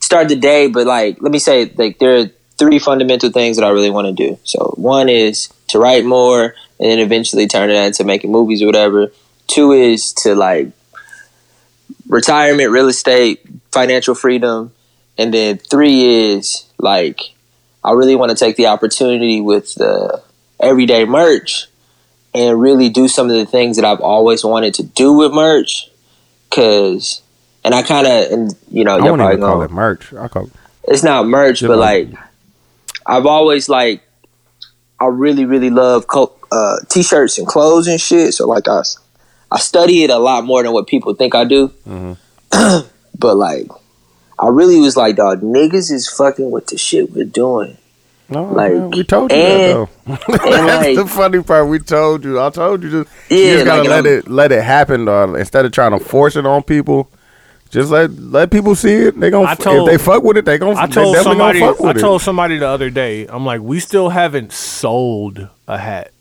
start the day. But like, let me say, like there are three fundamental things that I really want to do. So one is to write more, and then eventually turn it into making movies or whatever. Two is to like retirement, real estate, financial freedom, and then three is like I really want to take the opportunity with the everyday merch and really do some of the things that I've always wanted to do with merch. Cause, and I kind of, and you know, I you're wouldn't probably even call going it merch. I call it it's not merch, Yeah, but like- like I've always like I really really love co- uh, t-shirts and clothes and shit. So like I s- I study it a lot more than what people think I do. Mm-hmm. but like I really was like, dog, niggas is fucking with the shit we're doing. no. Like, man, we told you that and- though. And That's like the funny part. We told you. I told you. Just you Yeah, just gotta like, let I'm- it let it happen. Dog. Instead of trying to force it on people, just let let people see it. They I gonna told- if they fuck with it, they gonna I they told definitely somebody. gonna fuck I with told somebody the other day. I'm like, we still haven't sold a hat.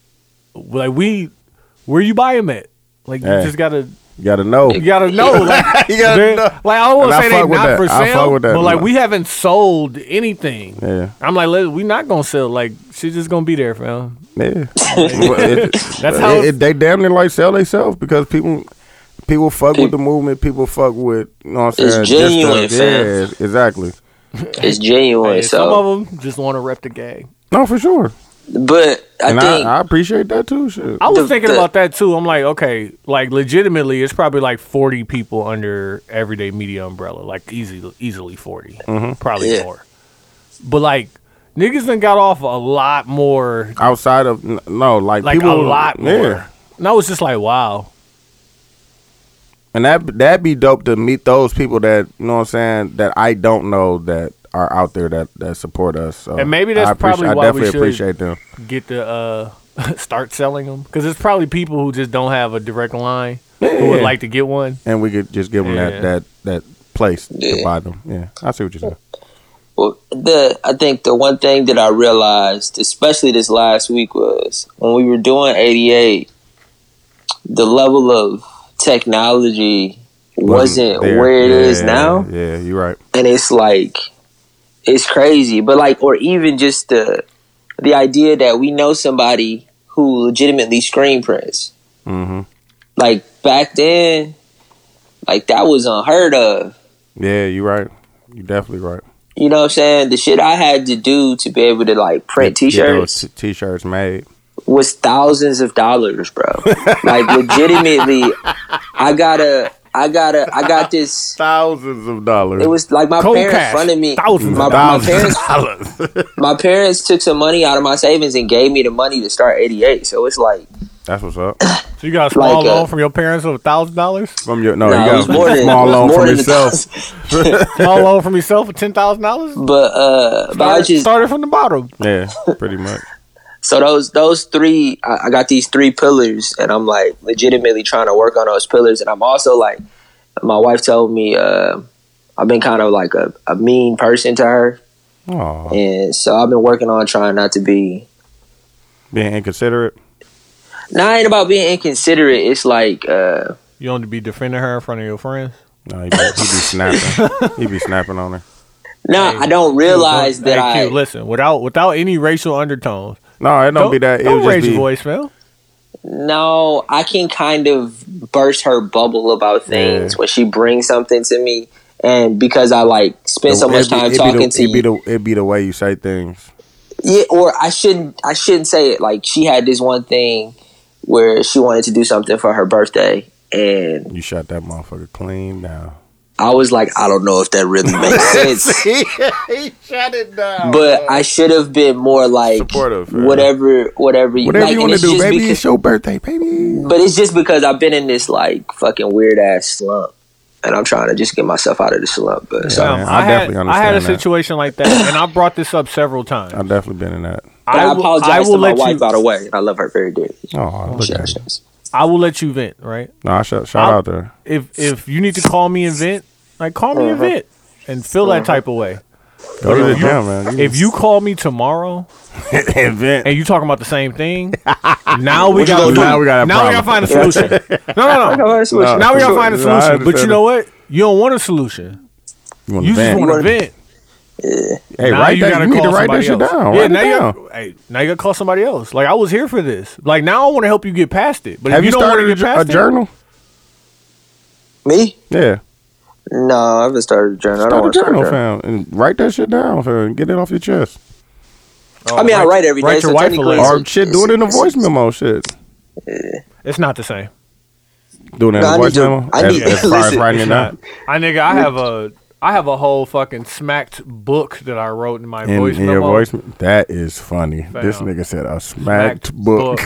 like we where you buy them at? Like Hey. you just gotta You gotta know. you gotta know. Like, You gotta they're- know. like I don't want And I to say fuck they with not that. for I fuck sale, with that. but like we haven't sold anything. Yeah. I'm like, let- we not gonna sell. Like she's just gonna be there, fam. Yeah, Well, it- That's how it- it- they damn near like sell themselves because people people fuck with the movement. People fuck with you know what I'm It's saying. genuine, the, fam. yeah, exactly. It's genuine. Hey, some so, of them just want to rep the gang. No, for sure, but I and think I, I appreciate that too. Shit. I was The- thinking the- about that too. I'm like, okay, like legitimately, it's probably like 40 people under everyday media umbrella, like easy, easily 40, Mm-hmm. probably Yeah. more. But like niggas done got off a lot more, Outside of n- no, like, like people a lot more. Yeah, And I was just like, wow, and that that'd be dope to meet those people that you know what I'm saying that I don't know that are out there that that support us. So And maybe that's I appreci- probably I why we definitely should- appreciate them. get to uh, start selling them because it's probably people who just don't have a direct line who would Yeah. like to get one. and we could just give them Yeah. that that that place Yeah. to buy them. Yeah, I see what you're saying. Well, the I think the one thing that I realized, especially this last week, was when we were doing eighty eight, the level of technology wasn't, there. where it is Yeah, now, Yeah, you're right. and it's like it's crazy. But like, or even just the the idea that we know somebody who legitimately screen prints. hmm Like back then, like that was unheard of. Yeah, you're right. You're definitely right. You know what I'm saying? The shit I had to do to be able to like print Get- get those t-shirts t- T-shirts made. was thousands of dollars, bro. like legitimately, I gotta, I gotta, I got this. Thousands of dollars. It was like my Cold parents cash, funded me. thousands my, of my Thousands parents, of dollars. my parents took some money out of my savings and gave me the money to start '88. So it's like, That's what's up. So you got a Like, small uh, loan from your parents of a thousand dollars, From your no, no, it Oh, you was got more a than small it was loan more from than a yourself. thousand. small loan from yourself of ten thousand dollars. But uh, but I just Started from the bottom. Yeah, pretty much. so those those three I, I got these three pillars and i'm like legitimately trying to work on those pillars and i'm also like my wife told me uh, i've been kind of like a, a mean person to her Oh, and so i've been working on trying not to be being inconsiderate. now it ain't about being inconsiderate it's like uh, You don't be defending her in front of your friends. No, he be, he be snapping. he be snapping on her. no i don't realize Hey, that i Q, listen without without any racial undertones. No, it don't, be that. It Don't would raise just your be. voice, man. No, I can kind of burst her bubble about things Yeah. when she brings something to me, and because I like spend so much it'd be- time it'd be talking the- to it'd you, be the it'd be the way you say things. yeah, or I shouldn't I shouldn't say it. Like she had this one thing where she wanted to do something for her birthday, and You shut that motherfucker clean down. I was like, I don't know if that really makes sense. he shut it down. But I should have been more like Supportive, yeah. whatever, whatever you Whatever like, you want and to it's do, just baby, because- it's your birthday, baby. but it's just because I've been in this like fucking weird ass slump, and I'm trying to just get myself out of the slump. But so, Yeah, man, I had, definitely Um, I had a understand that. situation like that, and I brought this up several times. I've definitely been in that. but I, will- apologize I will to my let wife, you, by the way. I love her very dearly. Oh, look She- at she- you. I will let you vent, right? No, I shout, shout I'll- out there. If if you need to call me and vent, like call me Uh-huh. and vent, and feel that type of way. Go to the gym, man. If you call me tomorrow invent, and you talking about the same thing, now What we you got gonna do? Now we got a now we gotta find problem. a solution. no, no, no. No. Now we gotta find a No, I solution. But you understand. know what? You don't want a solution. you want You to just vent. want to vent. hey, Now write you that. gotta you need to call write that somebody shit else. down. Yeah, Write it now you, down. gotta, hey, now you gotta call somebody else. Like I was here for this. Like now I want to help you get past it. But Have if you, you don't want started to a, get j- past a journal? Me? Yeah, No, I haven't started a journal. I don't start a want to start journal, a journal. fam, and write that shit down, fam. Get it off your chest. it, I mean, I write every day. write so your wife a technically letter. it's- Or shit, do it in a voice memo. Shit, it's not the same. do it in No, I a need voice to- memo. I As need- as far as listen, writing It's it not. down. I nigga, I have a I have a whole fucking smacked book that I wrote in my In, voice in memo. your voice, that is funny. This Fam. nigga said a smacked Smacked book.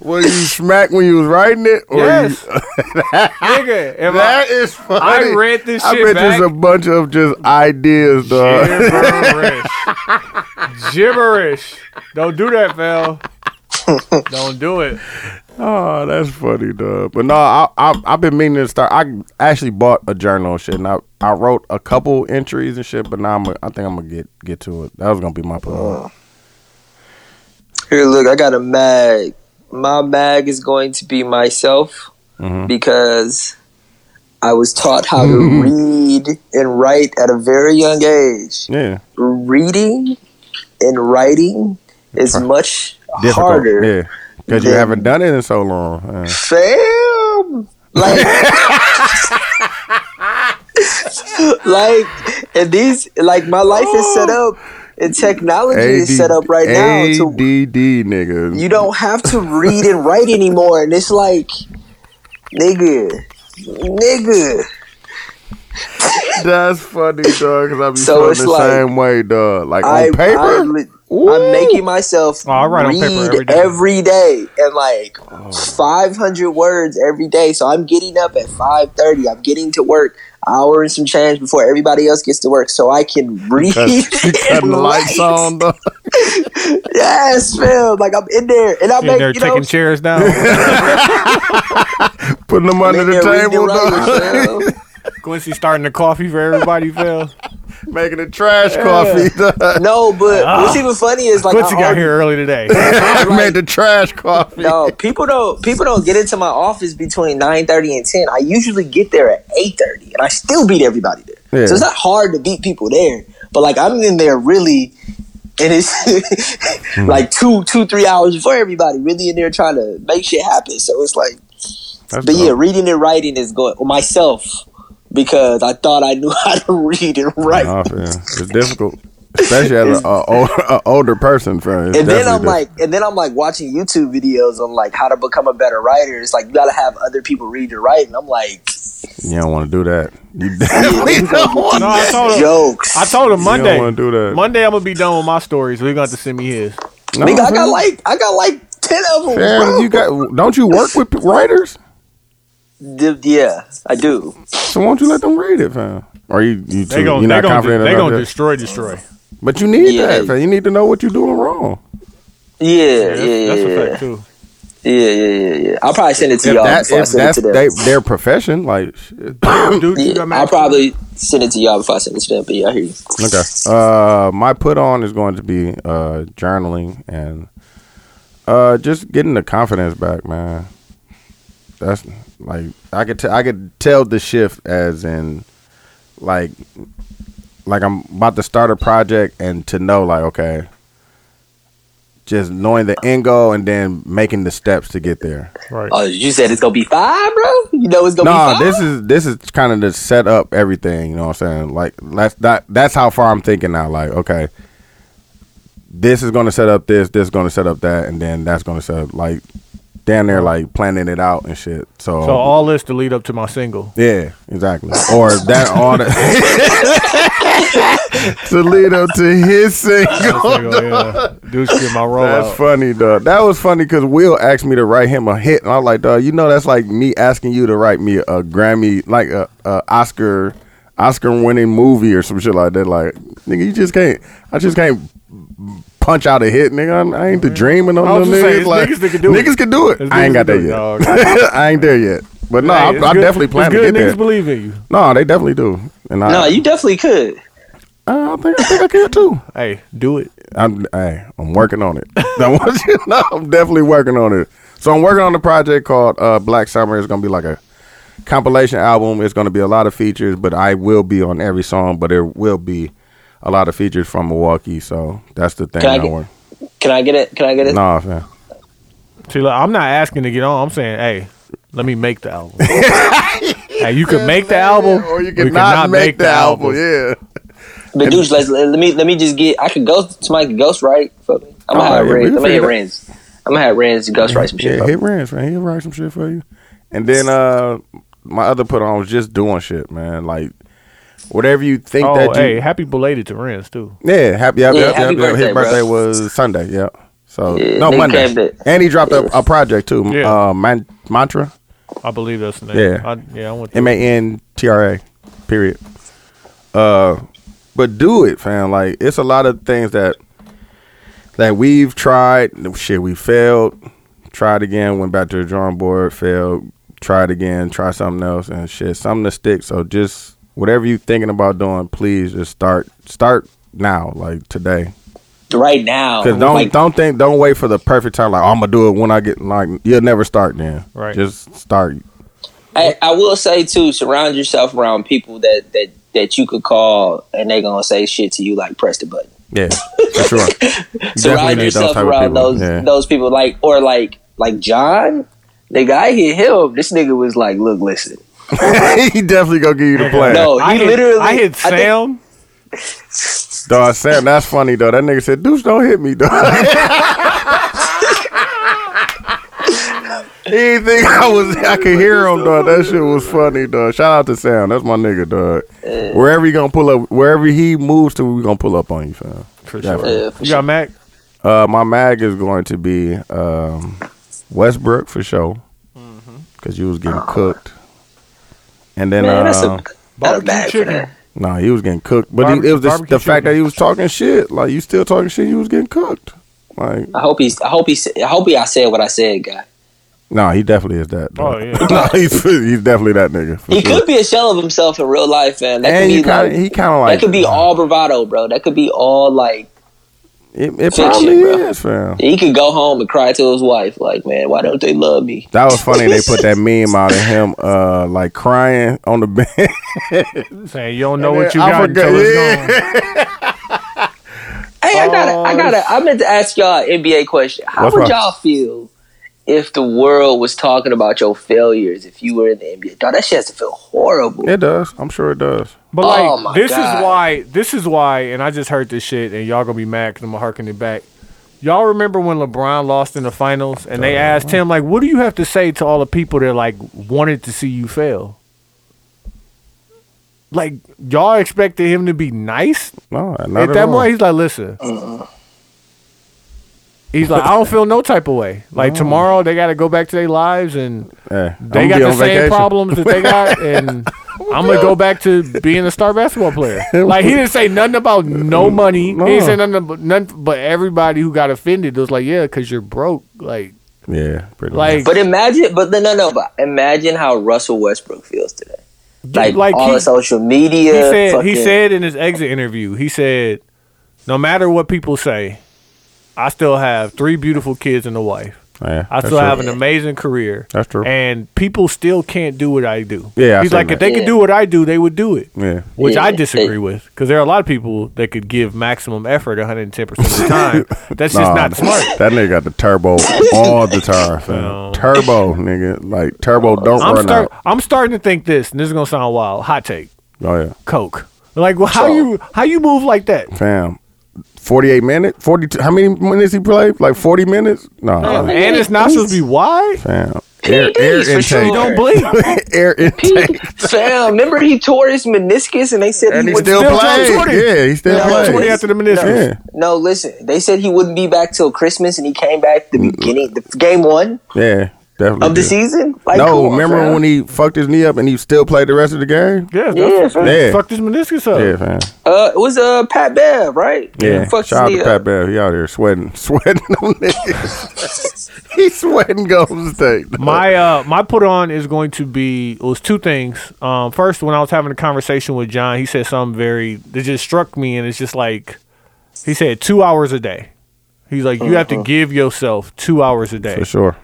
Was you smacked when you was writing it? Or you- yes, nigga. If That is funny. I read this I shit bet back. there's a bunch of just ideas, dog. I, gibberish, gibberish. Don't do that, Val. Don't do it. Oh, that's funny, dog. But no, I, I I've been meaning to start. I actually bought a journal and shit, and I, I wrote a couple entries and shit. But now I'm a, I think I'm gonna get get to it. That was gonna be my plan. Here, look, I got a mag. My mag is going to be myself Mm. Mm-hmm. because I was taught how to read and write at a very young age. Yeah. Reading and writing is much Difficult. harder. Yeah. Because you than- haven't done it in so long. Yeah. fam. Like, like, and these, like, my life is set up, and technology is set up right now to ADD, nigga. you don't have to read and write anymore. And it's like, nigga, nigga. That's funny, dog. Because I be So feeling it's the like, same way, dog. Like I, on paper. I, li- I'm making myself Oh, I write on read paper every every day. day. and like Oh. 500 words every day. So I'm getting up at 5:30. I'm getting to work hour and some change before everybody else gets to work, so I can read. you cutting and the lights write. on, dog. Yes, fam. Like I'm in there, and I In make there you know. taking chairs down. Putting them I'm under in the there reading table, and dog. writing, fam. Quincy starting the coffee for everybody, Phil. Making a trash coffee, dog. No, but what's even funny is like Quincy I got argue- here early today. I like- made the trash coffee. No, people don't people don't get into my office between nine thirty and ten. I usually get there at eight thirty, and I still beat everybody there. Yeah. So it's not hard to beat people there. But like I'm in there really, and it's Hmm. like two two three hours before everybody really in there trying to make shit happen. So it's like, That's but yeah, dope. reading and writing is going myself because I thought I knew how to read and write. Nah, fam. It's difficult. Especially as a, a, old- a older person, fam. It's and then I'm definitely like, and then I'm like watching YouTube videos on like how to become a better writer. It's like you gotta have other people read your writing. I'm like, different. you don't want to do that. You definitely don't want No, I told him. jokes. I told him You don't Monday. want to do that. Monday, I'm gonna be done with my stories. We're gonna have to send me his. No, Nigga, I fam. got like I got like ten of them. bro. Fam, you got. Don't you work with writers? D- yeah, I do. So won't you let them read it, fam? Or you you too, They you're gonna, they not gonna, confident de- they enough? gonna to- destroy, destroy. but you need Yeah. that, fam. You need to know what you're doing wrong. Yeah, yeah, That's, yeah, that's yeah, a fact too. yeah, yeah, yeah, yeah. I'll probably send it to If, y'all. that, before I if send it that's to them. they, their profession, like shit. Dude, you yeah, got I'll mad- probably send it to y'all before I send it to them. But yeah, I hear you. okay. Uh, my put on is going to be uh journaling and uh just getting the confidence back, man. That's like I could t- I could tell the shift as in like like I'm about to start a project and to know like okay just knowing the end goal and then making the steps to get there. Oh, you said it's gonna be five, bro. You know it's gonna No, be five. this is this is kind of to set up everything. You know what I'm saying? Like that's that that's how far I'm thinking now. Like okay, this is going to set up this, this is going to set up that, and then that's going to set up like down there like planning it out and shit. So, So all this to lead up to my single. yeah, exactly. Or that all that to lead up to his single. Single, yeah. Dude's getting my Oh, That's rollout. funny, dog. That was funny because Will asked me to write him a hit, and I was like, dog, you know, that's like me asking you to write me a Grammy, like a, a Oscar, Oscar winning movie or some shit like that. Like, nigga, you just can't. I just can't punch out a hit, nigga. I'm- I ain't the dreaming on I was them just niggas. saying, it's like, niggas that can do it. niggas can do it. It's I ain't niggas got that that do it, yet. dog. I ain't there yet. But no, Hey, I, it's I good- definitely it's plan to get good niggas there. believe in you. No, they definitely do. And I, no, you definitely could. I think I think I can too. Hey, do it. I'm hey, I'm working on it. I want you to know I'm definitely working on it. So I'm working on a project called uh, Black Summer. It's gonna be like a compilation album. It's gonna be a lot of features, but I will be on every song. But there will be a lot of features from Milwaukee. So that's the thing. Can I I get- work. Can I get it? Can I get it? Nah, fam. See, look, I'm not asking to get on. I'm saying, hey, let me make the album. hey, you could make the album, or you but cannot make, the album. Yeah. But dude, let's, let me let me just get. I could ghost somebody could ghost write. Fuck me. I'm gonna Oh, have yeah, we Renz. can I'm gonna figure have that- Renz. I'm gonna have Renz ghost write some shit. Yeah, bro. hit Rance, man. He'll write some shit for you. And then uh my other put on was just doing shit, man. Like whatever you think that Oh, you hey, happy belated to Renz too. Yeah, happy, happy, happy, Yeah, happy happy, birthday, birthday, His bro. birthday was Sunday. Yeah. So Yeah, no nigga Monday, came to- and he dropped a, Yeah. a project too. Yeah. Uh, man, mantra I believe that's the name. Yeah. I, yeah, I went. M through A it. N T R A, period. Uh, but do it, fam. Like it's a lot of things that that we've tried. Shit, we failed. Tried again. Went back to the drawing board. Failed. Tried again. Try something else and shit. Something to stick. So just whatever you thinking about doing, please just start. Start now, like today. right now. Because don't Oh, like, don't think don't wait for the perfect time. Like I'm gonna do it when I get like you'll never start then. Right. Just start. I, I will say too, surround yourself around people that that that you could call and they're gonna say shit to you like press the button. Yeah, for sure. You definitely Surround need yourself type of around people. those Yeah. those people like or like like John. Nigga, I hit him. This nigga was like, "Look, listen, he definitely gonna give you the plan. no, he I hit, literally." I hit think- Sam. Dog, Sam, that's funny though. That nigga said, "Deuce, don't hit me, dog." he didn't think I was. I could hear him, dog. That shit was funny, dog. Shout out to Sam. That's my nigga, dog. Wherever he gonna pull up, wherever he moves to, we gonna pull up on you, fam. For Yeah, for You sure. got Mac? Uh, my mag is going to be um, Westbrook for sure, because you was getting cooked, and then Man, uh, that's a not a Barbecue bad for chicken. that. no, he was getting cooked. But he, it was just Barbecue- the barbecue fact that chicken. he was talking shit. Like you still talking shit, you was getting cooked. Like I hope he's. I hope he's. I hope he. I said what I said, guy. no, he definitely is that. Oh, dog. yeah. no, he's he's definitely that nigga. For He sure. could be a shell of himself in real life, man. That and could you be like, kind of he kind of like that could be all bravado, bro. That could be all like It, it fiction, probably bro. is, fam. he could go home and cry to his wife, like, man, why don't they love me? That was funny. They put that meme out of him, uh, like crying on the bench. Saying you don't know what you I got forgot- until it's yeah. gone. Hey, I gotta, I gotta, I meant to ask y'all an NBA question. How What's would wrong? y'all feel if the world was talking about your failures if you were in the NBA? Dog, that shit has to feel horrible. It does. I'm sure it does. But Oh like my this God. is why this is why and I just heard this shit and y'all gonna be mad because I'm gonna harken it back. Y'all remember when LeBron lost in the finals and they asked him like, "What do you have to say to all the people that like wanted to see you fail?" Like y'all expected him to be nice No, not at at that all. point. He's like, "Listen." He's like, I don't feel no type of way. Like tomorrow, they got to go back to their lives, and Yeah, they I'm got be the on same vacation. problems that they got, and I'm gonna go back to being a star basketball player. Like he didn't say nothing about no money. He didn't say nothing, about, nothing but everybody who got offended was like, yeah, because you're broke. Like, Yeah, pretty like, But imagine, but no, no, no. But imagine how Russell Westbrook feels today. Like, like all he- the social he media. said, he fucking- said in his exit interview, he said, no matter what people say, I still have three beautiful kids and a wife. much. Yeah, I that's still true. have an amazing career. That's true. And people still can't do what I do. Yeah, I he's seen like, if that. they could Yeah. do what I do, they would do it. yeah, which I Yeah, disagree it- with because there are a lot of people that could give maximum effort 110 percent of the time. That's just Nah, not smart. That nigga got the turbo all the time, fam. No. Turbo, nigga, like turbo. Don't I'm run start, out. I'm starting to think this, and this is gonna sound wild. Hot take, Oh yeah, Coke. Like, well, how you how you move like that? fam. Forty-eight minutes, forty-two. How many minutes he played? Like forty minutes? No, And it's not supposed to be wide. fam. Air, air PEDs E for intake. sure. Don't blink. air E intake. Fam, remember he tore his meniscus and they said And he he would still still played. 20. Yeah, he still Yeah, Twenty played. after the meniscus. Yeah, No, listen. They said he wouldn't be back till Christmas, and he came back the beginning, the game one yeah, definitely. of the did. season. Like, no, come on, remember fam. when he fucked his knee up and he still played the rest of the game? Yeah, Yeah, that's- fam. Yeah. fuck this meniscus up. Yeah, fam. Uh, it was uh Pat Bev, right? Yeah. Fuck uh, Shout out to his knee Pat up. Bev. He out here sweating, sweating on niggas. he sweating Golden State. My uh my put on is going to be it was two things. Um first when I was having a conversation with John, he said something very that just struck me and it's just like he said 2 hours a day. He's like you have Uh-huh. to give yourself 2 hours a day. for sure.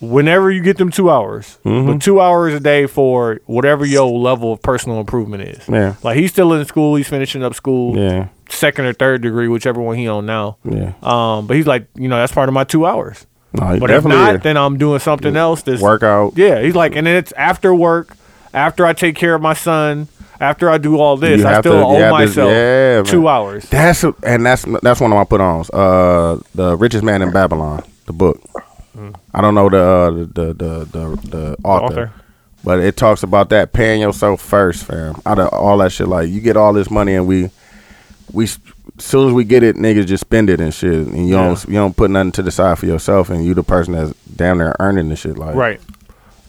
Whenever you get them 2 hours. Mm-hmm. But 2 hours a day for whatever your level of personal improvement is. Yeah. Like he's still in school, he's finishing up school, Yeah. second or third degree, whichever one he on now. Yeah. Um but he's like, you know, that's part of my 2 hours. No, he But if definitely not, is. then I'm doing something else that's workout. yeah, he's like, and then it's after work, after I take care of my son, after I do all this, You I have still to- you owe have to- myself yeah, man. two hours. That's a, and that's that's one of my put-ons. Uh, the richest man in Babylon, the book. I don't know the uh, the, the the the the author, Mm. author. but it talks about that paying yourself first, fam. Out of all that shit, like you get all this money and we we s- soon as we get it, niggas just spend it and shit, and you don't you don't put nothing to the side for yourself, and you the person that's down there earning the shit, like Right.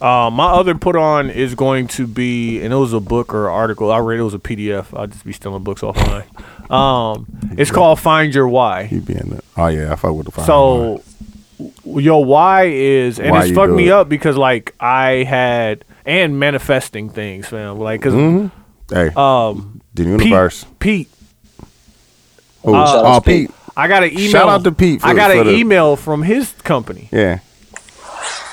Uh, my other put on is going to be, and it was a book or article. I read it was a PDF. I'll just be stealing books offline. Um, it's called Find Your Why. You being the, oh yeah, I fuck with the fire. So your why is and Why it's you fucked do me it. up because like I had and manifesting things, man. Like because hey, um, the Mm-hmm. universe. Pete, uh, Pete Who? shout out oh, to Pete. Pete. I got an email. Shout out to Pete for- I got for an the- email from his company. Yeah.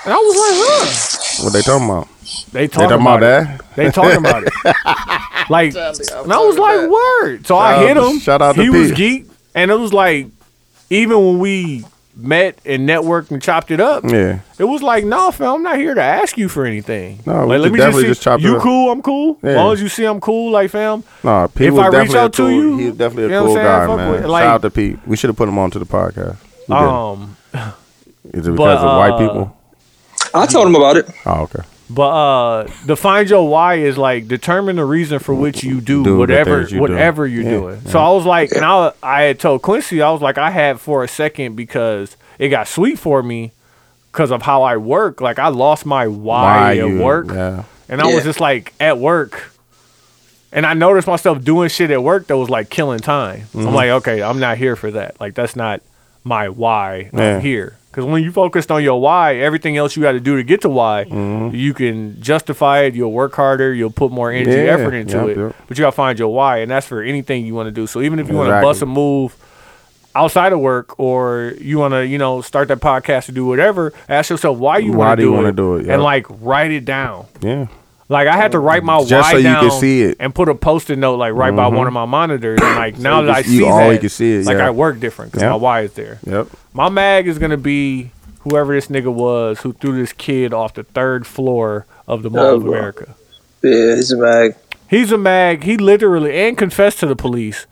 And I was What they talking about? like, look, they They talking talking about, about that? it. They talking about it. Like, and I was like, word. So Shout I out hit to- him. shout out to He was Pete. geek, and it was like, even when we met and networked and chopped it up, Yeah. It was like, no, fam, I'm not here to ask you for anything. No, we like, could definitely see, just chop it You up. cool? I'm cool. As Yeah. long as you see I'm cool, like, fam. Nah, Pete If was I reach definitely a out to cool, you, he was definitely a you know what cool I'm saying? I guy, fuck man. with- like- Shout out to Pete. We should have put him on to the podcast. We didn't. Um, Is it because but, of white uh, people? I told him about it. Oh, okay. but uh, define your why is like determine the reason for which you do, Do the whatever, things you do. whatever you're Yeah, doing. So I was like, and I, I had told Quincy, I was like, I had for a second because it got sweet for me because of how I work. Like I lost my why, at work. Yeah. And I was Yeah. just like at work. And I noticed myself doing shit at work that was like killing time. Mm-hmm. I'm like, okay, I'm not here for that. Like that's not my why Yeah. I'm here. Cause when you focused on your why, everything else you got to do to get to why, Mm-hmm. you can justify it. You'll work harder. You'll put more energy, Yeah, effort into yep, it. yep. But you got to find your why, and that's for anything you want to do. So even if you want to Exactly. bust a move outside of work, or you want to, you know, start that podcast or do whatever, ask yourself why you Why want do to you do, wanna it, do it, yep. and like write it down. Yeah. Like I had to write my Just why so you down can see it. Mm-hmm. and put a post-it note like right by one of my monitors. And like now you that can- I you see all- that, you can see it, Like yeah. I work different because Yeah. my why is there. Yep. My mag is gonna be whoever this nigga was who threw this kid off the third floor of the Mall Oh, of wow. America. Yeah, it's a mag. He's a mag. He literally and confessed to the police.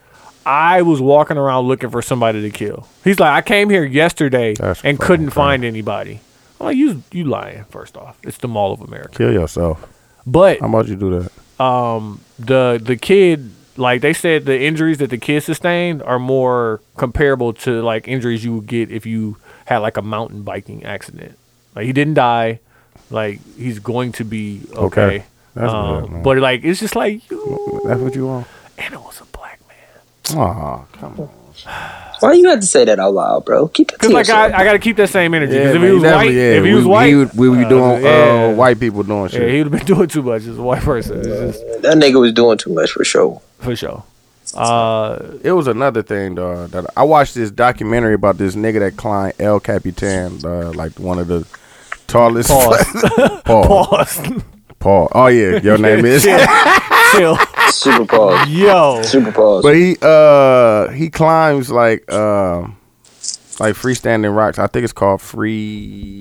I was walking around looking for somebody to kill. He's like, I came here yesterday That's and fucking couldn't crazy. find anybody. I'm like, you you lying. First off, it's the Mall of America. Kill yourself. But How about you do that? the the kid like they said the injuries that the kid sustained are more comparable to like injuries you would get if you had like a mountain biking accident like he didn't die like he's going to be Okay. okay, That's Um, good, man. but like it's just like you That's what you want. and it was a black man Oh, come on. Why you had to say that out loud, bro? Keep it to because like yourself. I, I gotta keep that same energy 'Cause if man, he was white definitely, yeah, if he we- was white we would, we would be doing uh, yeah. white people doing shit. yeah, he would have been doing too much as a white person it's just, that nigga was doing too much for sure. for sure uh It was another thing, dog. That I watched this documentary about this nigga that climbed El Capitan, dog, like one of the tallest. Pause. Paul. Paul. pause Oh yeah, your name is. chill Super pause. yo Super pause. but he uh he climbs like uh, like freestanding rocks. I think it's called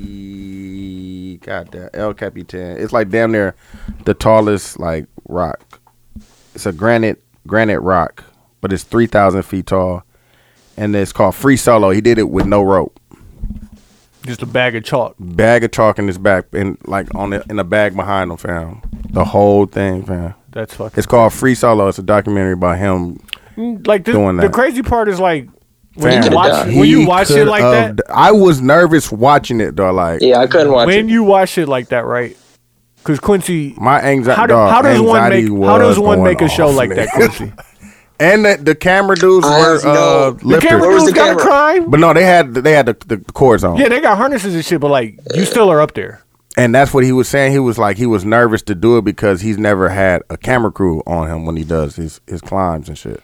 free. God damn, El Capitan. It's like damn near the tallest like rock. It's a granite granite rock, but it's three thousand feet tall, and it's called free solo. He did it with no rope. just a bag of chalk bag of chalk in his back and like on the, in a bag behind him, fam. The whole thing, fam. that's fucking It's called Free Solo. It's a documentary about him. like this, doing the that. crazy part is like when Fam, you watch he when you watch it could uh, like have- that I was nervous watching it though. Like yeah, I couldn't watch when it. you watch it like that right because Quincy my anxi- how, do, dog, how does one anxiety make how was does one going make a show off, like nigga. that Quincy and the, the camera dudes I were have no- uh, The the lifters. camera Where was dudes the got a camera? crime but no, they had they had the, the cords on, yeah they got harnesses and shit but like you still are up there and that's what he was saying. He was like he was nervous to do it because he's never had a camera crew on him when he does his his climbs and shit.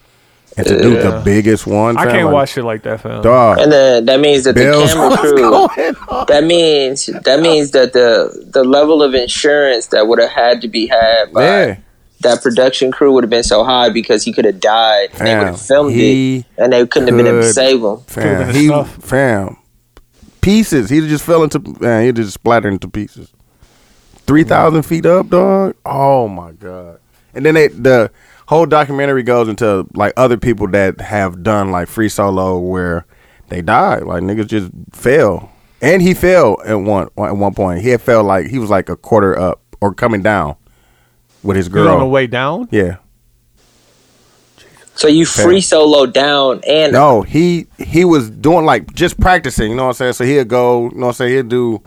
And to do the biggest one, I fam, can't like, watch shit like that fam Dog, And then that means that Bills. the camera crew. That means that means that the the level of insurance that would have had to be had by Yeah. that production crew would have been so high because he could have died. And they Fam, would have filmed he it, and they couldn't have been able to could- save him. Fam, been he, enough. fam, pieces. He just fell into, man, he just splattered into pieces. Three thousand feet up, dog. Oh my god! And then they, the whole documentary goes into like other people that have done like free solo where they died, like niggas just fell. And he fell at one at one point. He had fell like he was like a quarter up or coming down with his you're on the girl. way down Yeah. So you free solo down and No, he he was doing like just practicing, you know what I'm saying? So he'll go, you know what I'm saying, he'll do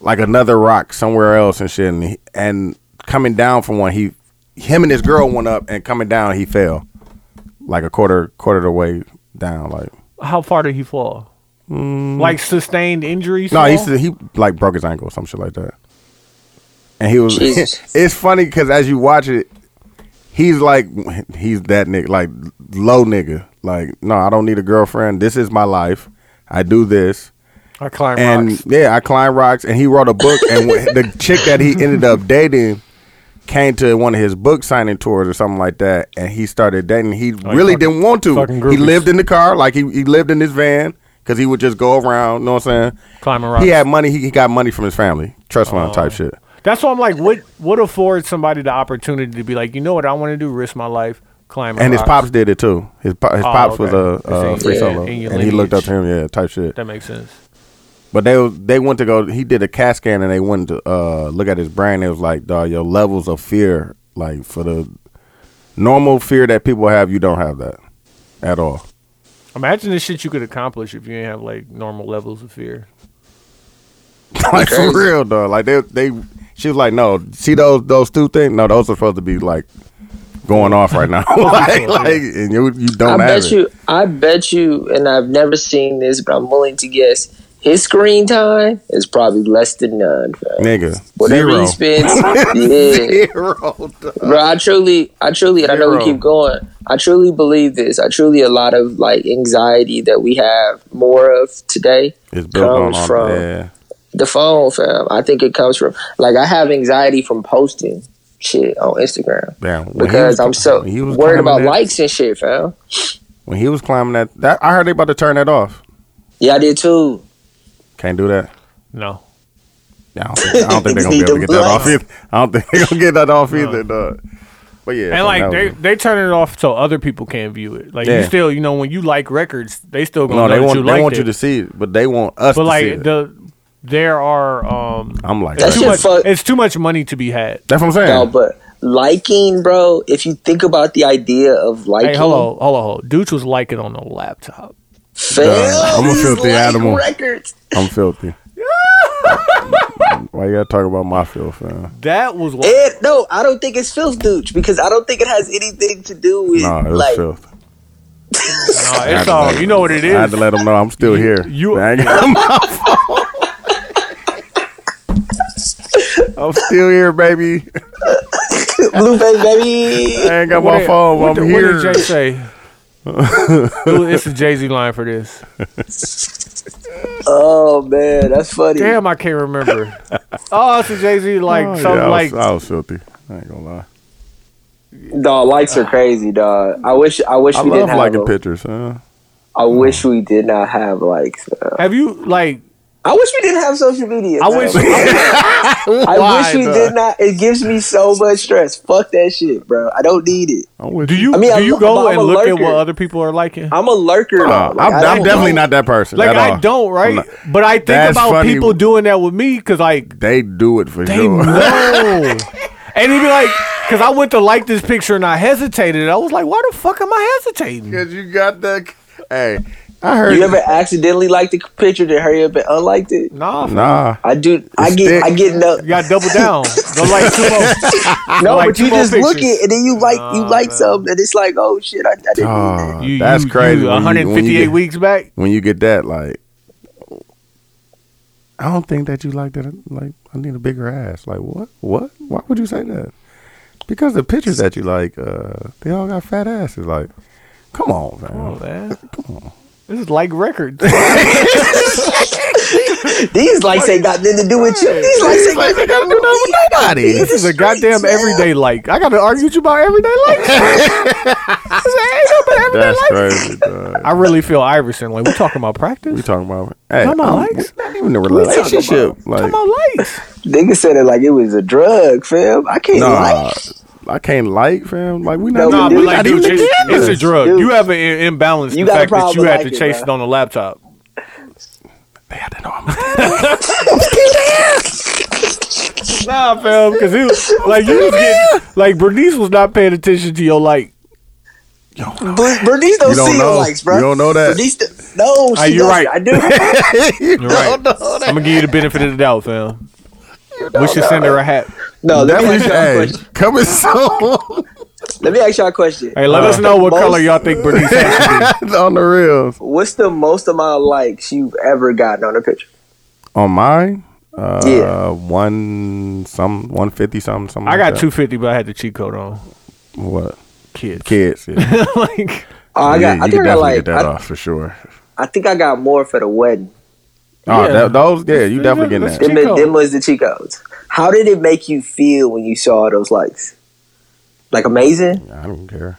like another rock somewhere else and shit and, he- and coming down from one he him and his girl went up and coming down he fell. Like a quarter quarter of the way down like how far did he fall like sustained injuries No, Mm. he fall? said he like broke his ankle or some shit like that. And he was Jesus. it's funny cuz as you watch it he's like he's that nigga like low nigga. Like, no, I don't need a girlfriend. This is my life. I do this. I climb and rocks. yeah, I climbed rocks, and he wrote a book. And when, the chick that he ended up dating came to one of his book signing tours or something like that, and he started dating. He really Oh, fucking- didn't want to. fucking He groupies. lived in the car, like he, he lived in his van, because he would just go around. You know what I'm saying? Climbing rocks. He had money. He, he got money from his family, trust fund type Oh. shit. That's why I'm like, what what affords somebody the opportunity to be like, you know what I want to do? Risk my life, climb. And his rocks. pops did it too. His po- his Oh, pops was okay. a, a It's in- free yeah, solo, in your and he looked up lineage. to him. Yeah, type shit. That makes sense. But they was- they went to go. He did a CAT scan and they went to uh, look at his brain. It was like, dog, your levels of fear, like for the normal fear that people have, you don't have that at all. Imagine the shit you could accomplish if you didn't have like normal levels of fear. like for real, dog. Like they they. She was like, no, see those those two things. No, those are supposed to be like going off right now. like, like, and you you I don't have bet it. you. I bet you. And I've never seen this, but I'm willing to guess his screen time is probably less than none. fam. Nigga, Whatever zero. he spends, yeah. Zero, dog. Bro, I truly, I truly, and I know we Zero. keep going. I truly believe this. I truly, a lot of like anxiety that we have more of today It's built on, Comes from- on yeah. the phone, fam. I think it comes from like I have anxiety from posting shit on Instagram Damn, when he because was- I'm so when he was worried climbing about that- likes and shit, fam. When he was climbing that, that I heard they about to turn that off. Yeah, I did too. Can't do that. No, Yeah, I don't think, I don't think they're gonna be able Need to the get that blast. off either. I don't think they're gonna get that off either, dog. But yeah, and so like that they was- they turn it off so other people can't view it. Like you Yeah. still, you know, when you like records, they still gonna no, know they that want you they like want it. you to see it, but they want us but to see like it. the there are um I'm like, That that's, too shit much. fuck- It's too much money to be had. what I'm saying. No, but liking, bro. If you think about the idea of liking, Hey, hello, hello, hello. Dooch was liking on the laptop. fam, Nah, I'm a these filthy like animal. Records. I'm filthy. Why you gotta talk about my filth, man? That was what It, no, I don't think it's filth, douche, because I don't think it has anything to do with No, it was like. filth. nah, it's all. You know what it I had is. to let them know I'm still here. you- I ain't got my phone. I'm still here, baby. Blueface, baby. I ain't got What my did- phone. what I'm did- here. What did Jay say? It was- it's the Jay Z line for this. Oh man, that's funny. Damn, I can't remember. Oh, it's the Jay Z like Oh, some yeah, I like was, I was filthy. I ain't gonna lie. Dog likes are crazy, dog. I wish, I wish I we didn't love have. liking Like pictures, huh? I wish we did not have likes. uh, Have you like? I wish we didn't have social media. I man. wish. I wish we dog? did not. It gives me so much stress. Fuck that shit, bro. I don't need it. do you I mean, do I'm- you go I'm a and look at lurker. what other people are liking? I'm a lurker. Nah, dog. Like, I'm, I I'm don't- definitely not that person. like at I all. don't, right? I'm not- but I think That's about funny. people doing that with me because like They do it for they sure. know, and he'd be like, because I went to like this picture and I hesitated. I was like, why the fuck am I hesitating? Because you got the. Hey, I heard. You ever accidentally liked the picture, then hurry up and unliked it? Nah, f- nah. I do. I It's get. I thick. get no. you got double down. Go like two more. No, like but you two more just look pictures. it, and then you like you Nah, like man. something, and it's like, oh shit, I, I didn't. need that. Oh, You, that's you- crazy. You when you- when you 158 get- weeks back. When you get that, like, I don't think that you like that. Like, I need a bigger ass. Like, what? What? Why would you say that? Because the pictures that you like, uh, they all got fat asses. Like, come on, man. Oh, man. This is like records. These likes ain't got nothing to do with you. These likes ain't got Like, they gotta do that with nobody. This is a goddamn everyday like. I gotta argue with you about everyday like. This ain't no everyday That's like. crazy. dog. I really feel Iverson. Like we talking about practice. We talking about hey, Talking about I'm- likes? we're not even a talking about- relationship. Like, talking about likes. Nigga said it like it was a drug, fam. I can't nah, like. I can't like, fam. Like, we No, not. Nah, Dude, but we like, not dude, even it's, together. it's a drug. Dude. You have an in- imbalance. You the got a fact that problem you had like to it, chase bro. it on the laptop. They had to know I'm a- Nah, fam, because it was like you was getting like Bernice was not paying attention to your like. Ber- Bernice don't You don't see your know. likes, bro. You don't know that. Bernice, do- no, she Ah, you're doesn't. right. I do. You're right. I'm gonna give you the benefit of the doubt, fam. We should send her a hat. No, let me, ask Definitely, y'all a hey, question. coming soon let me ask y'all a question. Hey, let us know what Uh, most- color y'all think Bernice hat should be. on the reels. What's the most amount of likes you've ever gotten on a picture? On mine, uh, Yeah. one some one fifty something something. I like got that. two fifty, but I had the cheat code on. What? kids. kids. Yeah. like, Oh, Yeah, I got. I you think can I definitely like. get that I, off for sure. I think I got more for the wedding. Oh, Yeah. that, those, yeah, you definitely getting That's that. true. Them, Chico's. them was the Chicos. How did it make you feel when you saw those lights? Like amazing? I don't care.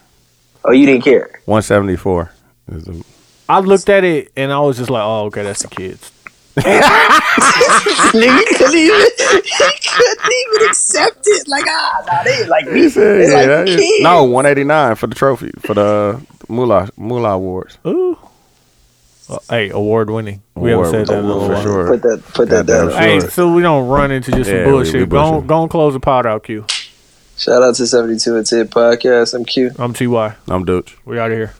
Oh, you didn't care? 174. is the- I looked at it and I was just like, oh, okay, that's the kids. Nigga couldn't even, couldn't even accept it. Like ah, nah, they ain't like me. They like Yeah, yeah. kids. No, 189 for the trophy, for the Moolah, Moolah Awards. Ooh. Well, hey, award winning. We Award haven't said that in a winning, little for while. sure. Put that. Put that Goddamn down. sure. Hey, so we don't run into just Yeah, some we- bullshit. we go, on, bullshit. go on, close the pod out, Q. Shout out to seventy two and ten podcast. I'm cute. I'm TY. I'm Dooch. We out of here.